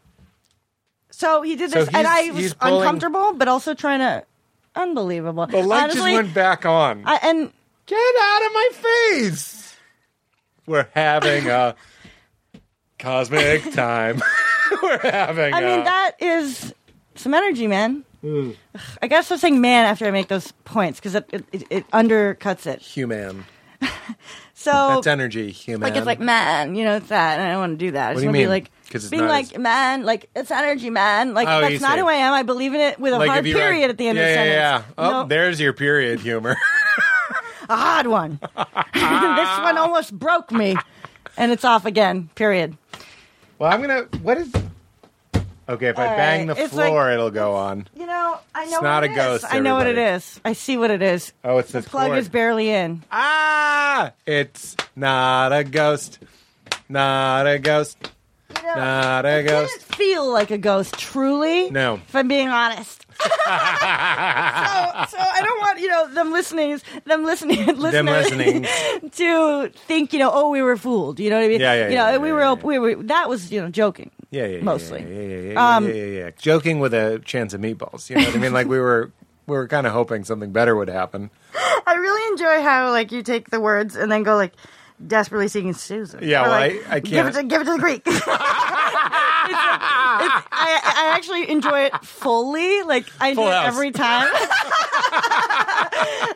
Speaker 5: So he did
Speaker 6: So
Speaker 5: this, and
Speaker 6: he's-
Speaker 5: I
Speaker 6: he's
Speaker 5: was
Speaker 6: pulling-
Speaker 5: uncomfortable, but also trying to unbelievable.
Speaker 6: The light
Speaker 5: Honestly,
Speaker 6: just went back on.
Speaker 5: I, and
Speaker 6: Get out of my face. We're having a cosmic time. We're having
Speaker 5: I
Speaker 6: a-
Speaker 5: mean that is some energy, man.
Speaker 6: Hmm.
Speaker 5: Ugh, I guess I'm saying man after I make those points because it, it, it, it undercuts it.
Speaker 6: human.
Speaker 5: So
Speaker 6: That's energy, human.
Speaker 5: Oh, Like it's like man, you know it's that, and I don't want to do that. I
Speaker 6: What
Speaker 5: just
Speaker 6: do you
Speaker 5: want to
Speaker 6: mean?
Speaker 5: be like
Speaker 6: 'Cause it's
Speaker 5: being
Speaker 6: not
Speaker 5: like
Speaker 6: as-
Speaker 5: man, like it's energy, man. Like
Speaker 6: Oh, you
Speaker 5: that's not
Speaker 6: see.
Speaker 5: who I am. I believe in it with a
Speaker 6: Like
Speaker 5: hard
Speaker 6: if you were-
Speaker 5: period at the end
Speaker 6: yeah,
Speaker 5: of the
Speaker 6: yeah,
Speaker 5: sentence.
Speaker 6: Yeah, Oh,
Speaker 5: No,
Speaker 6: there's your period humor.
Speaker 5: a hard one. this one almost broke me, and it's off again. Period.
Speaker 6: well, I'm gonna. What is? Okay, if I
Speaker 5: All
Speaker 6: bang
Speaker 5: right.
Speaker 6: the
Speaker 5: It's like-
Speaker 6: floor, it'll go on.
Speaker 5: You know, I know.
Speaker 6: It's not
Speaker 5: what
Speaker 6: a
Speaker 5: it
Speaker 6: ghost,
Speaker 5: is. I know what it
Speaker 6: everybody.
Speaker 5: is. I see what it is.
Speaker 6: Oh, it's
Speaker 5: the
Speaker 6: this
Speaker 5: plug
Speaker 6: cord.
Speaker 5: is barely in.
Speaker 6: Ah, it's not a ghost. Not a ghost.
Speaker 5: You know,
Speaker 6: Not a
Speaker 5: it didn't
Speaker 6: ghost.
Speaker 5: feel like a ghost, truly.
Speaker 6: No.
Speaker 5: If I'm being honest. so, so I don't want you know them listening, them listening, listeners,
Speaker 6: Them listening.
Speaker 5: to think you know oh we were fooled. You know what I mean?
Speaker 6: Yeah, yeah,
Speaker 5: You know
Speaker 6: yeah,
Speaker 5: we
Speaker 6: yeah,
Speaker 5: were
Speaker 6: yeah,
Speaker 5: all-
Speaker 6: yeah.
Speaker 5: we were that was you know joking.
Speaker 6: Yeah, yeah, yeah,
Speaker 5: Mostly.
Speaker 6: Yeah, yeah, yeah, yeah,
Speaker 5: Um,
Speaker 6: yeah, yeah, yeah. Joking with a chance of meatballs. You know what I mean? Like we were, we were kind of hoping something better would happen.
Speaker 5: I really enjoy how like you take the words and then go like desperately seeking Susan.
Speaker 6: Yeah,
Speaker 5: Or,
Speaker 6: well,
Speaker 5: like,
Speaker 6: I- I
Speaker 5: give it
Speaker 6: can't-
Speaker 5: to give it to the Greek. It's like- it's- I, I actually enjoy it fully. Like I enjoy
Speaker 6: Full
Speaker 5: it
Speaker 6: house.
Speaker 5: every time.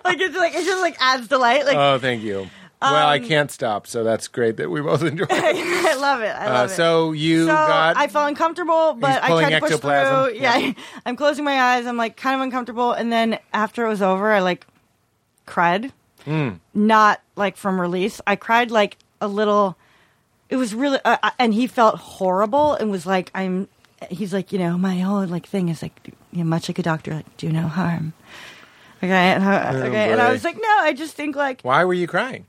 Speaker 5: like it's like it just like adds delight. Like
Speaker 6: Oh, thank you. well,
Speaker 5: Um,
Speaker 6: I can't stop, so that's great that we both enjoy. it.
Speaker 5: I love it. I
Speaker 6: Uh,
Speaker 5: love it.
Speaker 6: so you
Speaker 5: So
Speaker 6: got
Speaker 5: I felt uncomfortable, but I
Speaker 6: pulling
Speaker 5: tried to push
Speaker 6: ectoplasm.
Speaker 5: through. Yeah, I'm closing my eyes. I'm like kind of uncomfortable, and then after it was over, I like cried.
Speaker 6: Hmm.
Speaker 5: Not like from release. I cried like a little. It was really, uh, uh, and he felt horrible and was like, "I'm." He's like, you know, my whole like thing is like, you know, much like a doctor, like do no harm. Okay, and I, okay, and I
Speaker 6: Oh, boy.
Speaker 5: was like, no, I just think like
Speaker 6: Why were you crying?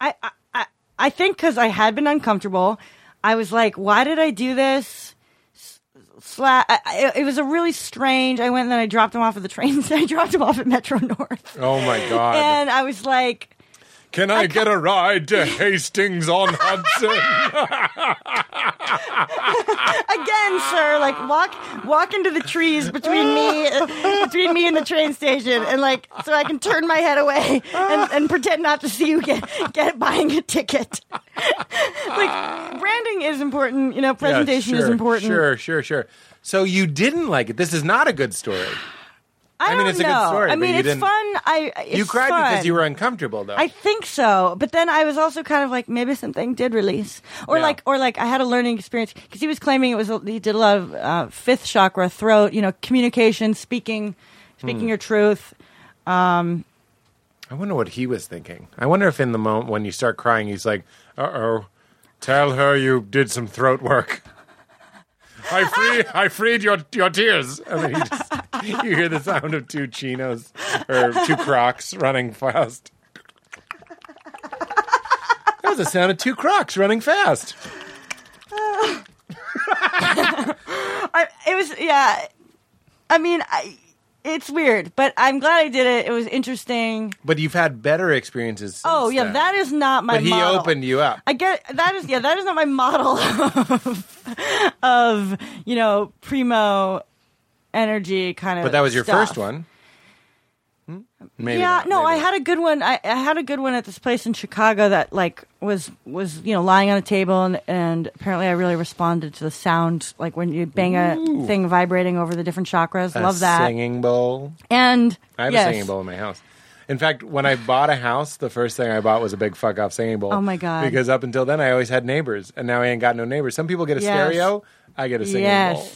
Speaker 5: I, I- I, I think because I had been uncomfortable, I was like, why did I do this? S- Sla- I, I, it was a really strange. I went and then I dropped him off at the train. I dropped him off at Metro North,
Speaker 6: Oh my god!
Speaker 5: and I was like,
Speaker 6: Can I, get a ride to Hastings on Hudson?
Speaker 5: again, sir, like walk walk into the trees between me between me and the train station, and like so I can turn my head away and, and pretend not to see you get get buying a ticket. like branding is important, you know. Presentation is important.
Speaker 6: Sure, sure, sure. So you didn't like it. This is not a good story.
Speaker 5: I,
Speaker 6: I mean,
Speaker 5: don't
Speaker 6: it's a good
Speaker 5: know.
Speaker 6: story,
Speaker 5: I
Speaker 6: but
Speaker 5: mean,
Speaker 6: you
Speaker 5: it's
Speaker 6: didn't-
Speaker 5: fun. I it's
Speaker 6: you cried
Speaker 5: fun.
Speaker 6: because you were uncomfortable, though.
Speaker 5: I think so, but then I was also kind of like maybe something did release, or
Speaker 6: Yeah.
Speaker 5: like, or like I had a learning experience because he was claiming it was a, he did a lot of uh, fifth chakra throat, you know, communication, speaking,
Speaker 6: Hmm.
Speaker 5: speaking your truth.
Speaker 6: I wonder what he was thinking. I wonder if in the moment when you start crying, he's like, "Uh oh, tell her you did some throat work." I free, I freed your your tears. I mean, he just, you hear the sound of two chinos or two Crocs running fast. That was the sound of two Crocs running fast.
Speaker 5: I, it was yeah. I mean, I, it's weird, but I'm glad I did it. It was interesting.
Speaker 6: But you've had better experiences. Since
Speaker 5: Oh yeah,
Speaker 6: then.
Speaker 5: that is not my.
Speaker 6: But he
Speaker 5: model.
Speaker 6: opened you up.
Speaker 5: I get that is yeah that is not my model of, of you know primo energy kind of.
Speaker 6: but that was your
Speaker 5: stuff.
Speaker 6: first one. Hmm? Maybe
Speaker 5: yeah,
Speaker 6: not,
Speaker 5: no,
Speaker 6: maybe
Speaker 5: I
Speaker 6: not.
Speaker 5: had a good one. I, I had a good one at this place in Chicago that like was was you know lying on a table and, and apparently I really responded to the sound like when you bang a thing vibrating over the different chakras.
Speaker 6: A
Speaker 5: Love that.
Speaker 6: singing bowl.
Speaker 5: And
Speaker 6: I have
Speaker 5: yes.
Speaker 6: a singing bowl in my house. In fact, when I bought a house, the first thing I bought was a big fuck off singing bowl.
Speaker 5: Oh, my God.
Speaker 6: Because up until then, I always had neighbors, and now I ain't got no neighbors. Some people get a
Speaker 5: Yes.
Speaker 6: stereo. I get a singing
Speaker 5: Yes.
Speaker 6: bowl.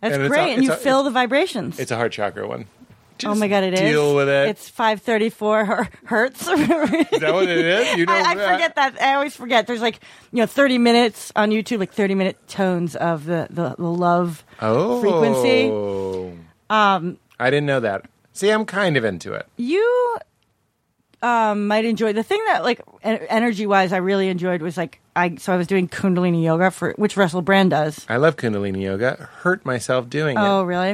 Speaker 5: That's
Speaker 6: And it's
Speaker 5: great,
Speaker 6: a-
Speaker 5: and you
Speaker 6: it's a-
Speaker 5: feel the vibrations.
Speaker 6: It's a heart chakra one.
Speaker 5: oh
Speaker 6: Just
Speaker 5: my god, it is.
Speaker 6: Deal with it.
Speaker 5: It's five thirty four hertz. or whatever.
Speaker 6: is that what it is? You know,
Speaker 5: I, I forget that. I always forget. There's like you know, 30 minutes on YouTube, like 30 minute tones of the the, the love
Speaker 6: Oh,
Speaker 5: frequency.
Speaker 6: Um, I didn't know that. See, I'm kind of into it.
Speaker 5: you um, might enjoy the thing that like energy wise i really enjoyed was like i so i was doing kundalini yoga for which russell brand does
Speaker 6: I love Kundalini yoga. Hurt myself doing
Speaker 5: oh
Speaker 6: it.
Speaker 5: really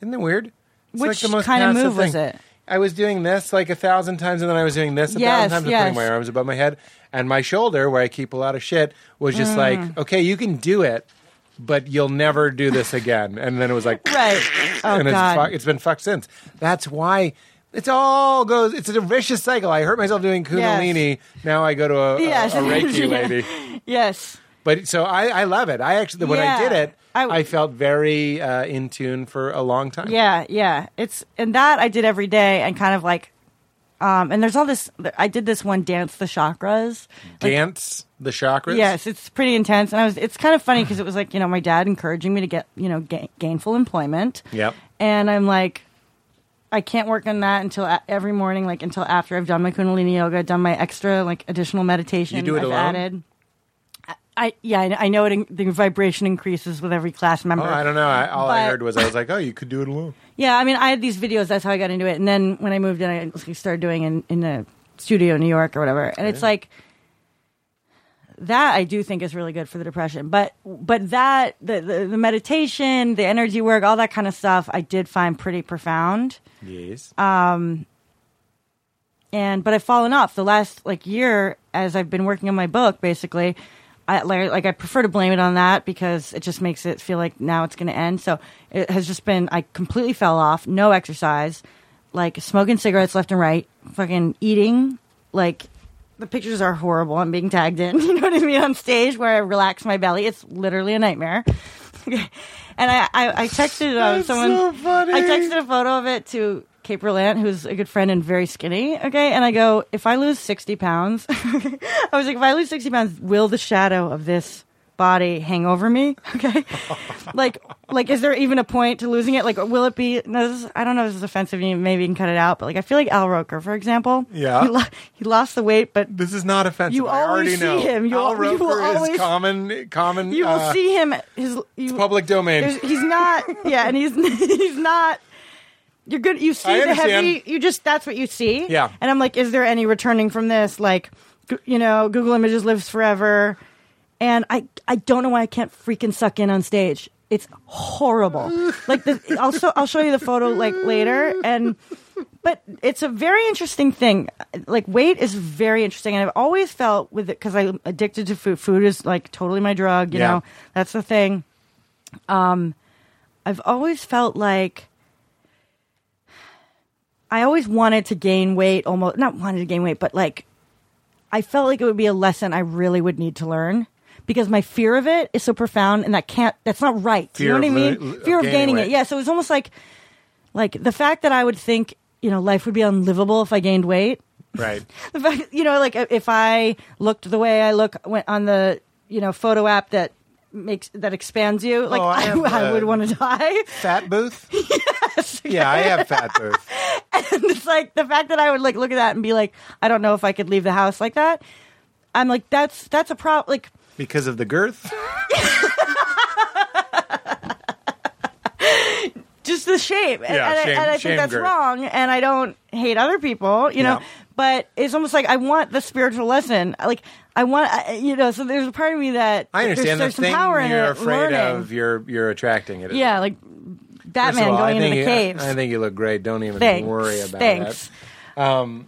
Speaker 6: Isn't that weird? It's
Speaker 5: Which kind of
Speaker 6: passive
Speaker 5: move was
Speaker 6: thing.
Speaker 5: it?
Speaker 6: I was doing this like a thousand times, and then I was doing this a
Speaker 5: Yes,
Speaker 6: thousand times,
Speaker 5: yes.
Speaker 6: and putting my arms above my head, and my shoulder, where I keep a lot of shit, was
Speaker 5: Mm.
Speaker 6: just like, okay, you can do it, but you'll never do this again. And then it was like,
Speaker 5: right oh
Speaker 6: and it's,
Speaker 5: god
Speaker 6: fuck it's been fucked since. That's why it's all goes. It's a vicious cycle. I hurt myself doing kundalini. Now I go to a, a-
Speaker 5: Yes.
Speaker 6: a, reiki
Speaker 5: Yeah.
Speaker 6: lady.
Speaker 5: yes
Speaker 6: But so I, I love it. I actually when I
Speaker 5: Yeah.
Speaker 6: did it, I
Speaker 5: I-
Speaker 6: felt very uh, in tune for a long time.
Speaker 5: yeah yeah it's and that i did every day and kind of like um and there's all this i did this one dance the chakras like,
Speaker 6: dance the chakras.
Speaker 5: Yes, it's pretty intense, and I was. It's kind of funny because it was like you know my dad encouraging me to get you know ga- gainful employment.
Speaker 6: Yep.
Speaker 5: And I'm like, I can't work on that until a- every morning, like until after I've done my Kundalini yoga, done my extra like additional meditation.
Speaker 6: You do it
Speaker 5: I've
Speaker 6: alone?
Speaker 5: added. I- I yeah, I, I know it. In, the vibration increases with every class member.
Speaker 6: Oh, I don't know. I, all I
Speaker 5: But-
Speaker 6: heard was I was like, oh, you could do it alone.
Speaker 5: Yeah, I mean, I had these videos. That's how I got into it. And then when I moved in, I started doing in in a studio in New York or whatever. And it's like that I do think is really good for the depression. But but that the, the the meditation, the energy work, all that kind of stuff, I did find pretty profound.
Speaker 6: Yes.
Speaker 5: Uh, And but I've fallen off the last like year as I've been working on my book. Basically, I like, like I prefer to blame it on that because it just makes it feel like now it's going to end. So it has just been I completely fell off. No exercise, like smoking cigarettes left and right, fucking eating. Like the pictures are horrible. I'm being tagged in. You know what I mean on stage where I relax my belly. It's literally a nightmare. and I I, I texted uh, someone.
Speaker 6: so funny.
Speaker 5: I texted a photo of it to Kate Berlant, who's a good friend and very skinny. Okay, and I go, if I lose sixty pounds, I was like, if I lose sixty pounds, will the shadow of this body hang over me? Okay, like, like, is there even a point to losing it? Like, will it be? No, this is, I don't know. if This is offensive. you- Maybe you can cut it out. But like, I feel like Al Roker, for example.
Speaker 6: Yeah.
Speaker 5: he, lo- he lost the weight, but
Speaker 6: this is not offensive.
Speaker 5: You
Speaker 6: I already
Speaker 5: always see
Speaker 6: know.
Speaker 5: him. You
Speaker 6: Al
Speaker 5: al- you
Speaker 6: Roker
Speaker 5: will
Speaker 6: is
Speaker 5: always-
Speaker 6: common. Common.
Speaker 5: you will
Speaker 6: uh,
Speaker 5: see him. His you,
Speaker 6: Public domain.
Speaker 5: There's, he's not. Yeah, and he's he's not. You're good. You
Speaker 6: I
Speaker 5: see the heavy.
Speaker 6: understand.
Speaker 5: You just that's what you see.
Speaker 6: Yeah.
Speaker 5: And I'm like, is there any returning from this? Like, g- you know, Google Images lives forever, and I I don't know why I can't freaking suck in on stage. It's horrible. like, the, I'll so, I'll show you the photo like later, and but it's a very interesting thing. Like weight is very interesting, and I've always felt with it because I'm addicted to food. Food is like totally my drug. You
Speaker 6: Yeah.
Speaker 5: know, that's the thing. Um, I've always felt like I always wanted to gain weight, almost not wanted to gain weight, but like I felt like it would be a lesson I really would need to learn because my fear of it is so profound, and that can't that's not right.
Speaker 6: Fear
Speaker 5: you know
Speaker 6: of
Speaker 5: what I
Speaker 6: lo-
Speaker 5: mean?
Speaker 6: of
Speaker 5: Fear of
Speaker 6: gaining
Speaker 5: gaining
Speaker 6: weight.
Speaker 5: it. Yeah. So it was almost like like the fact that I would think you know life would be unlivable if I gained weight.
Speaker 6: Right.
Speaker 5: The fact, you know, like if I looked the way I look when- on the you know photo app that makes that expands you, like
Speaker 6: Oh, I
Speaker 5: I,
Speaker 6: have,
Speaker 5: I
Speaker 6: uh,
Speaker 5: would want to die.
Speaker 6: Fat booth. yes. Yeah, I have fat booth.
Speaker 5: And it's like the fact that I would like look at that and be like, I don't know if I could leave the house like that. I'm like, that's that's a problem. Like,
Speaker 6: Because of the girth?
Speaker 5: just the shame. And-
Speaker 6: Yeah,
Speaker 5: and,
Speaker 6: shame-
Speaker 5: I, and I
Speaker 6: shame
Speaker 5: think that's
Speaker 6: group.
Speaker 5: wrong. And I don't hate other people, you know.
Speaker 6: Yeah.
Speaker 5: But it's almost like I want the spiritual lesson. Like I want, I- you know. So there's a part of me that
Speaker 6: I
Speaker 5: there's,
Speaker 6: understand
Speaker 5: there's
Speaker 6: the
Speaker 5: some
Speaker 6: thing
Speaker 5: power in
Speaker 6: you're
Speaker 5: it.
Speaker 6: afraid
Speaker 5: learning.
Speaker 6: of. You're you're attracting it.
Speaker 5: yeah, like
Speaker 6: First of
Speaker 5: Batman
Speaker 6: all, I
Speaker 5: going into
Speaker 6: think
Speaker 5: the
Speaker 6: you-
Speaker 5: caves.
Speaker 6: I think you look great. Don't even
Speaker 5: Thanks.
Speaker 6: worry about
Speaker 5: Thanks.
Speaker 6: that. Um,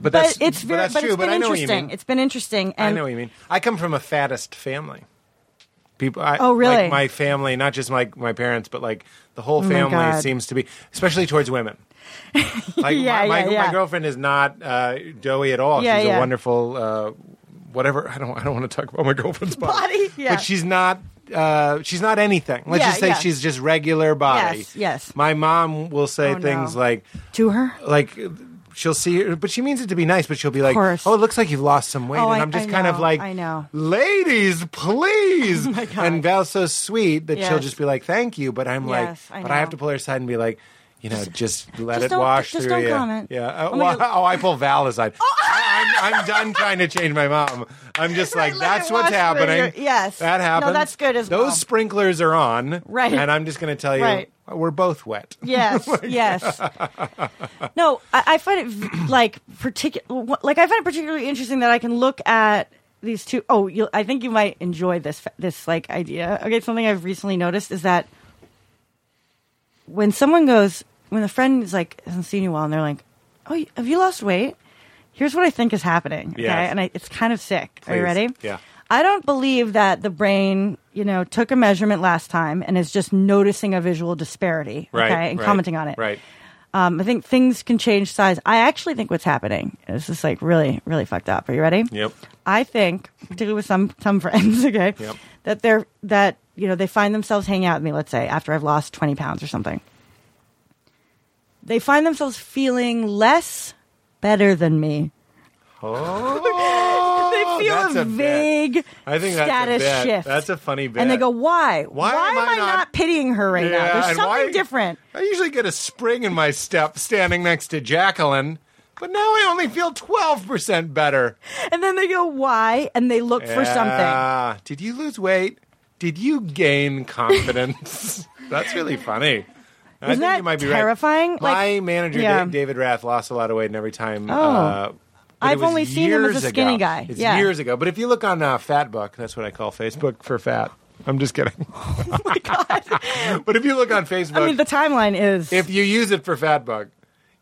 Speaker 6: but,
Speaker 5: But
Speaker 6: that's
Speaker 5: it's very,
Speaker 6: but
Speaker 5: but,
Speaker 6: that's true.
Speaker 5: it's
Speaker 6: but
Speaker 5: been
Speaker 6: I know what you
Speaker 5: interesting.
Speaker 6: mean.
Speaker 5: It's been interesting.
Speaker 6: I
Speaker 5: And
Speaker 6: know what you mean. I come from a fattest family. People. I,
Speaker 5: Oh, really? Oh
Speaker 6: Like my family, not just my my parents, but like the whole family
Speaker 5: God.
Speaker 6: seems to be, especially towards women. Like
Speaker 5: Yeah,
Speaker 6: my, my,
Speaker 5: yeah, yeah.
Speaker 6: my girlfriend is not uh, doughy at all.
Speaker 5: Yeah,
Speaker 6: she's
Speaker 5: yeah.
Speaker 6: a wonderful uh, whatever. I don't I don't want to talk about my girlfriend's body.
Speaker 5: Body? Yeah.
Speaker 6: But she's not. Uh, she's not anything. Let's
Speaker 5: Yeah,
Speaker 6: just say
Speaker 5: yeah.
Speaker 6: she's just regular body.
Speaker 5: Yes, yes.
Speaker 6: My mom will say
Speaker 5: Oh,
Speaker 6: things
Speaker 5: no.
Speaker 6: like,
Speaker 5: to her.
Speaker 6: like she'll see her, but she means it to be nice. But she'll be like,
Speaker 5: course.
Speaker 6: "Oh, it looks like you've lost some weight,"
Speaker 5: Oh,
Speaker 6: and
Speaker 5: I-
Speaker 6: I'm just
Speaker 5: I
Speaker 6: kind of
Speaker 5: know,
Speaker 6: like,
Speaker 5: I know. Oh
Speaker 6: ladies, please." And Val's so sweet that she'll
Speaker 5: Yes.
Speaker 6: just be like, "Thank you," but I'm
Speaker 5: Yes, I
Speaker 6: like, "But I have
Speaker 5: know.
Speaker 6: to pull her aside and be like." You know, just, let
Speaker 5: just
Speaker 6: it
Speaker 5: don't-
Speaker 6: wash
Speaker 5: just
Speaker 6: through
Speaker 5: don't
Speaker 6: you.
Speaker 5: comment.
Speaker 6: Yeah. Uh,
Speaker 5: Oh my
Speaker 6: well,
Speaker 5: God. Oh.
Speaker 6: oh, I pull Val aside. I, I'm, I'm done trying to change my mom. I'm just
Speaker 5: Right,
Speaker 6: like,
Speaker 5: let it
Speaker 6: that's what's
Speaker 5: wash through your-
Speaker 6: happening.
Speaker 5: yes.
Speaker 6: That
Speaker 5: No,
Speaker 6: happens.
Speaker 5: that's good as
Speaker 6: Those
Speaker 5: well.
Speaker 6: sprinklers are on.
Speaker 5: Right.
Speaker 6: And I'm just going to tell you,
Speaker 5: Right.
Speaker 6: we're both wet.
Speaker 5: Yes,
Speaker 6: Oh
Speaker 5: yes. no, I, I find it v- like particular. Like I find it particularly interesting that I can look at these two oh you, I think you might enjoy this fa- this like idea. Okay, something I've recently noticed is that when someone goes, when a friend is like hasn't seen you a while, and they're like, "Oh, you- have you lost weight?" Here's what I think is happening. Okay,
Speaker 6: Yes.
Speaker 5: and I, it's kind of sick. Are
Speaker 6: Please.
Speaker 5: you ready?
Speaker 6: Yeah.
Speaker 5: I don't believe that the brain, you know, took a measurement last time and is just noticing a visual disparity,
Speaker 6: Right.
Speaker 5: okay, and
Speaker 6: right,
Speaker 5: commenting on it.
Speaker 6: Right.
Speaker 5: Um, I think things can change size. I actually think what's happening is just like really, really fucked up. Are you ready?
Speaker 6: Yep.
Speaker 5: I think, particularly with some some friends, okay,
Speaker 6: Yep.
Speaker 5: that they're that you know they find themselves hanging out with me. Let's say after I've lost twenty pounds or something, they find themselves feeling less better than me.
Speaker 6: Oh,
Speaker 5: they feel
Speaker 6: that's
Speaker 5: a
Speaker 6: bit.
Speaker 5: vague
Speaker 6: I think that's a
Speaker 5: status
Speaker 6: bit.
Speaker 5: shift.
Speaker 6: That's a funny bit.
Speaker 5: And they go, why?
Speaker 6: Why am
Speaker 5: am
Speaker 6: I
Speaker 5: I
Speaker 6: not-
Speaker 5: not, pitying her right now? There's
Speaker 6: and
Speaker 5: something
Speaker 6: why-
Speaker 5: different.
Speaker 6: I usually get a spring in my step standing next to Jacqueline, but now I only feel 12% better.
Speaker 5: And then they go, why? And they look for something.
Speaker 6: Yeah. Did you lose weight? Did you gain confidence? that's really funny. I
Speaker 5: Isn't
Speaker 6: think
Speaker 5: that
Speaker 6: you might be
Speaker 5: terrifying?
Speaker 6: Right. my
Speaker 5: Like-
Speaker 6: manager,
Speaker 5: yeah.
Speaker 6: Da- David Rath, lost a lot of weight, and every time.
Speaker 5: Oh.
Speaker 6: Uh, but it
Speaker 5: I've
Speaker 6: was
Speaker 5: only seen him as a
Speaker 6: years
Speaker 5: skinny
Speaker 6: ago.
Speaker 5: guy.
Speaker 6: It's
Speaker 5: Yeah.
Speaker 6: years ago. But if you look on uh, Fatbook, that's what I call Facebook for fat. I'm just kidding. but if you look on Facebook,
Speaker 5: Oh I mean, the timeline is.
Speaker 6: if you use it for fat bug,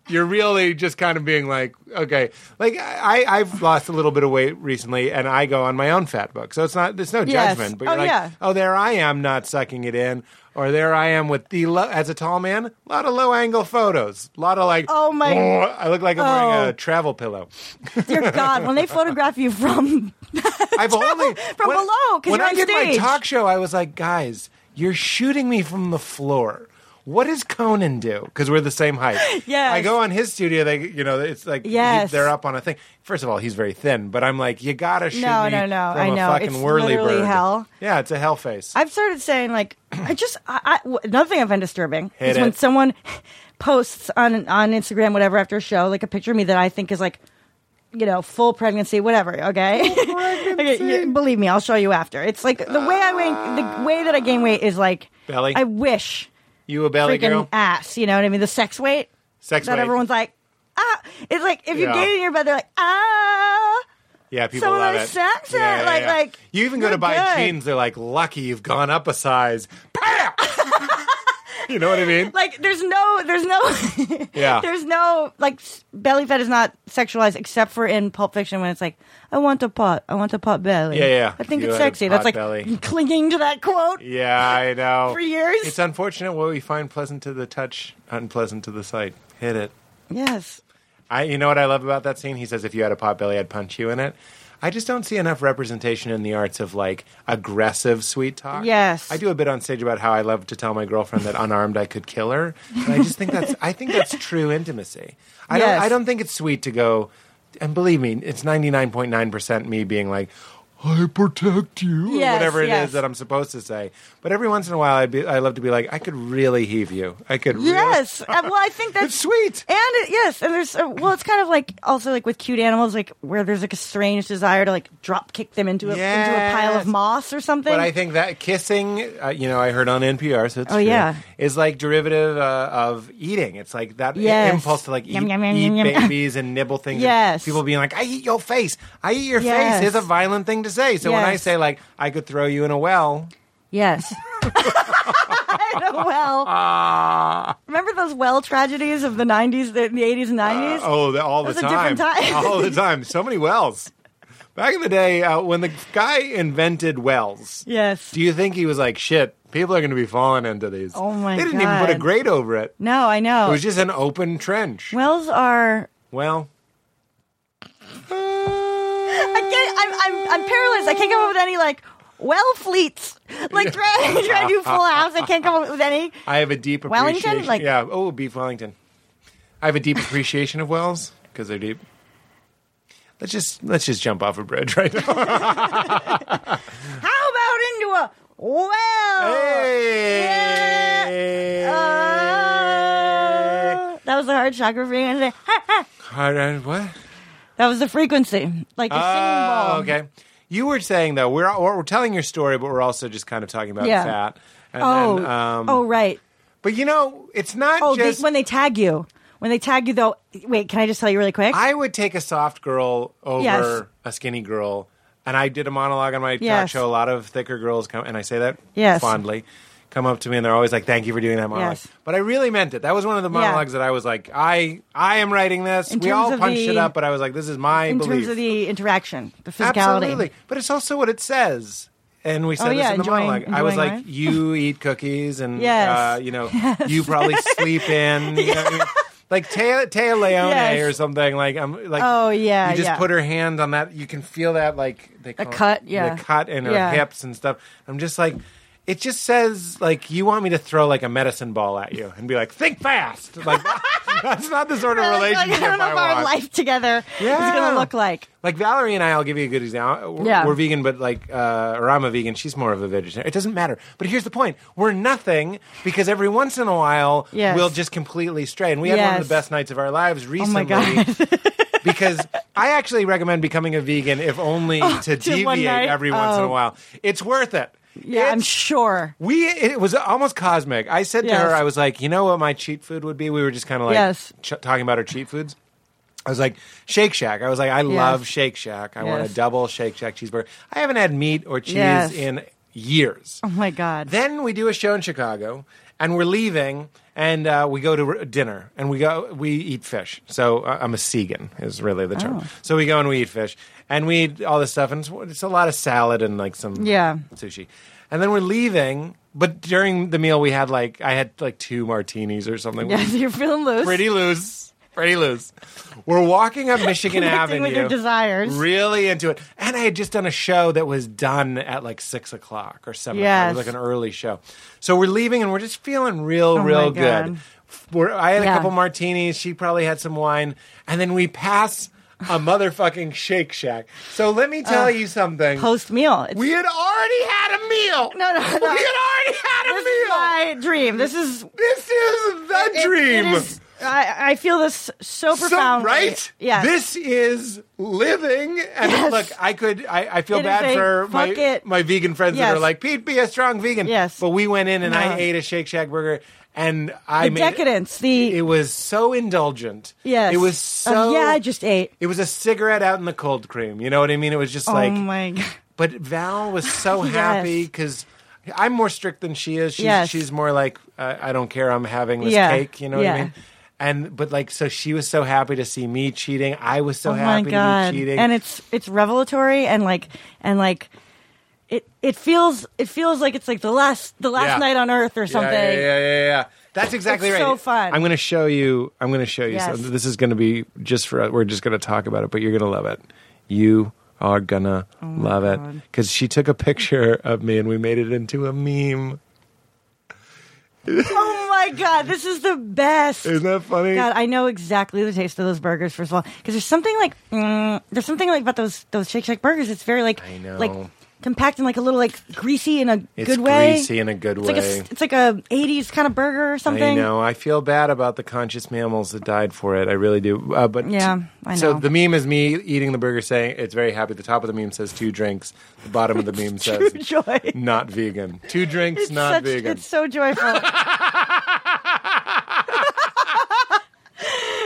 Speaker 6: you're really just kind of being like, okay, like I, I've lost a little bit of weight recently, and I go on my own fat bug, so it's not there's no
Speaker 5: Yes.
Speaker 6: judgment, but
Speaker 5: Oh,
Speaker 6: you're like,
Speaker 5: yeah.
Speaker 6: oh, there I am not sucking it in, or there I am with the low, as a tall man, a lot of low angle photos, a lot of like,
Speaker 5: Oh, my-
Speaker 6: I look like I'm wearing a
Speaker 5: Oh.
Speaker 6: travel pillow.
Speaker 5: dear God, when they photograph you from
Speaker 6: I've only
Speaker 5: from
Speaker 6: when-
Speaker 5: below, 'cause
Speaker 6: when
Speaker 5: you're
Speaker 6: I
Speaker 5: on
Speaker 6: did my
Speaker 5: stage.
Speaker 6: talk show, I was like, guys, you're shooting me from the floor. What does Conan do? Because we're the same height.
Speaker 5: Yes.
Speaker 6: I go on his studio. They, you know, it's like he-
Speaker 5: Yes.
Speaker 6: they're up on a thing. First of all, he's very thin, but I'm like, you gotta shoot
Speaker 5: No,
Speaker 6: me
Speaker 5: no, no,
Speaker 6: from
Speaker 5: I
Speaker 6: a
Speaker 5: know.
Speaker 6: fucking
Speaker 5: It's
Speaker 6: whirly
Speaker 5: literally
Speaker 6: bird.
Speaker 5: hell.
Speaker 6: Yeah, it's a hell face.
Speaker 5: I've started saying like I just I, I, w- another thing I find disturbing
Speaker 6: Hit
Speaker 5: is when
Speaker 6: it.
Speaker 5: someone posts on on Instagram whatever after a show like a picture of me that I think is like you know full pregnancy whatever okay, okay you- believe me I'll show you after it's like the way I weigh the way that I gain weight is like
Speaker 6: Ah. Belly.
Speaker 5: I wish
Speaker 6: you a belly
Speaker 5: freaking
Speaker 6: girl?
Speaker 5: ass you know what I mean the sex weight
Speaker 6: Sex
Speaker 5: that
Speaker 6: weight.
Speaker 5: everyone's like ah it's like if
Speaker 6: Yeah.
Speaker 5: you gain in your bed they're like ah
Speaker 6: yeah, people
Speaker 5: someone
Speaker 6: love
Speaker 5: with
Speaker 6: it.
Speaker 5: sex in
Speaker 6: yeah,
Speaker 5: it,
Speaker 6: yeah,
Speaker 5: like-
Speaker 6: yeah.
Speaker 5: like,
Speaker 6: you even go to
Speaker 5: you're
Speaker 6: buy
Speaker 5: good.
Speaker 6: jeans. They're like, lucky you've gone up a size. Pow! you know what I mean?
Speaker 5: like there's no there's no
Speaker 6: Yeah.
Speaker 5: there's no like s- belly fat is not sexualized except for in pulp fiction when it's like i want a pot i want a pot belly
Speaker 6: Yeah, yeah.
Speaker 5: i think
Speaker 6: You
Speaker 5: it's
Speaker 6: had a
Speaker 5: sexy that's
Speaker 6: pot
Speaker 5: like
Speaker 6: belly.
Speaker 5: clinging to that quote
Speaker 6: Yeah, I know.
Speaker 5: For years?
Speaker 6: It's unfortunate what we find pleasant to the touch, unpleasant to the sight. Hit it.
Speaker 5: yes
Speaker 6: I, you know what I love about that scene? He says, if you had a pot belly, I'd punch you in it. I just don't see enough representation in the arts of like aggressive sweet talk.
Speaker 5: Yes.
Speaker 6: I do a bit on stage about how I love to tell my girlfriend that unarmed I could kill her. And I just think that's I think that's true intimacy. I
Speaker 5: Yes.
Speaker 6: don't I don't think it's sweet to go and believe me, it's ninety nine point nine percent me being like, I protect you,
Speaker 5: Yes,
Speaker 6: or whatever it is
Speaker 5: yes.
Speaker 6: that I'm supposed to say. But every once in a while, I'd be, I love to be like, I could really heave you. I could. really-"
Speaker 5: Yes. Uh, well, I think that's
Speaker 6: it's sweet.
Speaker 5: And it, yes, and there's uh, well, it's kind of like also like with cute animals, like where there's like a strange desire to like drop kick them into a into a pile
Speaker 6: Yes.
Speaker 5: of moss or something.
Speaker 6: But I think that kissing, uh, you know, I heard on NPR, so it's
Speaker 5: Oh,
Speaker 6: true,
Speaker 5: yeah.
Speaker 6: is like derivative uh, of eating. It's like that i-
Speaker 5: Yes.
Speaker 6: impulse to like eat,
Speaker 5: Yum, yum, yum,
Speaker 6: eat
Speaker 5: yum, yum.
Speaker 6: babies and nibble things. and
Speaker 5: Yes.
Speaker 6: people being like, "I eat your face. I eat your
Speaker 5: Yes.
Speaker 6: face." Is a violent thing to say. So when I
Speaker 5: Yes.
Speaker 6: say like, "I could throw you in a well,"
Speaker 5: yes. well,
Speaker 6: Ah.
Speaker 5: remember those well tragedies of the '90s, the, the '80s and '90s?
Speaker 6: oh, the, all the
Speaker 5: That's a
Speaker 6: time,
Speaker 5: different time.
Speaker 6: all the time, so many wells. Back in the day, uh, when the guy invented wells,
Speaker 5: yes.
Speaker 6: do you think he was like, "Shit, people are going to be falling into these"?
Speaker 5: Oh, my
Speaker 6: They didn't even put a
Speaker 5: God.
Speaker 6: grate over it.
Speaker 5: no, I know.
Speaker 6: It was just an open trench.
Speaker 5: Wells are.
Speaker 6: Well,
Speaker 5: I can't, I'm, I'm I'm paralyzed. I can't come up with any like well fleets. Like try, try to do Full House. I can't come up with any.
Speaker 6: I have a deep
Speaker 5: Wellington?
Speaker 6: appreciation.
Speaker 5: Like-
Speaker 6: yeah. Oh, beef Wellington. I have a deep appreciation of wells because they're deep. Let's just let's just jump off a bridge right now.
Speaker 5: How about into a well?
Speaker 6: Hey!
Speaker 5: Uh, that was the hard chakra frequency. Ha!
Speaker 6: Hard on what?
Speaker 5: That was the frequency, like the
Speaker 6: Oh,
Speaker 5: singing bowl.
Speaker 6: okay. You were saying though we're we're telling your story, but we're also just kind of talking about
Speaker 5: Yeah.
Speaker 6: fat. And
Speaker 5: Oh,
Speaker 6: then, um,
Speaker 5: oh, right.
Speaker 6: but you know, it's not
Speaker 5: Oh,
Speaker 6: just
Speaker 5: they, when they tag you, when they tag you, though. Wait, can I just tell you really quick?
Speaker 6: I would take a soft girl over
Speaker 5: Yes.
Speaker 6: a skinny girl. And I did a monologue on my talk
Speaker 5: Yes.
Speaker 6: show. A lot of thicker girls come, and I say that
Speaker 5: Yes.
Speaker 6: fondly, come up to me and they're always like, "Thank you for doing that monologue."
Speaker 5: Yes.
Speaker 6: But I really meant it. That was one of the
Speaker 5: Yeah.
Speaker 6: monologues that I was like, "I I am writing this."
Speaker 5: In
Speaker 6: we
Speaker 5: terms
Speaker 6: all
Speaker 5: of
Speaker 6: punched it
Speaker 5: the-
Speaker 6: up, but I was like, "This is my
Speaker 5: in
Speaker 6: belief."
Speaker 5: terms of the interaction, the physicality. Oh,
Speaker 6: Absolutely, but it's also what it says. And we said
Speaker 5: yeah,
Speaker 6: this in the
Speaker 5: enjoying-
Speaker 6: monologue. I was
Speaker 5: enjoying
Speaker 6: like,
Speaker 5: life.
Speaker 6: "You eat cookies, and
Speaker 5: Yes.
Speaker 6: uh, you know, you probably sleep in." You know, you- like Taya, Taya Leone
Speaker 5: Yes.
Speaker 6: or something. Like I'm like,
Speaker 5: Oh, yeah,
Speaker 6: You just
Speaker 5: yeah.
Speaker 6: put her hand on that. You can feel that like they
Speaker 5: The
Speaker 6: call it-
Speaker 5: cut, yeah.
Speaker 6: the cut in her
Speaker 5: Yeah.
Speaker 6: hips and stuff. I'm just like. It just says like you want me to throw like a medicine ball at you and be like think fast like that- that's not the sort of
Speaker 5: Like,
Speaker 6: relationship
Speaker 5: I don't know if
Speaker 6: I
Speaker 5: our
Speaker 6: want.
Speaker 5: life together is going
Speaker 6: Yeah.
Speaker 5: to look like.
Speaker 6: Like Valerie and I, I'll give you a good example. We're,
Speaker 5: Yeah.
Speaker 6: we're vegan, but like, uh, or I'm a vegan. She's more of a vegetarian. It doesn't matter. But here's the point: we're nothing because every once in a while
Speaker 5: Yes.
Speaker 6: we'll just completely stray. And we had one of
Speaker 5: Yes. Oh
Speaker 6: the best nights of our lives
Speaker 5: my
Speaker 6: recently. because I actually recommend becoming a vegan, if only to
Speaker 5: Oh, to one
Speaker 6: deviate
Speaker 5: night?
Speaker 6: every once in a
Speaker 5: Oh.
Speaker 6: while. It's worth it.
Speaker 5: Yeah, I'm
Speaker 6: It's-
Speaker 5: sure.
Speaker 6: we it was almost cosmic. I said
Speaker 5: Yes.
Speaker 6: to her, I was like, you know what my cheat food would be? We were just kind of like
Speaker 5: Yes.
Speaker 6: ch- talking about our cheat foods. I was like Shake Shack. I was like, I love Shake Shack. I want
Speaker 5: Yes.
Speaker 6: a double Shake Shack cheeseburger. I haven't had meat or cheese
Speaker 5: Yes.
Speaker 6: in years.
Speaker 5: Oh my god.
Speaker 6: Then we do a show in Chicago, and we're leaving, and uh, we go to r- dinner, and we go we eat fish. So uh, I'm a segan is really the
Speaker 5: Oh.
Speaker 6: term. So we go and we eat fish, and we eat all this stuff, and it's, it's a lot of salad and like some
Speaker 5: Yeah.
Speaker 6: sushi, and then we're leaving. But during the meal, we had like I had like two martinis or something.
Speaker 5: yes, you're feeling loose.
Speaker 6: Pretty loose, pretty loose. We're walking up Michigan
Speaker 5: Connecting
Speaker 6: Avenue
Speaker 5: with your desires.
Speaker 6: really into it. And I had just done a show that was done at like six o'clock or seven
Speaker 5: Yes. Oh
Speaker 6: o'clock. It was like an early show. So we're leaving and we're just feeling real,
Speaker 5: my
Speaker 6: real
Speaker 5: God.
Speaker 6: good. We're, I had
Speaker 5: Yeah.
Speaker 6: a couple martinis. She probably had some wine. And then we pass a motherfucking Shake Shack. So let me tell you something.
Speaker 5: Post meal. It's
Speaker 6: we had already had a meal.
Speaker 5: No, no, no.
Speaker 6: We had already had a
Speaker 5: this
Speaker 6: meal.
Speaker 5: is my dream. This is
Speaker 6: this is the
Speaker 5: it-
Speaker 6: dream.
Speaker 5: it is- I, I feel this so
Speaker 6: So-
Speaker 5: profoundly.
Speaker 6: right?
Speaker 5: Yeah.
Speaker 6: This is living. And
Speaker 5: Yes.
Speaker 6: look, I could. I, I feel
Speaker 5: It is
Speaker 6: bad
Speaker 5: a
Speaker 6: for my
Speaker 5: fuck it.
Speaker 6: my vegan friends that
Speaker 5: Yes.
Speaker 6: are like, Pete, be a strong vegan.
Speaker 5: Yes.
Speaker 6: But we went in and
Speaker 5: No.
Speaker 6: I ate a Shake Shack burger, and I
Speaker 5: the
Speaker 6: made
Speaker 5: decadence. The
Speaker 6: It was so indulgent.
Speaker 5: yes.
Speaker 6: It was
Speaker 5: Uh,
Speaker 6: so.
Speaker 5: yeah, I just ate.
Speaker 6: It was a cigarette out in the cold cream. You know what I mean? It was just like.
Speaker 5: oh my god.
Speaker 6: But Val was so
Speaker 5: Yes.
Speaker 6: happy because I'm more strict than she is. She's,
Speaker 5: Yes.
Speaker 6: she's more like, uh, I don't care. I'm having this
Speaker 5: Yeah.
Speaker 6: cake. You know what
Speaker 5: Yeah.
Speaker 6: I mean? And but like, so she was so happy to see me cheating. I was so
Speaker 5: oh my
Speaker 6: happy
Speaker 5: god.
Speaker 6: to be cheating.
Speaker 5: And it's it's revelatory and like and like. It, it feels it feels like it's like the last the last
Speaker 6: Yeah.
Speaker 5: night on earth or something.
Speaker 6: Yeah, yeah, yeah, yeah. yeah. That's exactly
Speaker 5: It's
Speaker 6: right.
Speaker 5: so fun.
Speaker 6: I'm going to show you. I'm going to show you.
Speaker 5: Yes.
Speaker 6: something. This is going to be just for. We're just going to talk about it, but you're going to love it. You are gonna love it
Speaker 5: Oh God.
Speaker 6: because she took a picture of me and we made it into a meme.
Speaker 5: Oh my god, this is the best.
Speaker 6: Isn't that funny?
Speaker 5: God, I know exactly the taste of those burgers. First of all, because there's something like mm, there's something like about those those Shake Shack burgers. It's very like
Speaker 6: I know.
Speaker 5: like compact and like a little like greasy in a
Speaker 6: It's
Speaker 5: good way.
Speaker 6: greasy in a good
Speaker 5: it's
Speaker 6: way.
Speaker 5: Like a, s- it's like a '80s kind of burger or something.
Speaker 6: I know. I feel bad about the conscious mammals that died for it. I really do. Uh, but
Speaker 5: Yeah, I
Speaker 6: So
Speaker 5: know.
Speaker 6: the meme is me eating the burger, saying it's very happy. The top of the meme says two drinks. The bottom of the meme says
Speaker 5: Joy.
Speaker 6: not vegan. Two drinks,
Speaker 5: It's
Speaker 6: not
Speaker 5: such,
Speaker 6: vegan.
Speaker 5: It's so joyful.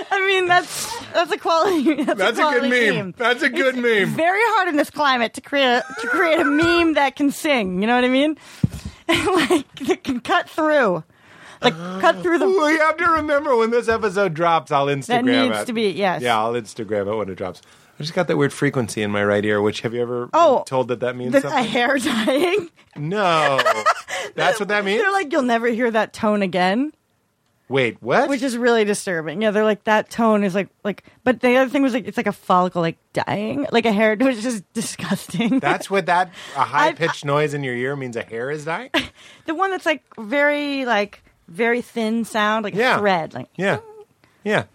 Speaker 5: I mean, that's that's a quality. That's,
Speaker 6: That's a
Speaker 5: quality
Speaker 6: good meme. That's a good
Speaker 5: It's
Speaker 6: meme.
Speaker 5: Very hard in this climate to create a, to create a meme that can sing. You know what I mean? like that can cut through, like cut through the.
Speaker 6: We have to remember when this episode drops. I'll Instagram
Speaker 5: That needs
Speaker 6: it.
Speaker 5: to be- yes.
Speaker 6: Yeah, I'll Instagram it when it drops. I just got that weird frequency in my right ear. Which have you ever
Speaker 5: Oh,
Speaker 6: been told that that means
Speaker 5: The, a
Speaker 6: something?
Speaker 5: hair dying.
Speaker 6: no, that's what that means.
Speaker 5: They're like, you'll never hear that tone again.
Speaker 6: Wait, what?
Speaker 5: which is really disturbing. Yeah, they're like that tone is like like. But the other thing was like it's like a follicle like dying, like a hair, which is disgusting.
Speaker 6: That's what that a high pitched noise in your ear means a hair is dying?
Speaker 5: the one that's like very like very thin sound, like
Speaker 6: Yeah.
Speaker 5: a thread. Like
Speaker 6: Yeah. Yeah.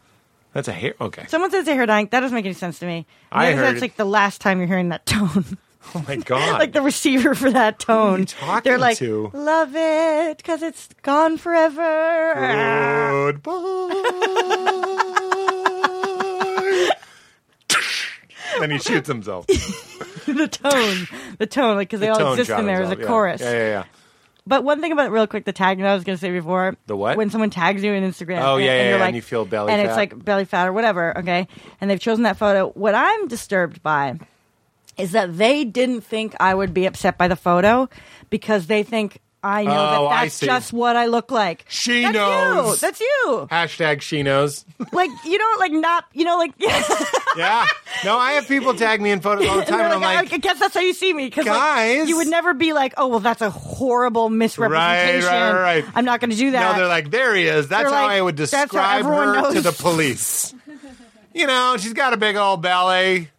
Speaker 6: That's a hair okay.
Speaker 5: someone says a hair dying. That doesn't make any sense to me. And
Speaker 6: I
Speaker 5: the other
Speaker 6: heard-
Speaker 5: That's like the last time you're hearing that tone.
Speaker 6: Oh my god.
Speaker 5: like the receiver for that tone.
Speaker 6: talking
Speaker 5: They're like,
Speaker 6: to?
Speaker 5: love it because it's gone forever.
Speaker 6: Goodbye. then he shoots himself.
Speaker 5: the tone, the tone, like because they all
Speaker 6: Tone
Speaker 5: exist
Speaker 6: shot
Speaker 5: in there as a
Speaker 6: himself, yeah.
Speaker 5: chorus.
Speaker 6: Yeah, yeah, yeah.
Speaker 5: But one thing about real quick the tagging that I was going to say before
Speaker 6: The what?
Speaker 5: when someone tags you in Instagram.
Speaker 6: Oh,
Speaker 5: and,
Speaker 6: yeah, yeah,
Speaker 5: and, you're
Speaker 6: yeah, and
Speaker 5: like,
Speaker 6: you feel belly
Speaker 5: and
Speaker 6: fat.
Speaker 5: it's like belly fat or whatever. Okay, and they've chosen that photo. What I'm disturbed by is that they didn't think I would be upset by the photo because they think I know
Speaker 6: Oh,
Speaker 5: that
Speaker 6: I
Speaker 5: that's
Speaker 6: see.
Speaker 5: just what I look like.
Speaker 6: She
Speaker 5: that's
Speaker 6: knows.
Speaker 5: You. That's you.
Speaker 6: Hashtag she knows.
Speaker 5: Like you don't like not you know like.
Speaker 6: Yeah. No, I have people tag me in photos all the time, and
Speaker 5: They're
Speaker 6: I'm
Speaker 5: like,
Speaker 6: like,
Speaker 5: I guess that's how you see me. Because
Speaker 6: Guys.
Speaker 5: you would never be like, oh, well, that's a horrible misrepresentation.
Speaker 6: Right, right, right.
Speaker 5: I'm not going to do that.
Speaker 6: No, they're like, there he is. That's
Speaker 5: They're
Speaker 6: how
Speaker 5: like,
Speaker 6: I would
Speaker 5: that's how
Speaker 6: describe her
Speaker 5: everyone
Speaker 6: to
Speaker 5: knows.
Speaker 6: the police. you know, she's got a big old belly.
Speaker 5: like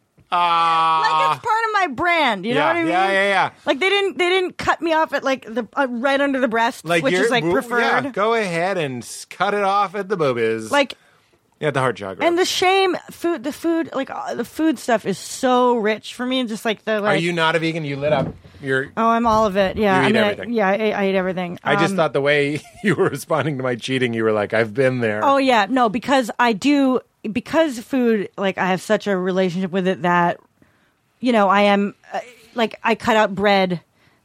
Speaker 6: Uh,
Speaker 5: it's part of my brand. You know
Speaker 6: yeah,
Speaker 5: what I mean?
Speaker 6: yeah, yeah, yeah.
Speaker 5: Like they didn't they didn't cut me off at like the uh, right under the breast, which
Speaker 6: you're-
Speaker 5: is like
Speaker 6: well,
Speaker 5: preferred.
Speaker 6: Yeah, go ahead and s- cut it off at the boobies.
Speaker 5: like
Speaker 6: yeah, the heart chakra.
Speaker 5: and the shame food the food like uh, the food stuff is so rich for me and just like the
Speaker 6: Are
Speaker 5: like
Speaker 6: you not a vegan? You lit up. You're.
Speaker 5: oh I'm all of it yeah
Speaker 6: You
Speaker 5: I
Speaker 6: eat
Speaker 5: mean, I-
Speaker 6: everything.
Speaker 5: yeah I, ate- I ate everything
Speaker 6: I just
Speaker 5: Um,
Speaker 6: thought the way you were responding to my cheating, you were like, "I've been there."
Speaker 5: Oh yeah, no, because I do because food like I have such a relationship with it that you know I am uh, like I cut out bread,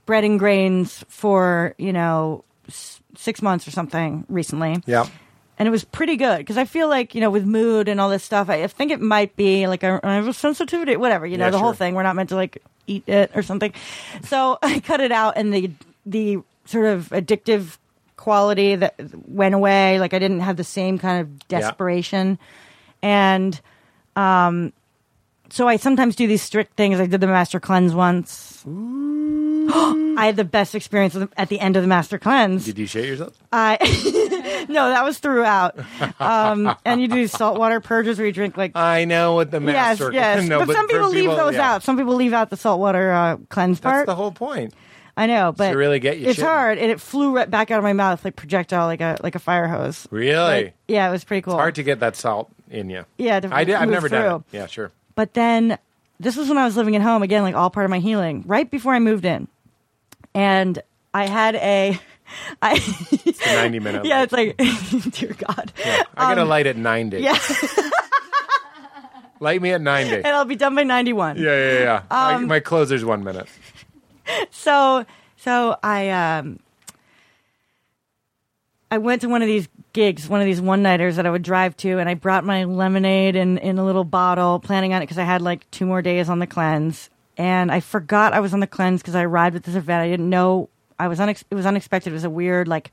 Speaker 5: bread and grains for you know s- six months or something recently.
Speaker 6: yeah.
Speaker 5: and it was pretty good because I feel like you know with mood and all this stuff, I, I think it might be like a, I have a sensitivity, whatever you know
Speaker 6: Yeah,
Speaker 5: the
Speaker 6: sure.
Speaker 5: whole thing. We're not meant to like eat it or something. So I cut it out, and the the sort of addictive quality that went away. Like I didn't have the same kind of desperation, and um, so I sometimes do these strict things. I did the master cleanse once. I had the best experience at the- at the end of the master cleanse.
Speaker 6: Did you shit yourself?
Speaker 5: Uh, I no, that was throughout. Um, and you do these saltwater purges where you drink like
Speaker 6: I know what the
Speaker 5: yes,
Speaker 6: master.
Speaker 5: yes.
Speaker 6: Uh, no,
Speaker 5: but, some
Speaker 6: for
Speaker 5: people leave those
Speaker 6: yeah.
Speaker 5: out. Some people leave out the saltwater uh, cleanse
Speaker 6: That's
Speaker 5: part.
Speaker 6: the whole point.
Speaker 5: I know, but
Speaker 6: really get you
Speaker 5: It's
Speaker 6: shitting.
Speaker 5: hard, and it flew right back out of my mouth like projectile, like a like a fire hose.
Speaker 6: Really.
Speaker 5: Like, yeah, it was pretty cool.
Speaker 6: Hard to get that salt in you.
Speaker 5: Yeah, to
Speaker 6: I did, I've
Speaker 5: move
Speaker 6: never done it.
Speaker 5: through.
Speaker 6: Yeah, sure.
Speaker 5: But then this was when I was living at home again, like all part of my healing, right before I moved in, and I had a, I
Speaker 6: It's the 90 minute.
Speaker 5: yeah,
Speaker 6: light.
Speaker 5: it's like dear God,
Speaker 6: I got a light at 90.
Speaker 5: yeah.
Speaker 6: Light me at 90.
Speaker 5: and I'll be done by ninety one.
Speaker 6: Yeah, yeah, yeah. I-
Speaker 5: Um,
Speaker 6: my closer's one minute.
Speaker 5: so so I um I went to one of these gigs, one of these one nighters that I would drive to, and I brought my lemonade in in a little bottle, planning on it because I had like two more days on the cleanse, and I forgot I was on the cleanse because I arrived at this event. I didn't know I was unex- it was unexpected. It was a weird like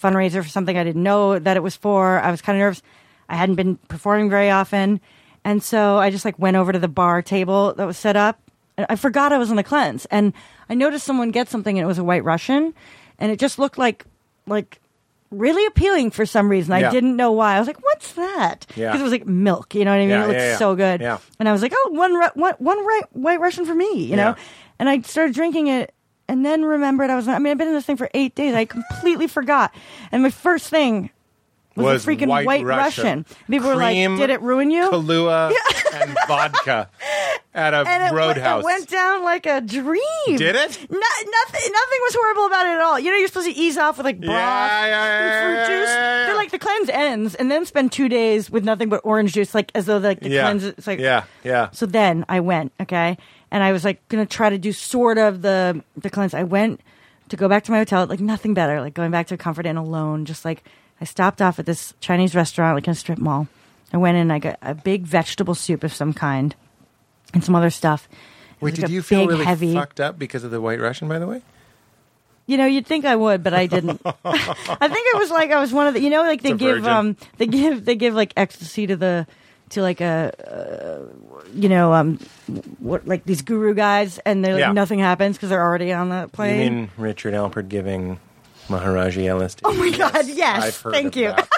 Speaker 5: fundraiser for something I didn't know that it was for. I was kind of nervous. I hadn't been performing very often, and so I just like went over to the bar table that was set up. And I forgot I was on the cleanse, and I noticed someone get something, and it was a White Russian, and it just looked like like really appealing for some reason.
Speaker 6: Yeah.
Speaker 5: I didn't know why. I was like, "What's that?" Because
Speaker 6: Yeah.
Speaker 5: it was like milk. You know what I mean?
Speaker 6: Yeah,
Speaker 5: it looked
Speaker 6: yeah, yeah.
Speaker 5: so good.
Speaker 6: Yeah.
Speaker 5: And I was like, "Oh, one Ru- one one right, white Russian for me," you know.
Speaker 6: Yeah.
Speaker 5: And I started drinking it, and then remembered I was. I mean, I've been in this thing for eight days. I completely forgot. And my first thing was, a freaking White, Russian. People were
Speaker 6: Cream,
Speaker 5: like, "Did it ruin you?"
Speaker 6: Kahlua and vodka at a
Speaker 5: and it went,
Speaker 6: roadhouse.
Speaker 5: it went down like a dream.
Speaker 6: Did it?
Speaker 5: No, nothing. Nothing was horrible about it at all. You know, you're supposed to ease off with like broth
Speaker 6: Yeah, yeah,
Speaker 5: and
Speaker 6: yeah,
Speaker 5: fruit
Speaker 6: yeah,
Speaker 5: juice.
Speaker 6: yeah, yeah.
Speaker 5: They're like the cleanse ends, and then spend two days with nothing but orange juice, like as though like the
Speaker 6: yeah.
Speaker 5: cleanse. It's like
Speaker 6: yeah, yeah.
Speaker 5: So then I went, okay, and I was like gonna try to do sort of the the cleanse. I went to go back to my hotel, like nothing better, like going back to a comfort inn alone. Just like I stopped off at this Chinese restaurant, like in a strip mall. I went in, and I got a big vegetable soup of some kind, and some other stuff. It
Speaker 6: Wait,
Speaker 5: was,
Speaker 6: did
Speaker 5: like, a
Speaker 6: you feel
Speaker 5: big,
Speaker 6: really
Speaker 5: heavy?
Speaker 6: fucked up because of the White Russian? By the way,
Speaker 5: You know, you'd think I would, but I didn't. I think it was like I was one of the, you know, like they
Speaker 6: It's a
Speaker 5: give,
Speaker 6: virgin.
Speaker 5: um, they give, they give like ecstasy to the, to like a, uh, you know, um, what like these guru guys, and they're like
Speaker 6: Yeah.
Speaker 5: nothing happens because they're already on the
Speaker 6: you
Speaker 5: plane.
Speaker 6: mean Richard Alpert giving Maharaji LSD?
Speaker 5: oh my god, yes,
Speaker 6: I've heard
Speaker 5: thank
Speaker 6: of
Speaker 5: you.
Speaker 6: that.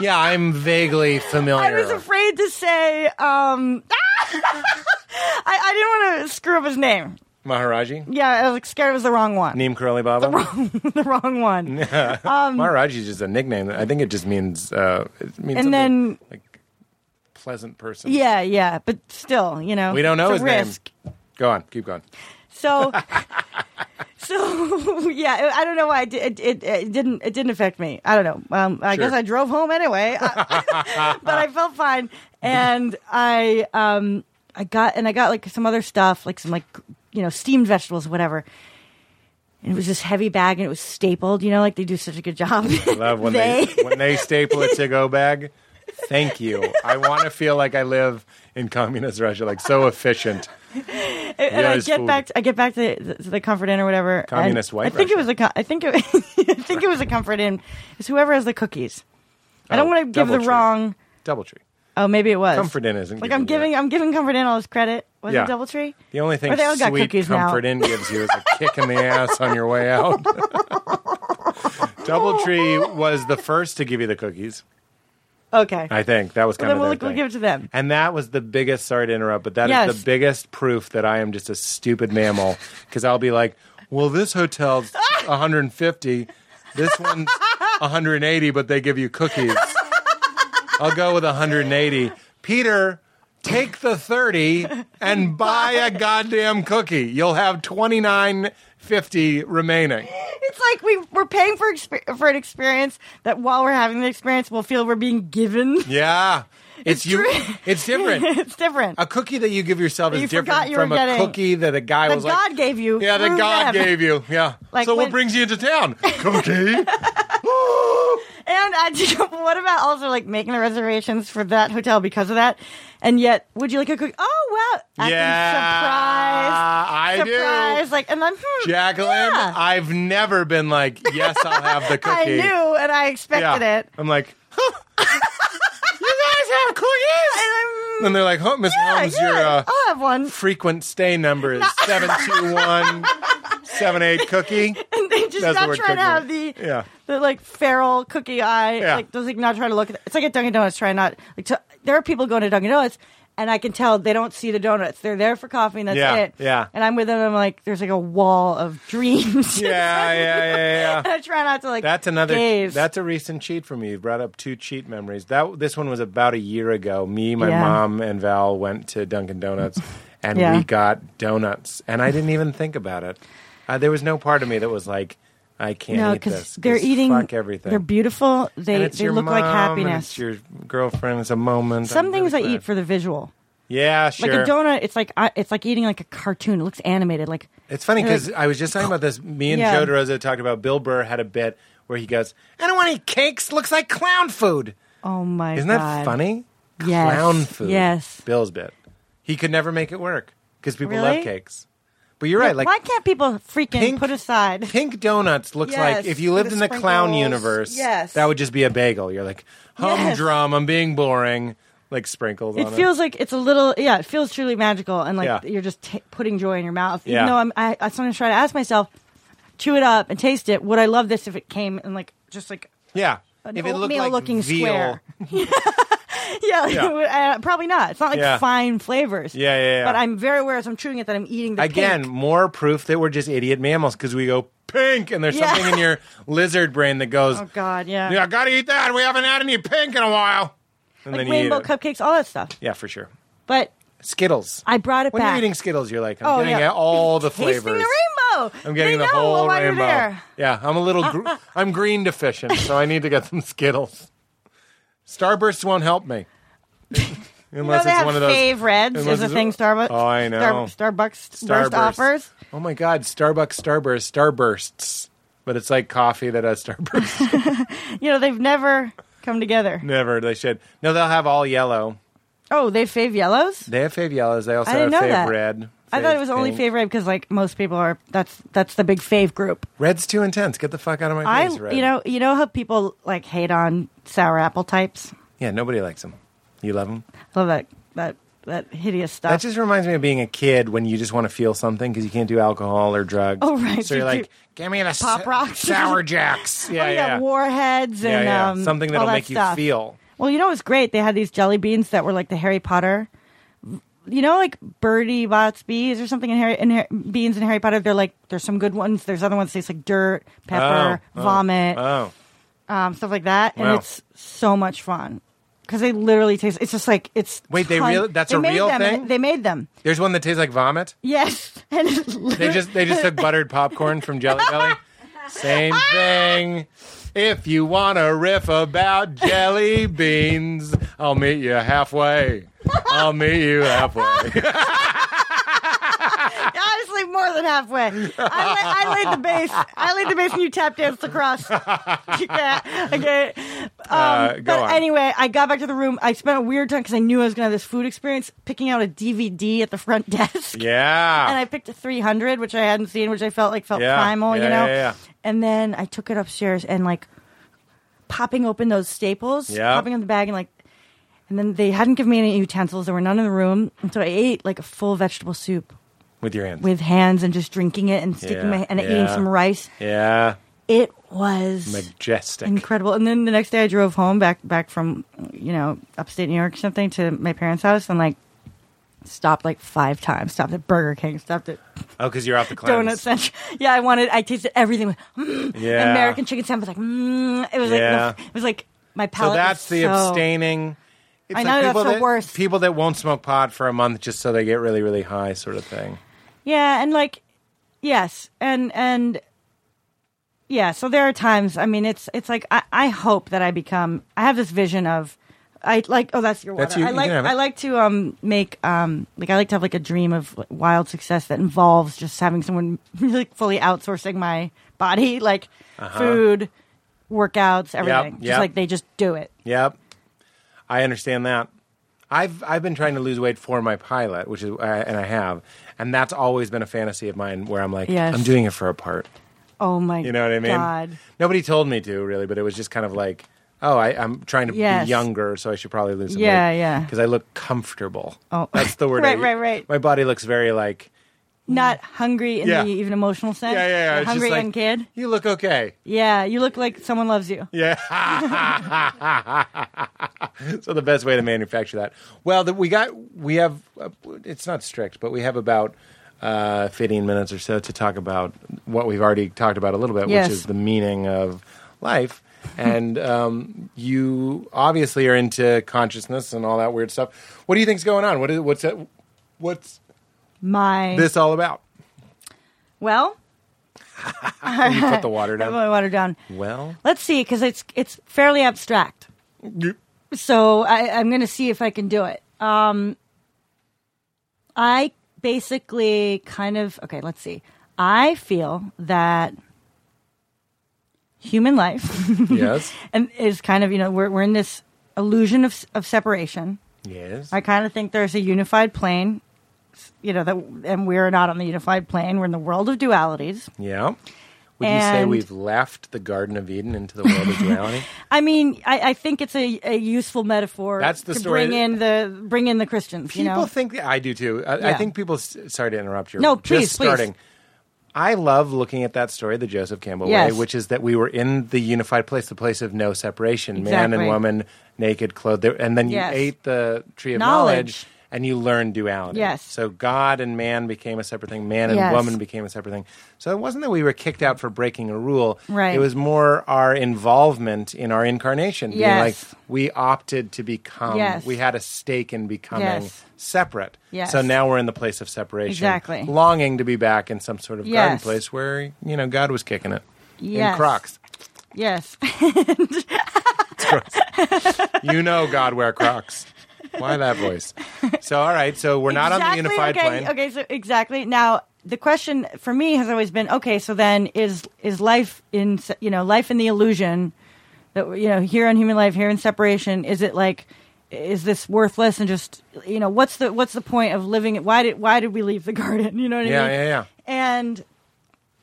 Speaker 6: yeah, I'm vaguely familiar.
Speaker 5: I was afraid to say, um, I, I didn't want to screw up his name.
Speaker 6: Maharaji,
Speaker 5: Yeah, I was like, scared it was the wrong one,
Speaker 6: Neem Curly Baba.
Speaker 5: the wrong one.
Speaker 6: Maharaji is just a nickname. I think it just means uh, it means
Speaker 5: And
Speaker 6: something
Speaker 5: then-
Speaker 6: like pleasant person.
Speaker 5: Yeah, yeah, but still, you know,
Speaker 6: we don't know his
Speaker 5: it's a risk.
Speaker 6: name. Go on, keep going.
Speaker 5: So, so yeah, I don't know why it, it, it, it didn't it didn't affect me. I don't know. Um, I
Speaker 6: Sure.
Speaker 5: guess I drove home anyway, I- but I felt fine, and I um I got and I got like some other stuff, like some like you know steamed vegetables, whatever. And it was this heavy bag, and it was stapled. You know, like they do such a good job.
Speaker 6: Love when they, when they staple a to go bag. Thank you. I want to feel like I live in communist Russia. Like so efficient.
Speaker 5: and I
Speaker 6: Yes,
Speaker 5: get
Speaker 6: food.
Speaker 5: back. To, I get back to the, to the Comfort Inn or whatever. and
Speaker 6: Communist white
Speaker 5: I think
Speaker 6: Russia.
Speaker 5: it was a. co- I think it. I think it was a Comfort Inn. It's whoever has the cookies. I don't
Speaker 6: Oh,
Speaker 5: want to give the
Speaker 6: Doubletree.
Speaker 5: wrong.
Speaker 6: DoubleTree.
Speaker 5: Oh, maybe it was
Speaker 6: Comfort Inn isn't
Speaker 5: Like
Speaker 6: giving
Speaker 5: I'm
Speaker 6: you
Speaker 5: giving.
Speaker 6: that.
Speaker 5: I'm giving Comfort Inn all his credit. Was
Speaker 6: Yeah.
Speaker 5: it DoubleTree?
Speaker 6: The only thing
Speaker 5: Or they all got
Speaker 6: sweet
Speaker 5: cookies now.
Speaker 6: comfort in gives you is a kick in the ass on your way out. DoubleTree was the first to give you the cookies.
Speaker 5: Okay.
Speaker 6: I think that was
Speaker 5: Well,
Speaker 6: kind
Speaker 5: then
Speaker 6: of
Speaker 5: we'll,
Speaker 6: their
Speaker 5: we'll
Speaker 6: thing.
Speaker 5: give it to them.
Speaker 6: And that was the biggest. Sorry to interrupt, but that is
Speaker 5: Yes.
Speaker 6: the biggest proof that I am just a stupid mammal because I'll be like, "Well, this hotel's 150, this one's 180, but they give you cookies." I'll go with 180. Peter, take the 30 and buy a goddamn cookie. You'll have 29.50 remaining.
Speaker 5: It's like we we're paying for exper- for an experience that while we're having the experience, we'll feel we're being given.
Speaker 6: Yeah, it's, you.
Speaker 5: true.
Speaker 6: It's different.
Speaker 5: it's different.
Speaker 6: A cookie that you give yourself is
Speaker 5: You forgot
Speaker 6: different
Speaker 5: you
Speaker 6: from
Speaker 5: were
Speaker 6: a
Speaker 5: getting-
Speaker 6: cookie that a guy
Speaker 5: That
Speaker 6: was
Speaker 5: God
Speaker 6: like,
Speaker 5: gave you.
Speaker 6: "Yeah, that
Speaker 5: through
Speaker 6: God
Speaker 5: them.
Speaker 6: gave you." Yeah.
Speaker 5: Like
Speaker 6: so what
Speaker 5: when-
Speaker 6: brings you into town? Cookie.
Speaker 5: And I just, what about also like making the reservations for that hotel because of that? And yet, would you like a cookie? Oh wow! Acting
Speaker 6: yeah, I
Speaker 5: surprised, surprised.
Speaker 6: do.
Speaker 5: Like, and then hmm,
Speaker 6: Jacqueline,
Speaker 5: yeah.
Speaker 6: I've never been like, "Yes, I'll have the
Speaker 5: I
Speaker 6: cookie."
Speaker 5: knew and I expected
Speaker 6: Yeah.
Speaker 5: it.
Speaker 6: I'm like, huh, "You guys have cookies?"
Speaker 5: And I'm,
Speaker 6: hmm. And they're like, "Huh, Miss
Speaker 5: yeah,
Speaker 6: Holmes,
Speaker 5: yeah, Oh.
Speaker 6: your uh,
Speaker 5: I'll have one.
Speaker 6: frequent stay number is seven two one seven eight cookie."
Speaker 5: And they just
Speaker 6: That's the
Speaker 5: not
Speaker 6: word
Speaker 5: trying to have the
Speaker 6: cookie. Yeah.
Speaker 5: the like feral cookie eye.
Speaker 6: Yeah.
Speaker 5: Like, just like not trying to look. At it's like at Dunkin' Donuts trying not like. To, there are people going to Dunkin' Donuts. And I can tell they don't see the donuts. They're there for coffee, and that's
Speaker 6: Yeah,
Speaker 5: it.
Speaker 6: yeah.
Speaker 5: And I'm with them. I'm like, there's like a wall of dreams.
Speaker 6: Yeah, yeah, yeah, yeah.
Speaker 5: I try not to like.
Speaker 6: That's another.
Speaker 5: gaze.
Speaker 6: That's a recent cheat for me. You brought up two cheat memories. That this one was about a year ago. Me, my
Speaker 5: Yeah.
Speaker 6: mom, and Val went to Dunkin' Donuts, and
Speaker 5: Yeah.
Speaker 6: we got donuts. And I didn't even think about it. Uh, there was no part of me that was like, I can't
Speaker 5: no
Speaker 6: eat this.
Speaker 5: because they're eating
Speaker 6: fuck everything.
Speaker 5: They're beautiful.
Speaker 6: And
Speaker 5: They
Speaker 6: it's
Speaker 5: they
Speaker 6: your
Speaker 5: look like
Speaker 6: mom, and
Speaker 5: happiness.
Speaker 6: it's your girlfriend. It's a moment.
Speaker 5: Some
Speaker 6: I'm
Speaker 5: things I
Speaker 6: really
Speaker 5: eat
Speaker 6: glad.
Speaker 5: for the visual.
Speaker 6: Yeah, sure.
Speaker 5: Like a donut, it's like I, it's like eating like a cartoon. It looks animated. Like
Speaker 6: It's funny
Speaker 5: They're
Speaker 6: because I was just talking about this. Me and
Speaker 5: Yeah.
Speaker 6: Joe DeRosa talked about Bill Burr had a bit where he goes, "I don't want to eat cakes. Looks like clown food."
Speaker 5: oh my
Speaker 6: Isn't
Speaker 5: god,
Speaker 6: that funny?
Speaker 5: Yes.
Speaker 6: Clown food.
Speaker 5: Yes.
Speaker 6: Bill's bit. He could never make it work because people
Speaker 5: Really?
Speaker 6: love cakes. But you're right. Like
Speaker 5: Why can't people freaking
Speaker 6: pink-
Speaker 5: put aside?
Speaker 6: pink donuts looks
Speaker 5: Yes,
Speaker 6: like if you
Speaker 5: with
Speaker 6: lived
Speaker 5: the
Speaker 6: in the clown
Speaker 5: sprinkles.
Speaker 6: universe,
Speaker 5: Yes.
Speaker 6: that would just be a bagel. You're like humdrum. I'm being boring. Like sprinkles.
Speaker 5: It
Speaker 6: on
Speaker 5: feels like it's a little, yeah. It feels truly magical, and like
Speaker 6: Yeah.
Speaker 5: you're just t- putting joy in your mouth.
Speaker 6: Yeah.
Speaker 5: Even though I'm, I, I sometimes try to ask myself, chew it up and taste it. Would I love this if it came and like just like
Speaker 6: Yeah.
Speaker 5: an oatmeal looking
Speaker 6: veal,
Speaker 5: square. yeah,
Speaker 6: Yeah.
Speaker 5: uh, probably not. It's not like
Speaker 6: Yeah.
Speaker 5: fine flavors.
Speaker 6: Yeah, yeah, yeah.
Speaker 5: But I'm very aware as I'm chewing it that I'm eating the
Speaker 6: Again,
Speaker 5: pink.
Speaker 6: more proof that we're just idiot mammals because we go pink and there's
Speaker 5: Yeah.
Speaker 6: something in your lizard brain that goes,
Speaker 5: Oh God, yeah.
Speaker 6: yeah, I gotta eat that. We haven't had any pink in a while. And then
Speaker 5: like
Speaker 6: you eat
Speaker 5: rainbow
Speaker 6: it.
Speaker 5: cupcakes, all that stuff.
Speaker 6: Yeah, for sure.
Speaker 5: But
Speaker 6: Skittles.
Speaker 5: I brought it
Speaker 6: when
Speaker 5: back.
Speaker 6: you're eating Skittles, you're like, I'm
Speaker 5: Oh,
Speaker 6: getting
Speaker 5: yeah.
Speaker 6: all the
Speaker 5: tasting
Speaker 6: flavors.
Speaker 5: the rainbow.
Speaker 6: I'm getting
Speaker 5: they
Speaker 6: the
Speaker 5: know
Speaker 6: whole
Speaker 5: why
Speaker 6: rainbow.
Speaker 5: You're there.
Speaker 6: Yeah, I'm a little, gr- I'm green deficient, so I need to get some Skittles. Starbursts won't help me.
Speaker 5: You know
Speaker 6: Unless
Speaker 5: they
Speaker 6: it's
Speaker 5: have
Speaker 6: one of those.
Speaker 5: fave reds
Speaker 6: unless
Speaker 5: is a
Speaker 6: it's-
Speaker 5: thing Starbucks.
Speaker 6: Oh, I know.
Speaker 5: Star, Starbucks
Speaker 6: Starburst.
Speaker 5: burst offers.
Speaker 6: Oh my God, Starbucks Starburst Starbursts, but it's like coffee that has Starbursts.
Speaker 5: You know they've never come together.
Speaker 6: Never they should. No, they'll have all yellow.
Speaker 5: Oh, they fave yellows.
Speaker 6: They have fave yellows. They also
Speaker 5: I didn't
Speaker 6: have
Speaker 5: know
Speaker 6: fave
Speaker 5: that.
Speaker 6: red.
Speaker 5: I thought it was only
Speaker 6: pink.
Speaker 5: fave red because like most people are. That's that's the big fave group.
Speaker 6: Red's too intense. Get the fuck out of my
Speaker 5: I
Speaker 6: face, red.
Speaker 5: you know you know how people like hate on sour apple types.
Speaker 6: yeah, nobody likes them. You love them.
Speaker 5: I love that that that hideous stuff.
Speaker 6: That just reminds me of being a kid when you just want to feel something because you can't do alcohol or drugs.
Speaker 5: Oh, right.
Speaker 6: So you're
Speaker 5: You
Speaker 6: like,
Speaker 5: do-
Speaker 6: give me the
Speaker 5: Pop
Speaker 6: s-
Speaker 5: rocks.
Speaker 6: sour jacks. Yeah,
Speaker 5: Oh, you got
Speaker 6: yeah.
Speaker 5: warheads
Speaker 6: yeah,
Speaker 5: and
Speaker 6: yeah.
Speaker 5: Um,
Speaker 6: something that'll
Speaker 5: all that
Speaker 6: make
Speaker 5: stuff.
Speaker 6: you feel.
Speaker 5: Well, you know what's great? They had these jelly beans that were like the Harry Potter. You know, like Birdie Bott's bees or something in Harry in Har- beans in Harry Potter. They're like there's some good ones. There's other ones that taste like dirt, pepper,
Speaker 6: Oh, oh,
Speaker 5: vomit,
Speaker 6: Oh,
Speaker 5: um, stuff like that.
Speaker 6: Wow.
Speaker 5: And it's so much fun because they literally taste. It's just like it's.
Speaker 6: Wait, they
Speaker 5: ton-
Speaker 6: real- that's
Speaker 5: they
Speaker 6: a
Speaker 5: made
Speaker 6: real
Speaker 5: them,
Speaker 6: thing?
Speaker 5: They made them.
Speaker 6: there's one that tastes like vomit.
Speaker 5: Yes, and it's
Speaker 6: They
Speaker 5: literally-
Speaker 6: just they just took buttered popcorn from Jelly Belly. Same thing. If you want to riff about jelly beans, I'll meet you halfway. I'll meet you halfway.
Speaker 5: honestly more than halfway. I, la- I laid the base. I laid the base, and you tap danced across. yeah, okay. Um,
Speaker 6: Uh, go
Speaker 5: but
Speaker 6: on.
Speaker 5: anyway, I got back to the room. I spent a weird time because I knew I was going to have this food experience, picking out a DVD at the front desk.
Speaker 6: Yeah.
Speaker 5: And I picked a 300, which I hadn't seen, which I felt like felt
Speaker 6: Yeah,
Speaker 5: primal,
Speaker 6: yeah,
Speaker 5: you know.
Speaker 6: yeah, yeah.
Speaker 5: And then I took it upstairs and like popping open those staples,
Speaker 6: Yeah.
Speaker 5: popping on the bag and like. And then they hadn't given me any utensils. There were none in the room, and so I ate like a full vegetable soup
Speaker 6: with your hands.
Speaker 5: with hands and just drinking it and sticking
Speaker 6: Yeah,
Speaker 5: my and
Speaker 6: yeah.
Speaker 5: eating some rice.
Speaker 6: yeah.
Speaker 5: It was
Speaker 6: Majestic.
Speaker 5: incredible. And then the next day, I drove home back back from you know upstate New York or something to my parents' house and like stopped like five times. Stopped at Burger King. Stopped at
Speaker 6: Oh, because you're off the cleanse.
Speaker 5: Donut Central. Yeah, I wanted. I tasted everything.
Speaker 6: Yeah.
Speaker 5: American chicken sandwich. Like mm. it was
Speaker 6: Yeah.
Speaker 5: like the- it was like my
Speaker 6: So
Speaker 5: palate.
Speaker 6: that's
Speaker 5: was
Speaker 6: the
Speaker 5: so-
Speaker 6: abstaining. It's
Speaker 5: I know, that's
Speaker 6: people
Speaker 5: the
Speaker 6: that,
Speaker 5: worst.
Speaker 6: People that won't smoke pot for a month just so they get really, really high, sort of thing.
Speaker 5: Yeah, and like yes, and and yeah, so there are times I mean it's it's like I, I hope that I become I have this vision of I like oh that's your water.
Speaker 6: That's you.
Speaker 5: I
Speaker 6: You
Speaker 5: like
Speaker 6: can have it.
Speaker 5: I like to um make um like I like to have like a dream of like, wild success that involves just having someone like fully outsourcing my body like food, workouts, everything. Just
Speaker 6: Uh-huh. yep.
Speaker 5: like they just do it.
Speaker 6: Yep, I understand that. I've I've been trying to lose weight for my pilot, which is uh, and I have, and that's always been a fantasy of mine where I'm like,
Speaker 5: Yes.
Speaker 6: I'm doing it for a part.
Speaker 5: Oh my
Speaker 6: You know what I mean?
Speaker 5: God.
Speaker 6: Nobody told me to really, but it was just kind of like, oh, I, I'm trying to
Speaker 5: Yes.
Speaker 6: be younger, so I should probably lose some
Speaker 5: Yeah,
Speaker 6: weight.
Speaker 5: yeah.
Speaker 6: Because I look comfortable.
Speaker 5: Oh.
Speaker 6: that's the word. I
Speaker 5: Right,
Speaker 6: u-
Speaker 5: right, right.
Speaker 6: My body looks very like
Speaker 5: Not hungry in
Speaker 6: Yeah.
Speaker 5: the even emotional sense.
Speaker 6: yeah, yeah. yeah. It's
Speaker 5: Hungry
Speaker 6: just like,
Speaker 5: young kid.
Speaker 6: You look okay.
Speaker 5: Yeah, you look like someone loves you.
Speaker 6: Yeah. so the best way to manufacture that. Well, the, we got we have uh, it's not strict, but we have about uh, 15 minutes or so to talk about what we've already talked about a little bit,
Speaker 5: Yes.
Speaker 6: which is the meaning of life. and um, you obviously are into consciousness and all that weird stuff. What do you think's going on? What is what's that, what's
Speaker 5: My
Speaker 6: this all about?
Speaker 5: well,
Speaker 6: You put the water
Speaker 5: put
Speaker 6: down.
Speaker 5: my water down.
Speaker 6: Well,
Speaker 5: Let's see, because it's it's fairly abstract. So I, I'm going to see if I can do it. Um, I basically kind of okay. Let's see. I feel that human life
Speaker 6: yes,
Speaker 5: and is kind of you know we're we're in this illusion of s- of separation.
Speaker 6: yes.
Speaker 5: I kind of think there's a unified plane, you know, that and we're not on the unified plane. We're in the world of dualities.
Speaker 6: Yeah. Would you say
Speaker 5: And-
Speaker 6: we've left the Garden of Eden into the world of duality?
Speaker 5: I mean, I, I think it's a, a useful metaphor.
Speaker 6: That's the
Speaker 5: to
Speaker 6: story
Speaker 5: bring
Speaker 6: that-
Speaker 5: in the bring in the Christians.
Speaker 6: people
Speaker 5: you know,
Speaker 6: think I do too. I, I
Speaker 5: Yeah.
Speaker 6: think people. s- Sorry to interrupt you.
Speaker 5: No, please,
Speaker 6: Just
Speaker 5: please.
Speaker 6: starting. I love looking at that story, the Joseph Campbell
Speaker 5: Yes.
Speaker 6: way, which is that we were in the unified place, the place of no separation, man and
Speaker 5: Exactly.
Speaker 6: woman, naked, clothed, there- and then you
Speaker 5: Yes.
Speaker 6: ate the tree of knowledge.
Speaker 5: Knowledge.
Speaker 6: and you learned duality.
Speaker 5: Yes.
Speaker 6: So God and man became a separate thing. Man and
Speaker 5: Yes.
Speaker 6: woman became a separate thing. So it wasn't that we were kicked out for breaking a rule.
Speaker 5: Right.
Speaker 6: It was more our involvement in our incarnation. Being
Speaker 5: Yes.
Speaker 6: like we opted to become.
Speaker 5: Yes.
Speaker 6: We had a stake in becoming
Speaker 5: Yes.
Speaker 6: separate.
Speaker 5: Yes.
Speaker 6: So now we're in the place of separation.
Speaker 5: Exactly.
Speaker 6: Longing to be back in some sort of garden
Speaker 5: Yes.
Speaker 6: place where, you know, God was kicking it. In
Speaker 5: Yes.
Speaker 6: Crocs.
Speaker 5: Yes.
Speaker 6: You know God wear Crocs. Why that voice? So all right, so we're not on the
Speaker 5: Exactly,
Speaker 6: unified
Speaker 5: okay,
Speaker 6: plane.
Speaker 5: Okay, so exactly. Now, the question for me has always been, okay, so then is is life in se- you know, life in the illusion that you know, here in human life, here in separation, is it like is this worthless and just you know, what's the what's the point of living it? Why did why did we leave the garden? You know what I
Speaker 6: Yeah,
Speaker 5: mean?
Speaker 6: yeah, yeah.
Speaker 5: And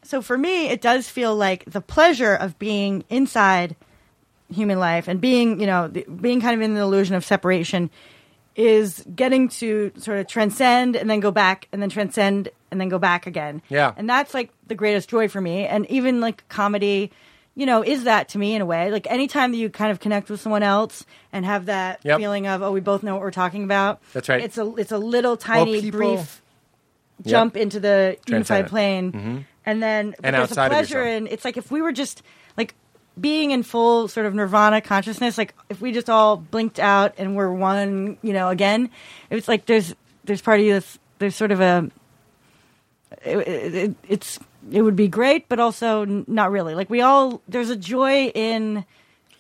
Speaker 5: so for me, it does feel like the pleasure of being inside human life and being, you know, the, being kind of in the illusion of separation is getting to sort of transcend and then go back and then transcend and then go back again.
Speaker 6: Yeah.
Speaker 5: And that's like the greatest joy for me. And even like comedy, you know, is that to me in a way. Like anytime that you kind of connect with someone else and have that
Speaker 6: Yep.
Speaker 5: feeling of, oh, we both know what we're talking about.
Speaker 6: That's right.
Speaker 5: It's a it's a little tiny
Speaker 6: people-
Speaker 5: brief jump into the
Speaker 6: Transcend
Speaker 5: unified
Speaker 6: it. Mm-hmm.
Speaker 5: plane and then but
Speaker 6: And
Speaker 5: there's
Speaker 6: outside
Speaker 5: a
Speaker 6: of
Speaker 5: pleasure
Speaker 6: yourself.
Speaker 5: in it's like if we were just like being in full sort of nirvana consciousness like if we just all blinked out and were one you know again it was like there's there's part of you that's there's sort of a it, it, it- it's it would be great but also n- not really like we all there's a joy in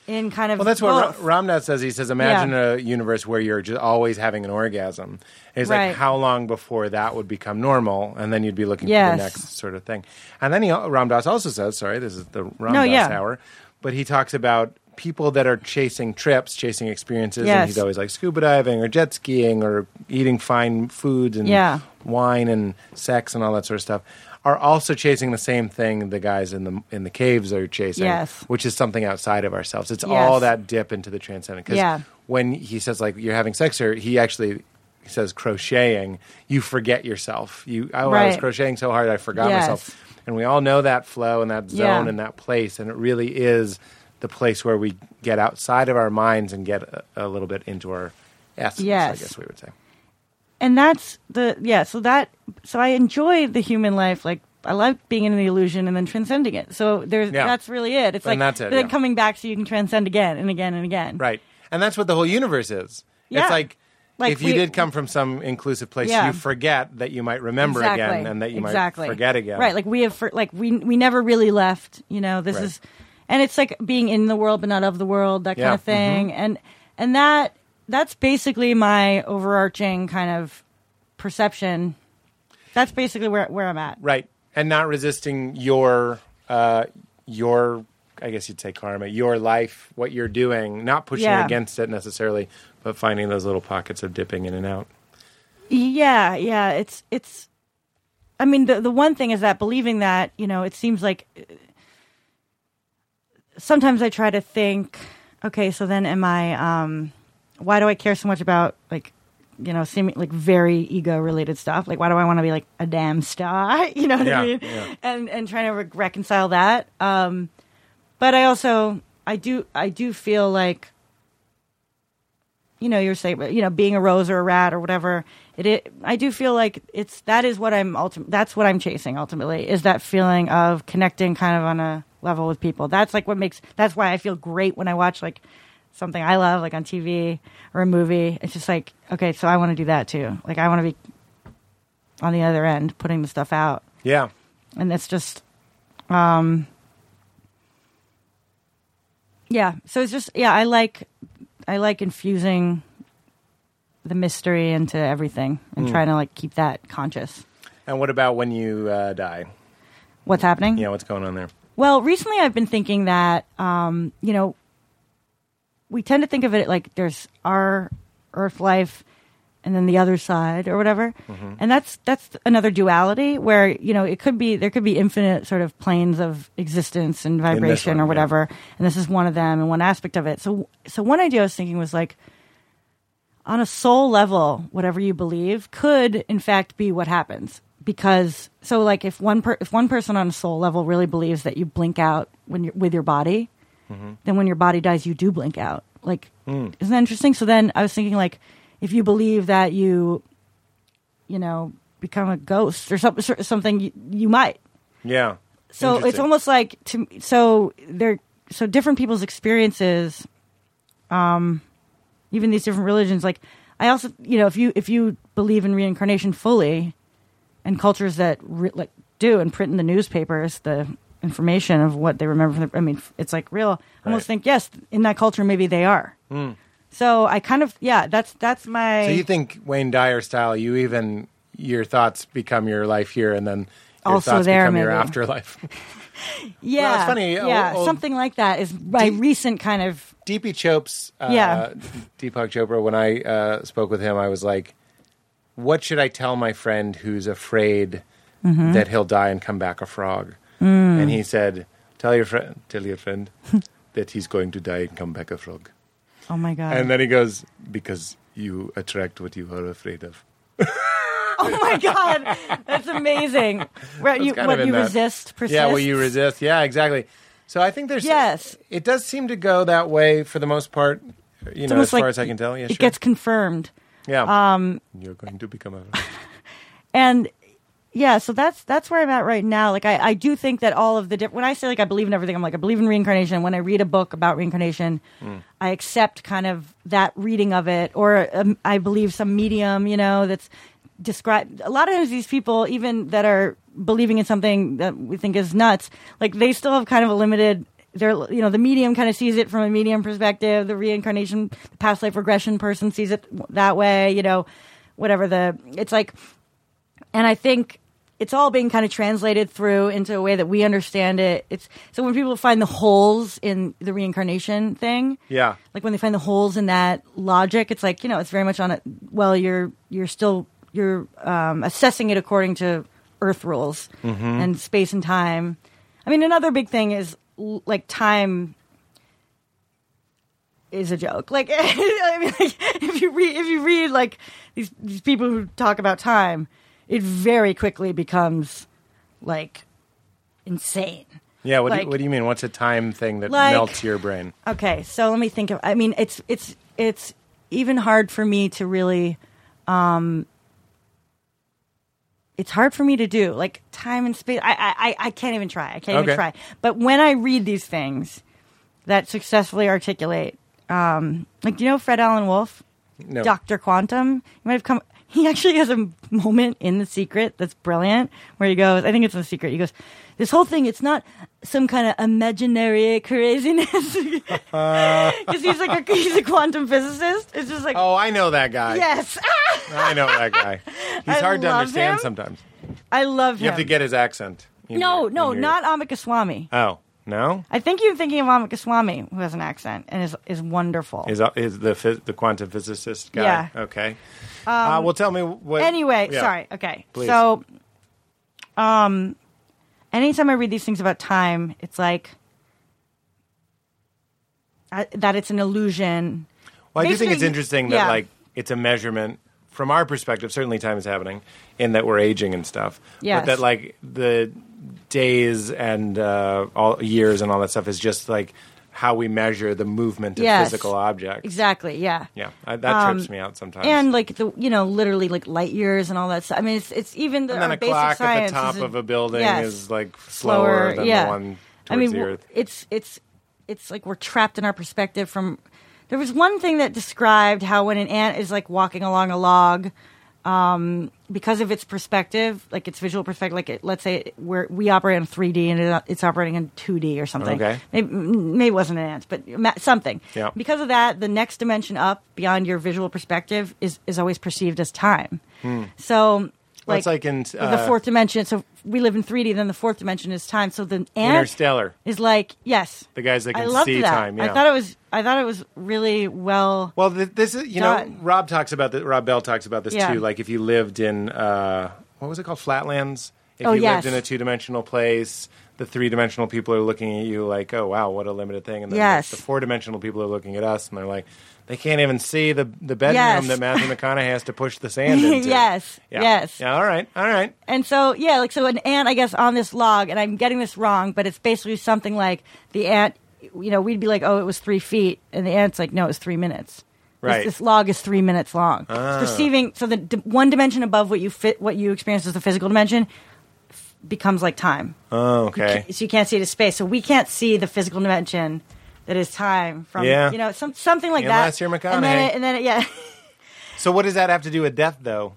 Speaker 5: in kind of
Speaker 6: Well, that's what
Speaker 5: both.
Speaker 6: Ra- Ramnath says. He says, imagine
Speaker 5: Yeah.
Speaker 6: a universe where you're just always having an orgasm. And he's like,
Speaker 5: Right.
Speaker 6: how long before that would become normal? And then you'd be looking for
Speaker 5: Yes.
Speaker 6: the next sort of thing. And then he, Ram Dass also says, sorry, this is the Ram
Speaker 5: No,
Speaker 6: Dass
Speaker 5: yeah.
Speaker 6: hour, but he talks about people that are chasing trips, chasing experiences. And
Speaker 5: Yes.
Speaker 6: he's always like scuba diving or jet skiing or eating fine foods and
Speaker 5: Yeah.
Speaker 6: wine and sex and all that sort of stuff. Are also chasing the same thing the guys in the in the caves are chasing,
Speaker 5: Yes.
Speaker 6: which is something outside of ourselves. It's
Speaker 5: Yes.
Speaker 6: all that dip into the transcendent. Because
Speaker 5: Yeah.
Speaker 6: when he says like you're having sex here, he actually says crocheting. You forget yourself. You oh, I was
Speaker 5: Right.
Speaker 6: crocheting so hard I forgot
Speaker 5: Yes.
Speaker 6: myself. And we all know that flow and that zone
Speaker 5: Yeah.
Speaker 6: and that place, and it really is the place where we get outside of our minds and get a, a little bit into our essence. I
Speaker 5: Yes.
Speaker 6: guess we would say.
Speaker 5: and that's the yeah so that so i enjoy the human life like i like being in the illusion and then transcending it so there's
Speaker 6: Yeah.
Speaker 5: that's really it it's
Speaker 6: And
Speaker 5: like
Speaker 6: that's it,
Speaker 5: then
Speaker 6: yeah.
Speaker 5: coming back so you can transcend again and again and again
Speaker 6: Right. And that's what the whole universe is.
Speaker 5: Yeah.
Speaker 6: It's like,
Speaker 5: Like
Speaker 6: if you
Speaker 5: we-
Speaker 6: did come from some inclusive place,
Speaker 5: Yeah.
Speaker 6: you forget that you might remember
Speaker 5: exactly
Speaker 6: again and that you
Speaker 5: exactly
Speaker 6: might forget again.
Speaker 5: right like we have for, like we we never really left you know this
Speaker 6: Right.
Speaker 5: is and it's like being in the world but not of the world that
Speaker 6: Yeah. Mm-hmm.
Speaker 5: kind of thing and and that that's basically my overarching kind of perception that's basically where where i'm at
Speaker 6: right. And not resisting your, uh, your, I guess you'd say karma, your life, what you're doing, not pushing
Speaker 5: Yeah.
Speaker 6: against it necessarily, but finding those little pockets of dipping in and out.
Speaker 5: Yeah, yeah. It's it's. I mean, the the one thing is that believing that you know, it seems like uh, sometimes I try to think, okay, so then am I? Um, why do I care so much about like? You know, seeming like very ego related stuff. Like, why do I want to be like a damn star? You know what
Speaker 6: Yeah,
Speaker 5: I mean?
Speaker 6: yeah.
Speaker 5: And and trying to re- reconcile that. Um, but I also I do I do feel like you know you're saying you know being a rose or a rat or whatever it, it i do feel like it's that is what i'm ultim- that's what i'm chasing ultimately is that feeling of connecting kind of on a level with people that's like what makes that's why i feel great when i watch like something i love like on tv or a movie it's just like okay so i want to do that too like i want to be on the other end putting the stuff out
Speaker 6: Yeah.
Speaker 5: and it's just um yeah so it's just yeah i like i like infusing the mystery into everything and trying to like keep that conscious
Speaker 6: And what about when you uh, die?
Speaker 5: what's happening
Speaker 6: Yeah, what's going on there?
Speaker 5: well recently i've been thinking that um you know we tend to think of it like there's our earth life and then the other side or whatever
Speaker 6: Mm-hmm.
Speaker 5: and that's that's another duality where you know it could be there could be infinite sort of planes of existence and vibration
Speaker 6: one,
Speaker 5: or
Speaker 6: yeah.
Speaker 5: whatever and this is one of them and one aspect of it so so one idea i was thinking was like on a soul level whatever you believe could in fact be what happens because so like if one per- if one person on a soul level really believes that you blink out when you're with your body, then when your body dies, you do blink out. Like, isn't that interesting? So then I was thinking like, if you believe that you, you know, become a ghost or some, sor- something, you, you might.
Speaker 6: Yeah.
Speaker 5: So it's
Speaker 6: Interesting.
Speaker 5: almost like to so they're so different people's experiences, um, even these different religions. Like I also, you know, if you if you believe in reincarnation fully, and cultures that re- like do and print in the newspapers the information of what they remember from the, I mean, f- it's like real. I almost
Speaker 6: Right. Hmm.
Speaker 5: think yes, in that culture maybe they are. So I kind of yeah, that's that's my
Speaker 6: So you think Wayne Dyer style? You even your thoughts become your life here, and then your
Speaker 5: Also
Speaker 6: thoughts
Speaker 5: there,
Speaker 6: become your
Speaker 5: maybe.
Speaker 6: afterlife.
Speaker 5: yeah
Speaker 6: Well, it's funny, uh,
Speaker 5: yeah
Speaker 6: old-
Speaker 5: something like that is my
Speaker 6: Do-
Speaker 5: recent kind of
Speaker 6: DP Chopes, uh,
Speaker 5: Yeah.
Speaker 6: Deepak Chopra. When I uh, spoke with him, I was like, "What should I tell my friend who's afraid
Speaker 5: Mm-hmm.
Speaker 6: that he'll die and come back a frog?"
Speaker 5: Mm.
Speaker 6: And he said, "Tell your friend, tell your friend that he's going to die and come back a frog."
Speaker 5: oh my god
Speaker 6: And then he goes, "Because you attract what you are afraid of."
Speaker 5: Oh my god, that's amazing. Where you,
Speaker 6: kind of
Speaker 5: what
Speaker 6: in
Speaker 5: you
Speaker 6: that-
Speaker 5: resist persists.
Speaker 6: Yeah, well, you resist. Yeah, exactly. So I think there's
Speaker 5: Yes.
Speaker 6: it does seem to go that way for the most part. You know, as
Speaker 5: almost
Speaker 6: far
Speaker 5: like
Speaker 6: as I can tell. Yeah,
Speaker 5: it
Speaker 6: sure.
Speaker 5: gets confirmed,
Speaker 6: yeah. Um, You're going to become a.
Speaker 5: and yeah, so that's that's where I'm at right now. Like, I, I do think that all of the diff- when I say like I believe in everything, I'm like I believe in reincarnation. When I read a book about reincarnation, I accept kind of that reading of it, or um, I believe some medium, you know, that's described. A lot of times, these people, even that are believing in something that we think is nuts, like they still have kind of a limited they're you know the medium kind of sees it from a medium perspective the reincarnation the past life regression person sees it that way you know whatever the it's like and i think it's all being kind of translated through into a way that we understand it it's so when people find the holes in the reincarnation thing
Speaker 6: Yeah.
Speaker 5: like when they find the holes in that logic it's like you know it's very much on it well you're you're still you're um, assessing it according to earth rules and space and time i mean another big thing is l- like time is a joke like i mean like, if you read if you read like these these people who talk about time it very quickly becomes like insane
Speaker 6: Yeah. What, do
Speaker 5: Like-
Speaker 6: you, what do you mean? What's a time thing that
Speaker 5: Like-
Speaker 6: melts your brain?
Speaker 5: Okay, so let me think of. I mean, it's it's it's even hard for me to really. um It's hard for me to do like time and space. I I I- I can't even try. I can't
Speaker 6: Okay.
Speaker 5: even try. But when I read these things that successfully articulate, um like do you know Fred Allen Wolf,
Speaker 6: No.
Speaker 5: Doctor Quantum, you might have come. He actually has a moment in The Secret that's brilliant, where he goes. I think it's in The Secret. He goes, "This whole thing, it's not some kind of imaginary craziness." Because he's like a, he's a quantum physicist. It's just like
Speaker 6: Oh, I know that guy.
Speaker 5: yes, ah!"
Speaker 6: I know that guy. He's
Speaker 5: I
Speaker 6: hard to
Speaker 5: love
Speaker 6: understand
Speaker 5: him.
Speaker 6: sometimes.
Speaker 5: I love him.
Speaker 6: You have to get his accent. in
Speaker 5: no,
Speaker 6: your-
Speaker 5: no,
Speaker 6: in your-
Speaker 5: not Amakaswamy.
Speaker 6: Oh no.
Speaker 5: I think you're thinking of Amakaswamy, who has an accent and is is wonderful.
Speaker 6: Is is the phys- the quantum physicist guy?
Speaker 5: Yeah. Um,
Speaker 6: Okay. uh, well, tell me what.
Speaker 5: anyway,
Speaker 6: yeah.
Speaker 5: sorry. Okay.
Speaker 6: Please.
Speaker 5: So um anytime I read these things about time, it's like I, that it's an illusion.
Speaker 6: Well, I do think it's
Speaker 5: Basically,
Speaker 6: interesting that
Speaker 5: yeah.
Speaker 6: like it's a measurement from our perspective. Certainly, time is happening in that we're aging and stuff.
Speaker 5: Yes.
Speaker 6: But that like the days and uh, all years and all that stuff is just like how we measure the movement of
Speaker 5: Yes.
Speaker 6: physical objects.
Speaker 5: Exactly, yeah.
Speaker 6: Yeah, I, that trips me out sometimes.
Speaker 5: And like the you know literally like light years and all that stuff. I mean it's it's even the
Speaker 6: And then
Speaker 5: our
Speaker 6: a
Speaker 5: basic
Speaker 6: clock at
Speaker 5: science
Speaker 6: the top
Speaker 5: is a-
Speaker 6: of a building
Speaker 5: yes.
Speaker 6: is like slower, than
Speaker 5: yeah.
Speaker 6: the one towards
Speaker 5: I mean,
Speaker 6: the
Speaker 5: w-
Speaker 6: earth.
Speaker 5: it's it's it's like we're trapped in our perspective from. There was one thing that described how when an ant is like walking along a log, um, because of its perspective, like its visual perspective, like it, let's say we're, we operate on 3D and it, it's operating in 2D or something.
Speaker 6: Okay.
Speaker 5: Maybe, m- maybe it wasn't an ant, but ma- something.
Speaker 6: Yeah.
Speaker 5: Because of that, the next dimension up beyond your visual perspective is, is always perceived as time. So,
Speaker 6: Hmm. Well,
Speaker 5: like,
Speaker 6: it's like in, uh,
Speaker 5: the fourth dimension. So we live in 3D, then the fourth dimension is time. So the ant
Speaker 6: Interstellar.
Speaker 5: is like yes.
Speaker 6: The guys that
Speaker 5: I
Speaker 6: can
Speaker 5: loved
Speaker 6: see
Speaker 5: that.
Speaker 6: time, yeah.
Speaker 5: I thought it was. I thought it was really well.
Speaker 6: Well, th- this is you know
Speaker 5: Done.
Speaker 6: Rob talks about that. Rob Bell talks about this
Speaker 5: Yeah.
Speaker 6: too. Like if you lived in uh, what was it called, Flatlands, If
Speaker 5: Oh,
Speaker 6: you
Speaker 5: yes.
Speaker 6: lived in a two dimensional place, the three dimensional people are looking at you like, oh, wow, what a limited thing. And then
Speaker 5: Yes.
Speaker 6: the four dimensional people are looking at us and they're like, they can't even see the, the bedroom
Speaker 5: Yes.
Speaker 6: that Matthew McConaughey has to push the sand into.
Speaker 5: Yes,
Speaker 6: Yeah.
Speaker 5: yes.
Speaker 6: Yeah, all right, all right.
Speaker 5: And so, yeah, like, so an ant, I guess, on this log, and I'm getting this wrong, but it's basically something like the ant, you know, we'd be like, oh, it was three feet. And the ant's like, no, it was three minutes. This-
Speaker 6: Right. Ah.
Speaker 5: This, log is three minutes long. It's perceiving, so the d- one dimension above what you fit, what you experience as the physical dimension f- becomes like time.
Speaker 6: Oh, okay.
Speaker 5: So you can't see it as space. So we can't see the physical dimension that is time from,
Speaker 6: Yeah.
Speaker 5: you know, some, something like
Speaker 6: Unless
Speaker 5: that.
Speaker 6: you're
Speaker 5: And then,
Speaker 6: McConaughey.
Speaker 5: it, and then it, yeah,
Speaker 6: So what does that have to do with death, though?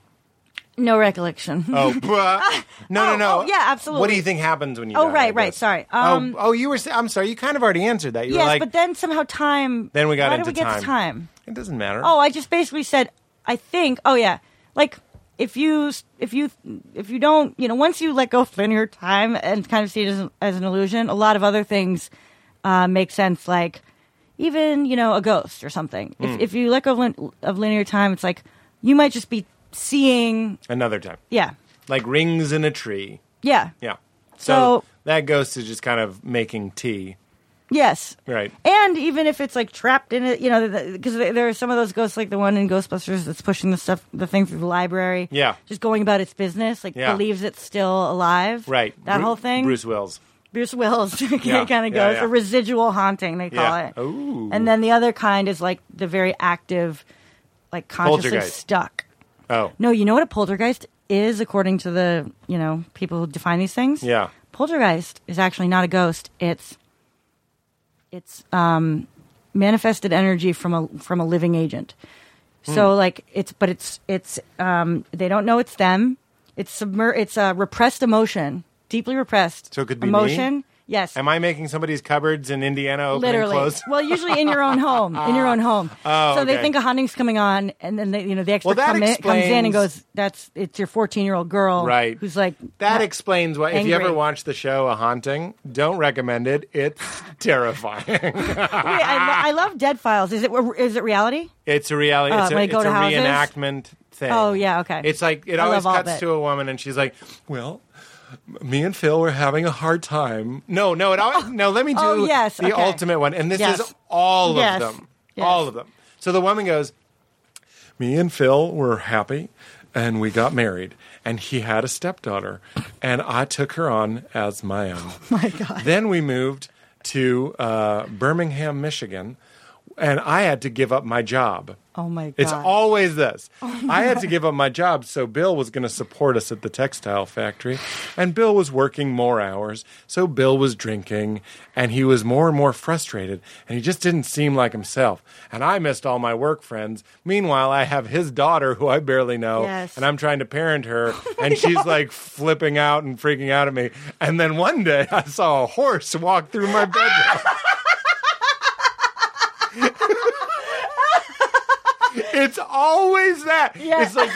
Speaker 5: no recollection.
Speaker 6: Oh, bruh. no, no,
Speaker 5: Oh,
Speaker 6: no.
Speaker 5: oh, yeah, absolutely.
Speaker 6: What do you think happens when you?
Speaker 5: Oh,
Speaker 6: die,
Speaker 5: right,
Speaker 6: I
Speaker 5: right,
Speaker 6: guess?
Speaker 5: sorry. Um,
Speaker 6: oh, oh, you were. s- I'm sorry. You kind of already answered that. You
Speaker 5: yes,
Speaker 6: were like,
Speaker 5: but then somehow time.
Speaker 6: Then we got
Speaker 5: why
Speaker 6: into
Speaker 5: did we get
Speaker 6: time.
Speaker 5: to time?
Speaker 6: it doesn't matter.
Speaker 5: Oh, I just basically said, I think. Oh yeah, like if you if you if you don't, you know, once you let go of linear time and kind of see it as, as an illusion, a lot of other things uh, make sense. Like even you know a ghost or something. If if you let go of, lin- of linear time, it's like you might just be seeing.
Speaker 6: another time.
Speaker 5: Yeah,
Speaker 6: Like rings in a tree.
Speaker 5: yeah,
Speaker 6: Yeah. So,
Speaker 5: So-
Speaker 6: that ghost is just kind of making tea,
Speaker 5: yes.
Speaker 6: right?
Speaker 5: And even if it's like trapped in it, you know, because there are some of those ghosts, like the one in Ghostbusters that's pushing the stuff, the thing through the library.
Speaker 6: Yeah.
Speaker 5: Just going about its business, like
Speaker 6: Yeah.
Speaker 5: believes it's still alive.
Speaker 6: Right.
Speaker 5: That
Speaker 6: Bru-
Speaker 5: whole thing.
Speaker 6: Bruce Wills.
Speaker 5: Bruce Wills kind
Speaker 6: Yeah,
Speaker 5: of goes.
Speaker 6: yeah, yeah.
Speaker 5: A residual haunting, they call
Speaker 6: Yeah.
Speaker 5: it.
Speaker 6: Ooh.
Speaker 5: And then the other kind is like the very active, like consciously
Speaker 6: Poltergeist.
Speaker 5: stuck.
Speaker 6: Oh.
Speaker 5: No, you know what a poltergeist is, according to the, you know, people who define these things?
Speaker 6: Yeah.
Speaker 5: poltergeist is actually not a ghost. It's it's um, manifested energy from a from a living agent.
Speaker 6: Hmm.
Speaker 5: So like it's but it's it's um, they don't know it's them. It's submer- it's a repressed emotion, deeply repressed.
Speaker 6: So it could be me?
Speaker 5: emotion. Yes,
Speaker 6: Am I making somebody's cupboards in Indiana open
Speaker 5: literally.
Speaker 6: and closed?
Speaker 5: Well, usually in your own home, in your own home.
Speaker 6: Oh,
Speaker 5: so
Speaker 6: okay.
Speaker 5: they think a haunting's coming on, and then they, you know the expert
Speaker 6: Well, that
Speaker 5: come in- comes in
Speaker 6: explains-
Speaker 5: and goes, "That's it's your fourteen year old girl,
Speaker 6: Right.
Speaker 5: Who's like
Speaker 6: That
Speaker 5: not-
Speaker 6: explains why. If you
Speaker 5: angry.
Speaker 6: ever watch the show A Haunting, don't recommend it. It's terrifying.
Speaker 5: Wait, I, lo- I love Dead Files. Is it is it reality?
Speaker 6: It's a reality.
Speaker 5: Oh,
Speaker 6: it's a,
Speaker 5: when I go
Speaker 6: it's
Speaker 5: to
Speaker 6: a
Speaker 5: houses?
Speaker 6: reenactment thing.
Speaker 5: Oh, yeah, okay.
Speaker 6: It's like it
Speaker 5: I
Speaker 6: always
Speaker 5: love all
Speaker 6: cuts
Speaker 5: that.
Speaker 6: to a woman, and she's like, "Well, m- me and Phil were having a hard time." No, no, it always, no. Let me do
Speaker 5: oh, yes,
Speaker 6: the
Speaker 5: okay.
Speaker 6: ultimate one, and this is
Speaker 5: Yes.
Speaker 6: all
Speaker 5: Yes,
Speaker 6: of them,
Speaker 5: yes.
Speaker 6: all of them. So the woman goes, "Me and Phil were happy." And we got married, and he had a stepdaughter, and I took her on as my own.
Speaker 5: My God.
Speaker 6: Then we moved to uh, Birmingham, Michigan, and I had to give up my job.
Speaker 5: Oh my god.
Speaker 6: It's always this. I had to give up my job, so Bill was going to support us at the textile factory, and Bill was working more hours, so Bill was drinking, and he was more and more frustrated, and he just didn't seem like himself. And I missed all my work friends. Meanwhile, I have his daughter, who I barely know,
Speaker 5: Yes.
Speaker 6: and I'm trying to parent her, and she's like flipping out and freaking out at me. And then one day, I saw a horse walk through my bedroom. It's always that.
Speaker 5: Yeah.
Speaker 6: It's like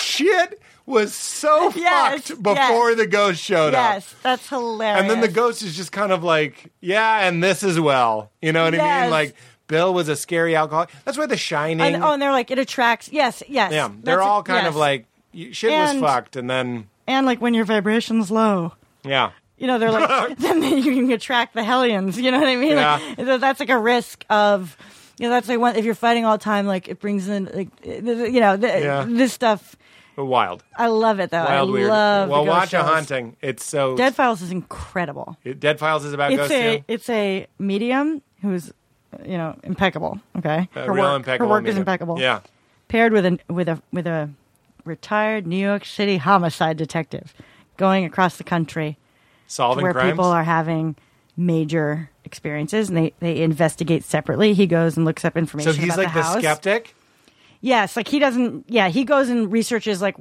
Speaker 6: shit was so
Speaker 5: Yes,
Speaker 6: fucked before
Speaker 5: yes.
Speaker 6: the ghost showed up.
Speaker 5: Yes, that's hilarious.
Speaker 6: And then the ghost is just kind of like, yeah, and this as well. You know what I mean?
Speaker 5: Yes.
Speaker 6: Like Bill was a scary alcoholic. That's why The Shining.
Speaker 5: And, oh, and they're like, it attracts. Yes, yes.
Speaker 6: yeah, they're
Speaker 5: That's-
Speaker 6: all kind
Speaker 5: yes.
Speaker 6: of like y- shit
Speaker 5: And-
Speaker 6: was fucked, and then
Speaker 5: And like when your vibration's low,
Speaker 6: yeah,
Speaker 5: you know, they're like, then you can attract the hellions. You know what I mean? Like, th- that's like a risk of, you know, that's like one, if you're fighting all the time, like it brings in, like, th- th- you know, th-
Speaker 6: Yeah.
Speaker 5: this stuff.
Speaker 6: wild,
Speaker 5: I love it though.
Speaker 6: wild,
Speaker 5: I
Speaker 6: weird.
Speaker 5: love. the
Speaker 6: well,
Speaker 5: ghost
Speaker 6: watch a
Speaker 5: shows.
Speaker 6: haunting. It's so
Speaker 5: Dead Files is incredible.
Speaker 6: It- Dead Files is about
Speaker 5: it's
Speaker 6: ghosts.
Speaker 5: a
Speaker 6: too.
Speaker 5: it's a medium who's you know impeccable. Okay,
Speaker 6: A
Speaker 5: her
Speaker 6: real
Speaker 5: work,
Speaker 6: impeccable.
Speaker 5: Her work is
Speaker 6: medium.
Speaker 5: impeccable.
Speaker 6: Yeah.
Speaker 5: paired with a with a with a retired New York City homicide detective, going across the country to
Speaker 6: Solving
Speaker 5: where
Speaker 6: crimes.
Speaker 5: people are having major experiences and they, they investigate separately. He goes and looks up
Speaker 6: so
Speaker 5: information.
Speaker 6: he's
Speaker 5: about
Speaker 6: like
Speaker 5: the,
Speaker 6: the
Speaker 5: house.
Speaker 6: skeptic.
Speaker 5: Yes, like he doesn't. Yeah, he goes and researches like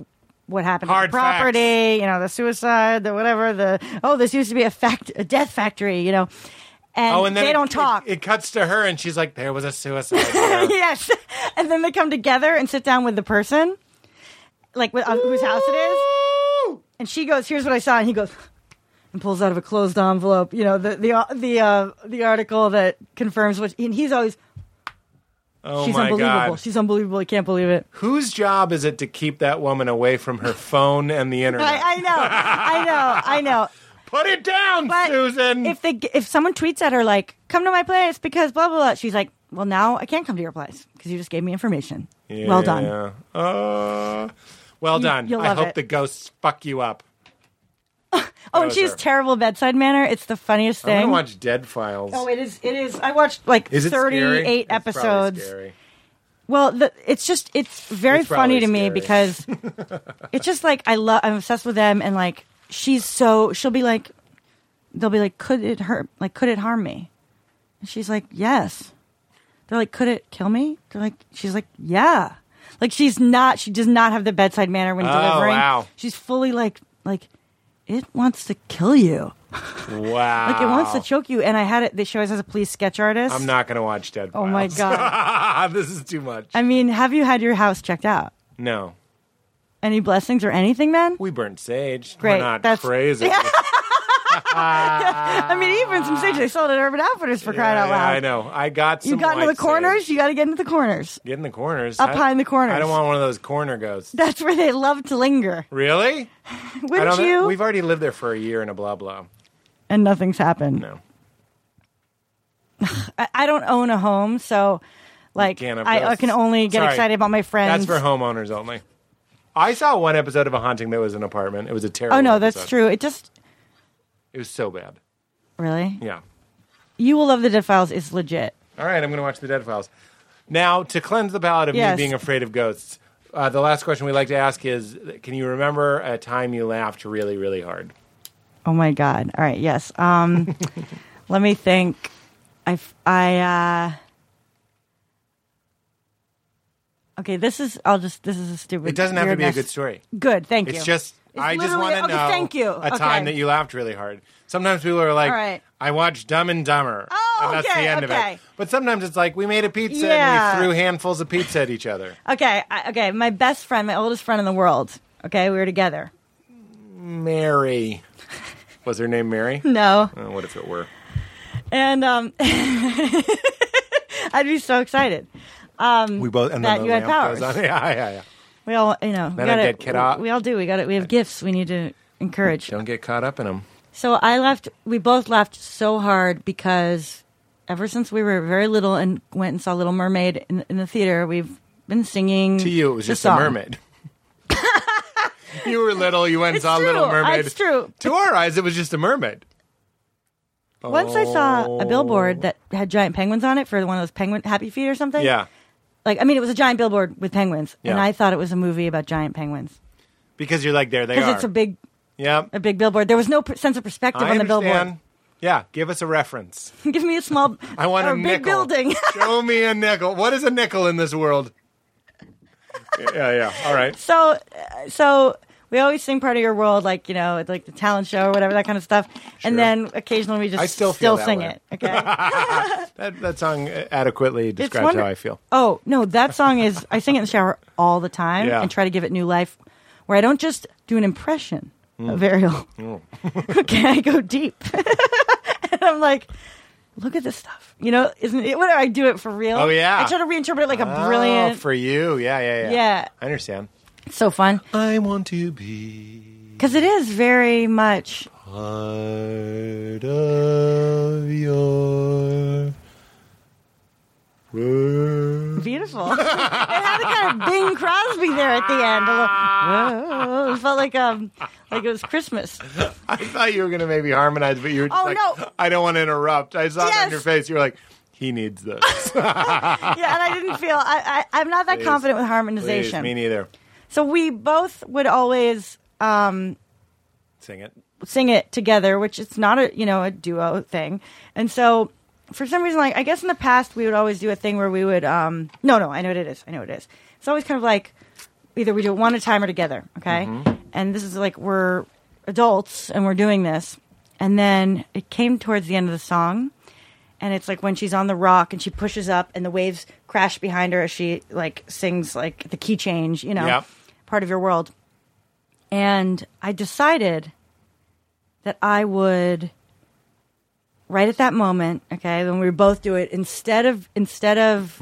Speaker 5: what happened
Speaker 6: Hard
Speaker 5: to the property. You know, the suicide, the whatever. The oh, this used to be a fact, a death factory. You know, and,
Speaker 6: Oh, and then
Speaker 5: they
Speaker 6: it-
Speaker 5: don't
Speaker 6: it-
Speaker 5: talk.
Speaker 6: It, cuts to her, and she's like, "There was a suicide." there."
Speaker 5: yes, and then they come together and sit down with the person, like with, on whose house it is. And she goes, "Here's what I saw," and he goes. And pulls out of a closed envelope, uh, you know, the the the uh, the article that confirms what, and he's always,
Speaker 6: Oh
Speaker 5: She's
Speaker 6: my
Speaker 5: unbelievable.
Speaker 6: God.
Speaker 5: She's unbelievable. I can't believe it.
Speaker 6: Whose job is it to keep that woman away from her phone and the internet?
Speaker 5: I, I know. I know. I know.
Speaker 6: Put it down,
Speaker 5: But
Speaker 6: Susan.
Speaker 5: if they if someone tweets at her like, "Come to my place because blah blah blah," she's like, "Well, now I can't come to your place because you just gave me information." Well done.
Speaker 6: Yeah. Uh, well done.
Speaker 5: you'll
Speaker 6: I
Speaker 5: love
Speaker 6: hope
Speaker 5: it.
Speaker 6: the ghosts fuck you up.
Speaker 5: Oh, and
Speaker 6: was
Speaker 5: she has
Speaker 6: her.
Speaker 5: terrible bedside manner. It's the funniest
Speaker 6: I'm
Speaker 5: thing.
Speaker 6: gonna watch Dead Files.
Speaker 5: oh, it is. It is. I watched like
Speaker 6: Is it scary?
Speaker 5: 38
Speaker 6: It's probably
Speaker 5: episodes.
Speaker 6: scary.
Speaker 5: Well, the, it's just it's very
Speaker 6: It's probably
Speaker 5: funny to me
Speaker 6: scary.
Speaker 5: because it's just like I love. I'm obsessed with them, and like she's so she'll be like, they'll be like, could it hurt? Like, could it harm me? And she's like, yes. They're like, could it kill me? They're like, she's like, yeah. Like she's not. She does not have the bedside manner when
Speaker 6: Oh,
Speaker 5: delivering.
Speaker 6: wow.
Speaker 5: She's fully like like. It wants to kill you.
Speaker 6: Wow.
Speaker 5: Like it wants to choke you. And I had it. They show us as a police sketch artist.
Speaker 6: I'm not gonna watch Dead
Speaker 5: Oh my
Speaker 6: Files.
Speaker 5: god.
Speaker 6: this is too much.
Speaker 5: I mean, have you had your house checked out?
Speaker 6: no.
Speaker 5: Any blessings or anything, man?
Speaker 6: We burnt sage.
Speaker 5: Great,
Speaker 6: We're not
Speaker 5: that's-
Speaker 6: crazy. Yeah,
Speaker 5: I mean, even some sage they sold at Urban Outfitters for crying out
Speaker 6: yeah,
Speaker 5: loud.
Speaker 6: I know. I got some
Speaker 5: You got into the
Speaker 6: white
Speaker 5: corners.
Speaker 6: sage.
Speaker 5: You got to get into the corners.
Speaker 6: Get in the corners.
Speaker 5: Up
Speaker 6: I-
Speaker 5: high in the corners.
Speaker 6: I don't want one of those corner ghosts.
Speaker 5: That's where they love to linger.
Speaker 6: Really? I
Speaker 5: Wouldn't
Speaker 6: don't-
Speaker 5: you?
Speaker 6: We've already lived there for a year in a blah blah.
Speaker 5: and nothing's happened.
Speaker 6: No.
Speaker 5: I, I don't own a home, so like
Speaker 6: can't have
Speaker 5: I, I
Speaker 6: ghosts.
Speaker 5: can only get
Speaker 6: Sorry.
Speaker 5: excited about my friends.
Speaker 6: That's for homeowners only. I saw one episode of a haunting that was an apartment. It was a terrible.
Speaker 5: oh no, that's
Speaker 6: episode.
Speaker 5: true. It just
Speaker 6: It was so bad.
Speaker 5: really.
Speaker 6: Yeah.
Speaker 5: You will love the Dead Files is legit.
Speaker 6: All right, I'm going to watch the Dead Files. Now, to cleanse the palate of
Speaker 5: Yes.
Speaker 6: me being afraid of ghosts, uh, the last question we like to ask is: Can you remember a time you laughed really, really hard?
Speaker 5: Oh my god! All right, yes. Um, let me think. I f- I uh. Okay, this is. I'll just. This is a stupid.
Speaker 6: It doesn't have to be a
Speaker 5: weirdness.
Speaker 6: good story.
Speaker 5: Good, thank you.
Speaker 6: It's just
Speaker 5: It's
Speaker 6: I just
Speaker 5: literally-
Speaker 6: want to
Speaker 5: okay,
Speaker 6: know
Speaker 5: thank you.
Speaker 6: a
Speaker 5: Okay.
Speaker 6: time that you laughed really hard. Sometimes people are like,
Speaker 5: All right.
Speaker 6: "I watched Dumb and Dumber,"
Speaker 5: Oh,
Speaker 6: and that's
Speaker 5: okay,
Speaker 6: the end of
Speaker 5: okay.
Speaker 6: it. But sometimes it's like we made a pizza
Speaker 5: Yeah.
Speaker 6: and we threw handfuls of pizza at each other.
Speaker 5: Okay, I, okay. My best friend, my oldest friend in the world. Okay, we were together.
Speaker 6: Mary was her name. Mary.
Speaker 5: No,
Speaker 6: Oh, what if it were?
Speaker 5: and um, I'd be so excited.
Speaker 6: We both and
Speaker 5: Hmm. That
Speaker 6: then the
Speaker 5: you had
Speaker 6: lamp goes
Speaker 5: powers.
Speaker 6: on. Yeah, yeah, yeah.
Speaker 5: We all, you know, we
Speaker 6: Then I
Speaker 5: gotta-
Speaker 6: did kid out.
Speaker 5: we all do. We got it. We have gifts. We need to encourage.
Speaker 6: Don't get caught up in them.
Speaker 5: So I left. We both left so hard because ever since we were very little and went and saw Little Mermaid in, in the theater, we've been singing.
Speaker 6: To you, it was
Speaker 5: the
Speaker 6: just
Speaker 5: song.
Speaker 6: a mermaid. you were little. You went and
Speaker 5: It's
Speaker 6: saw Little
Speaker 5: true,
Speaker 6: Mermaid.
Speaker 5: it's true.
Speaker 6: To our eyes, it was just a mermaid.
Speaker 5: Once I saw a billboard that had giant penguins on it for one of those penguin Happy Feet or something.
Speaker 6: Yeah,
Speaker 5: Like I mean, it was a giant billboard with penguins, and
Speaker 6: Yeah.
Speaker 5: I thought it was a movie about giant penguins
Speaker 6: because you're like there they
Speaker 5: because
Speaker 6: are.
Speaker 5: it's a big,
Speaker 6: yeah.
Speaker 5: a big billboard. There was no per- sense of perspective
Speaker 6: I
Speaker 5: on the
Speaker 6: understand. Yeah, give us a reference.
Speaker 5: billboard. Give me a small.
Speaker 6: I want
Speaker 5: or
Speaker 6: a,
Speaker 5: big
Speaker 6: nickel.
Speaker 5: building.
Speaker 6: Show me a nickel. What is a nickel in this world? yeah, yeah. All right.
Speaker 5: So, uh, so we always sing part of your world, like you know, it's like the talent show or whatever that kind of stuff. And
Speaker 6: Sure.
Speaker 5: then occasionally we just
Speaker 6: I still feel that
Speaker 5: sing
Speaker 6: way.
Speaker 5: it. Okay,
Speaker 6: That that song adequately describes
Speaker 5: wonder-
Speaker 6: how I feel.
Speaker 5: Oh no, that song is I sing it in the shower all the time
Speaker 6: Yeah.
Speaker 5: and try to give it new life, where I don't just do an impression of
Speaker 6: Mm.
Speaker 5: Ariel.
Speaker 6: Oh.
Speaker 5: okay, I go deep, and I'm like. Look at this stuff. You know, isn't it? Whatever, I do it for real.
Speaker 6: Oh, yeah.
Speaker 5: I try to reinterpret it like a
Speaker 6: oh,
Speaker 5: brilliant.
Speaker 6: for you. Yeah, yeah, yeah.
Speaker 5: Yeah.
Speaker 6: I understand.
Speaker 5: It's so fun
Speaker 6: I want to be
Speaker 5: because it is very much
Speaker 6: part of your world.
Speaker 5: Beautiful. it had a kind of Bing Crosby there at the end. A little, it felt like um, like it was Christmas.
Speaker 6: I thought you were going to maybe harmonize, but you were just
Speaker 5: Oh,
Speaker 6: like,
Speaker 5: no.
Speaker 6: I don't want to interrupt. I saw it
Speaker 5: Yes.
Speaker 6: on your face. You were like, he needs this.
Speaker 5: Yeah, and I didn't feel I, I I'm not that confident with
Speaker 6: Please,
Speaker 5: harmonization.
Speaker 6: me neither.
Speaker 5: so we both would always um
Speaker 6: Sing it.
Speaker 5: sing it together, which it's not a you know a duo thing. And so for some reason, like I guess in the past we would always do a thing where we would um no no I know what it is I know what it is. It's always kind of like either we do it one at a time or together, okay? And this is like we're adults and we're doing this. And then it came towards the end of the song, and it's like when she's on the rock and she pushes up and the waves crash behind her as she like sings like the key change, you know,
Speaker 6: Yep.
Speaker 5: part of your world. And I decided that I would right at that moment, okay, when we both do it, instead of instead of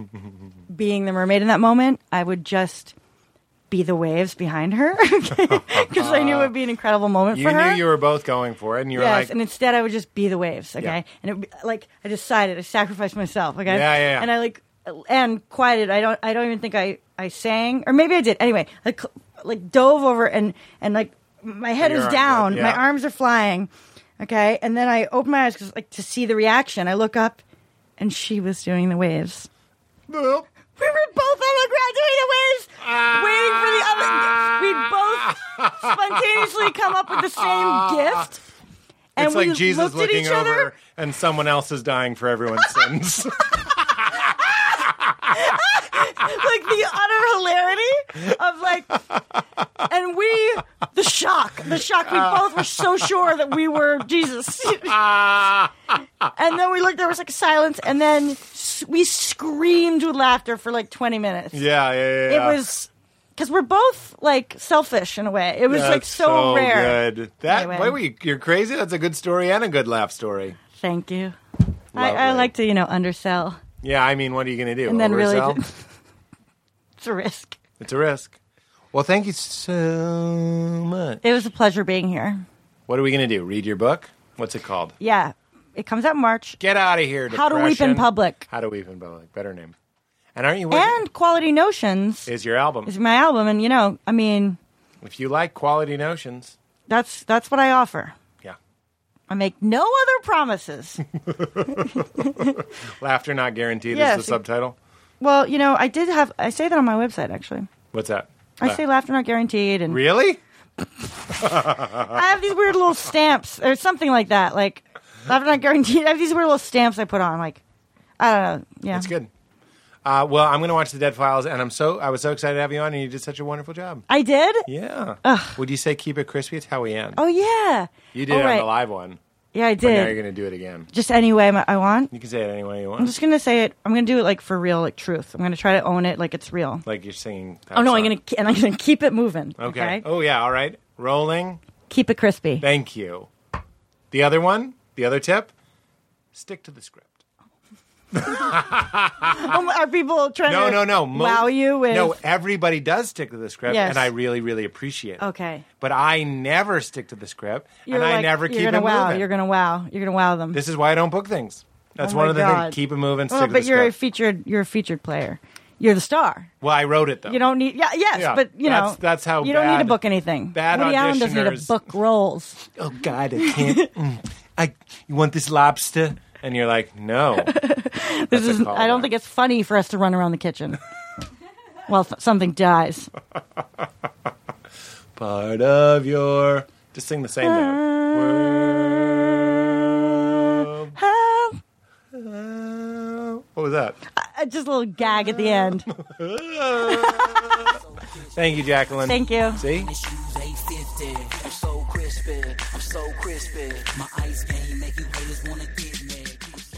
Speaker 5: being the mermaid in that moment, I would just be the waves behind her because I knew it would be an incredible moment
Speaker 6: You
Speaker 5: for her.
Speaker 6: knew you were both going for it, and you were
Speaker 5: yes,
Speaker 6: like,
Speaker 5: and instead I would just be the waves. Okay,
Speaker 6: Yeah.
Speaker 5: and it would be, like I decided, I sacrificed myself. Okay,
Speaker 6: Yeah, yeah, yeah.
Speaker 5: and I like and quieted. I don't. I don't even think I I sang, or maybe I did. Anyway, like cl- like dove over and and like my head
Speaker 6: Your
Speaker 5: is
Speaker 6: arms up,
Speaker 5: down, my
Speaker 6: yeah.
Speaker 5: arms are flying. Okay, and then I open my eyes 'cause, like to see the reaction. I look up, and she was doing the waves.
Speaker 6: "Boop."
Speaker 5: We were both on the ground doing the waves, waiting for the other. We both spontaneously come up with the same gift. And
Speaker 6: it's
Speaker 5: we
Speaker 6: like Jesus
Speaker 5: looked at
Speaker 6: looking
Speaker 5: each other.
Speaker 6: over, and someone else is dying for everyone's sins.
Speaker 5: like the utter hilarity of like, and we, the shock, the shock. We both were so sure that we were Jesus, and then we looked. There was like silence, and then s- we screamed with laughter for like twenty minutes.
Speaker 6: Yeah, yeah, yeah.
Speaker 5: It was because we're both like selfish in a way. It was like
Speaker 6: That's
Speaker 5: so, rare.
Speaker 6: Good. That
Speaker 5: Anyway.
Speaker 6: why were you, you're crazy. That's a good story and a good laugh story.
Speaker 5: Thank you. I, I
Speaker 6: Lovely.
Speaker 5: like to you know undersell
Speaker 6: Yeah, I mean, what are you going to do?
Speaker 5: and then really,
Speaker 6: Oversell?
Speaker 5: it's a risk.
Speaker 6: it's a risk. Well, thank you so much.
Speaker 5: It was a pleasure being here.
Speaker 6: What are we going to do? Read your book? What's it called?
Speaker 5: Yeah, it comes out in March.
Speaker 6: Get out of here.
Speaker 5: How to Weep in
Speaker 6: Depression.
Speaker 5: Public.
Speaker 6: How to weep in public. Better name. And aren't you?
Speaker 5: and Quality Notions
Speaker 6: is your album?
Speaker 5: is my album, and you know, I mean,
Speaker 6: if you like quality notions,
Speaker 5: that's that's what I offer.
Speaker 6: yeah.
Speaker 5: I make no other promises.
Speaker 6: Laughter not guaranteed
Speaker 5: Yes.
Speaker 6: is the subtitle.
Speaker 5: well, you know, I did have I say that on my website actually.
Speaker 6: What's that?
Speaker 5: I
Speaker 6: Uh,
Speaker 5: say laughter not guaranteed, and
Speaker 6: really?
Speaker 5: I have these weird little stamps or something like that. Like laughter not guaranteed. I have these weird little stamps I put on. Like I don't know. Yeah,
Speaker 6: That's good. Uh, well, I'm going to watch the Dead Files, and I'm so I was so excited to have you on, and you did such a wonderful job.
Speaker 5: I did.
Speaker 6: Yeah. Would you say keep it crispy? It's how we end.
Speaker 5: Oh yeah.
Speaker 6: you did
Speaker 5: All
Speaker 6: it on
Speaker 5: right.
Speaker 6: the live one,
Speaker 5: Yeah, I
Speaker 6: but now you're
Speaker 5: did.
Speaker 6: going to do it again.
Speaker 5: Just any way I I want.
Speaker 6: You can say it any way you
Speaker 5: I'm
Speaker 6: want.
Speaker 5: just gonna say it. I'm gonna do it like for real, like truth. I'm gonna try to own it, like it's real.
Speaker 6: Like you're singing. that
Speaker 5: Oh no, I'm
Speaker 6: song.
Speaker 5: gonna ke- and I'm gonna keep it moving. Okay.
Speaker 6: Okay. Oh yeah. All right. Rolling.
Speaker 5: Keep it crispy.
Speaker 6: Thank you. The other one. The other tip. Stick to the script.
Speaker 5: Um, are people trying
Speaker 6: No,
Speaker 5: to
Speaker 6: no, no. Mo-
Speaker 5: wow you with?
Speaker 6: no. Everybody does stick to the script,
Speaker 5: Yes.
Speaker 6: and I really, really appreciate it.
Speaker 5: Okay.
Speaker 6: but I never stick to the script,
Speaker 5: You're
Speaker 6: and I
Speaker 5: like,
Speaker 6: never keep
Speaker 5: you're gonna
Speaker 6: it
Speaker 5: wow.
Speaker 6: moving.
Speaker 5: You're gonna wow. You're gonna wow them.
Speaker 6: This is why I don't book things. That's
Speaker 5: Oh
Speaker 6: one
Speaker 5: my
Speaker 6: of the
Speaker 5: God.
Speaker 6: things. Keep it moving. Stick
Speaker 5: well,
Speaker 6: to
Speaker 5: but
Speaker 6: the
Speaker 5: you're a
Speaker 6: script.
Speaker 5: featured. You're a featured player. You're the star.
Speaker 6: well, I wrote it though.
Speaker 5: You don't need. Yeah. Yes.
Speaker 6: Yeah,
Speaker 5: but you know.
Speaker 6: that's- that's how
Speaker 5: You don't need to
Speaker 6: bad-
Speaker 5: book anything.
Speaker 6: bad
Speaker 5: Woody Allen doesn't need to
Speaker 6: auditioners-
Speaker 5: book roles.
Speaker 6: oh God, I can't. Mm. I you want this lobster? And you're like, no.
Speaker 5: This is. I don't
Speaker 6: callback.
Speaker 5: think it's funny for us to run around the kitchen. While th- something dies.
Speaker 6: Part of your. Just sing the same note. World.
Speaker 5: Ah,
Speaker 6: What was that?
Speaker 5: uh, just a little gag at the end.
Speaker 6: Thank you, Jacqueline.
Speaker 5: Thank you.
Speaker 6: See?
Speaker 7: My shoes 850. I'm so crispy. I'm so crispy. My ice game make you haters wanna get me. I'm so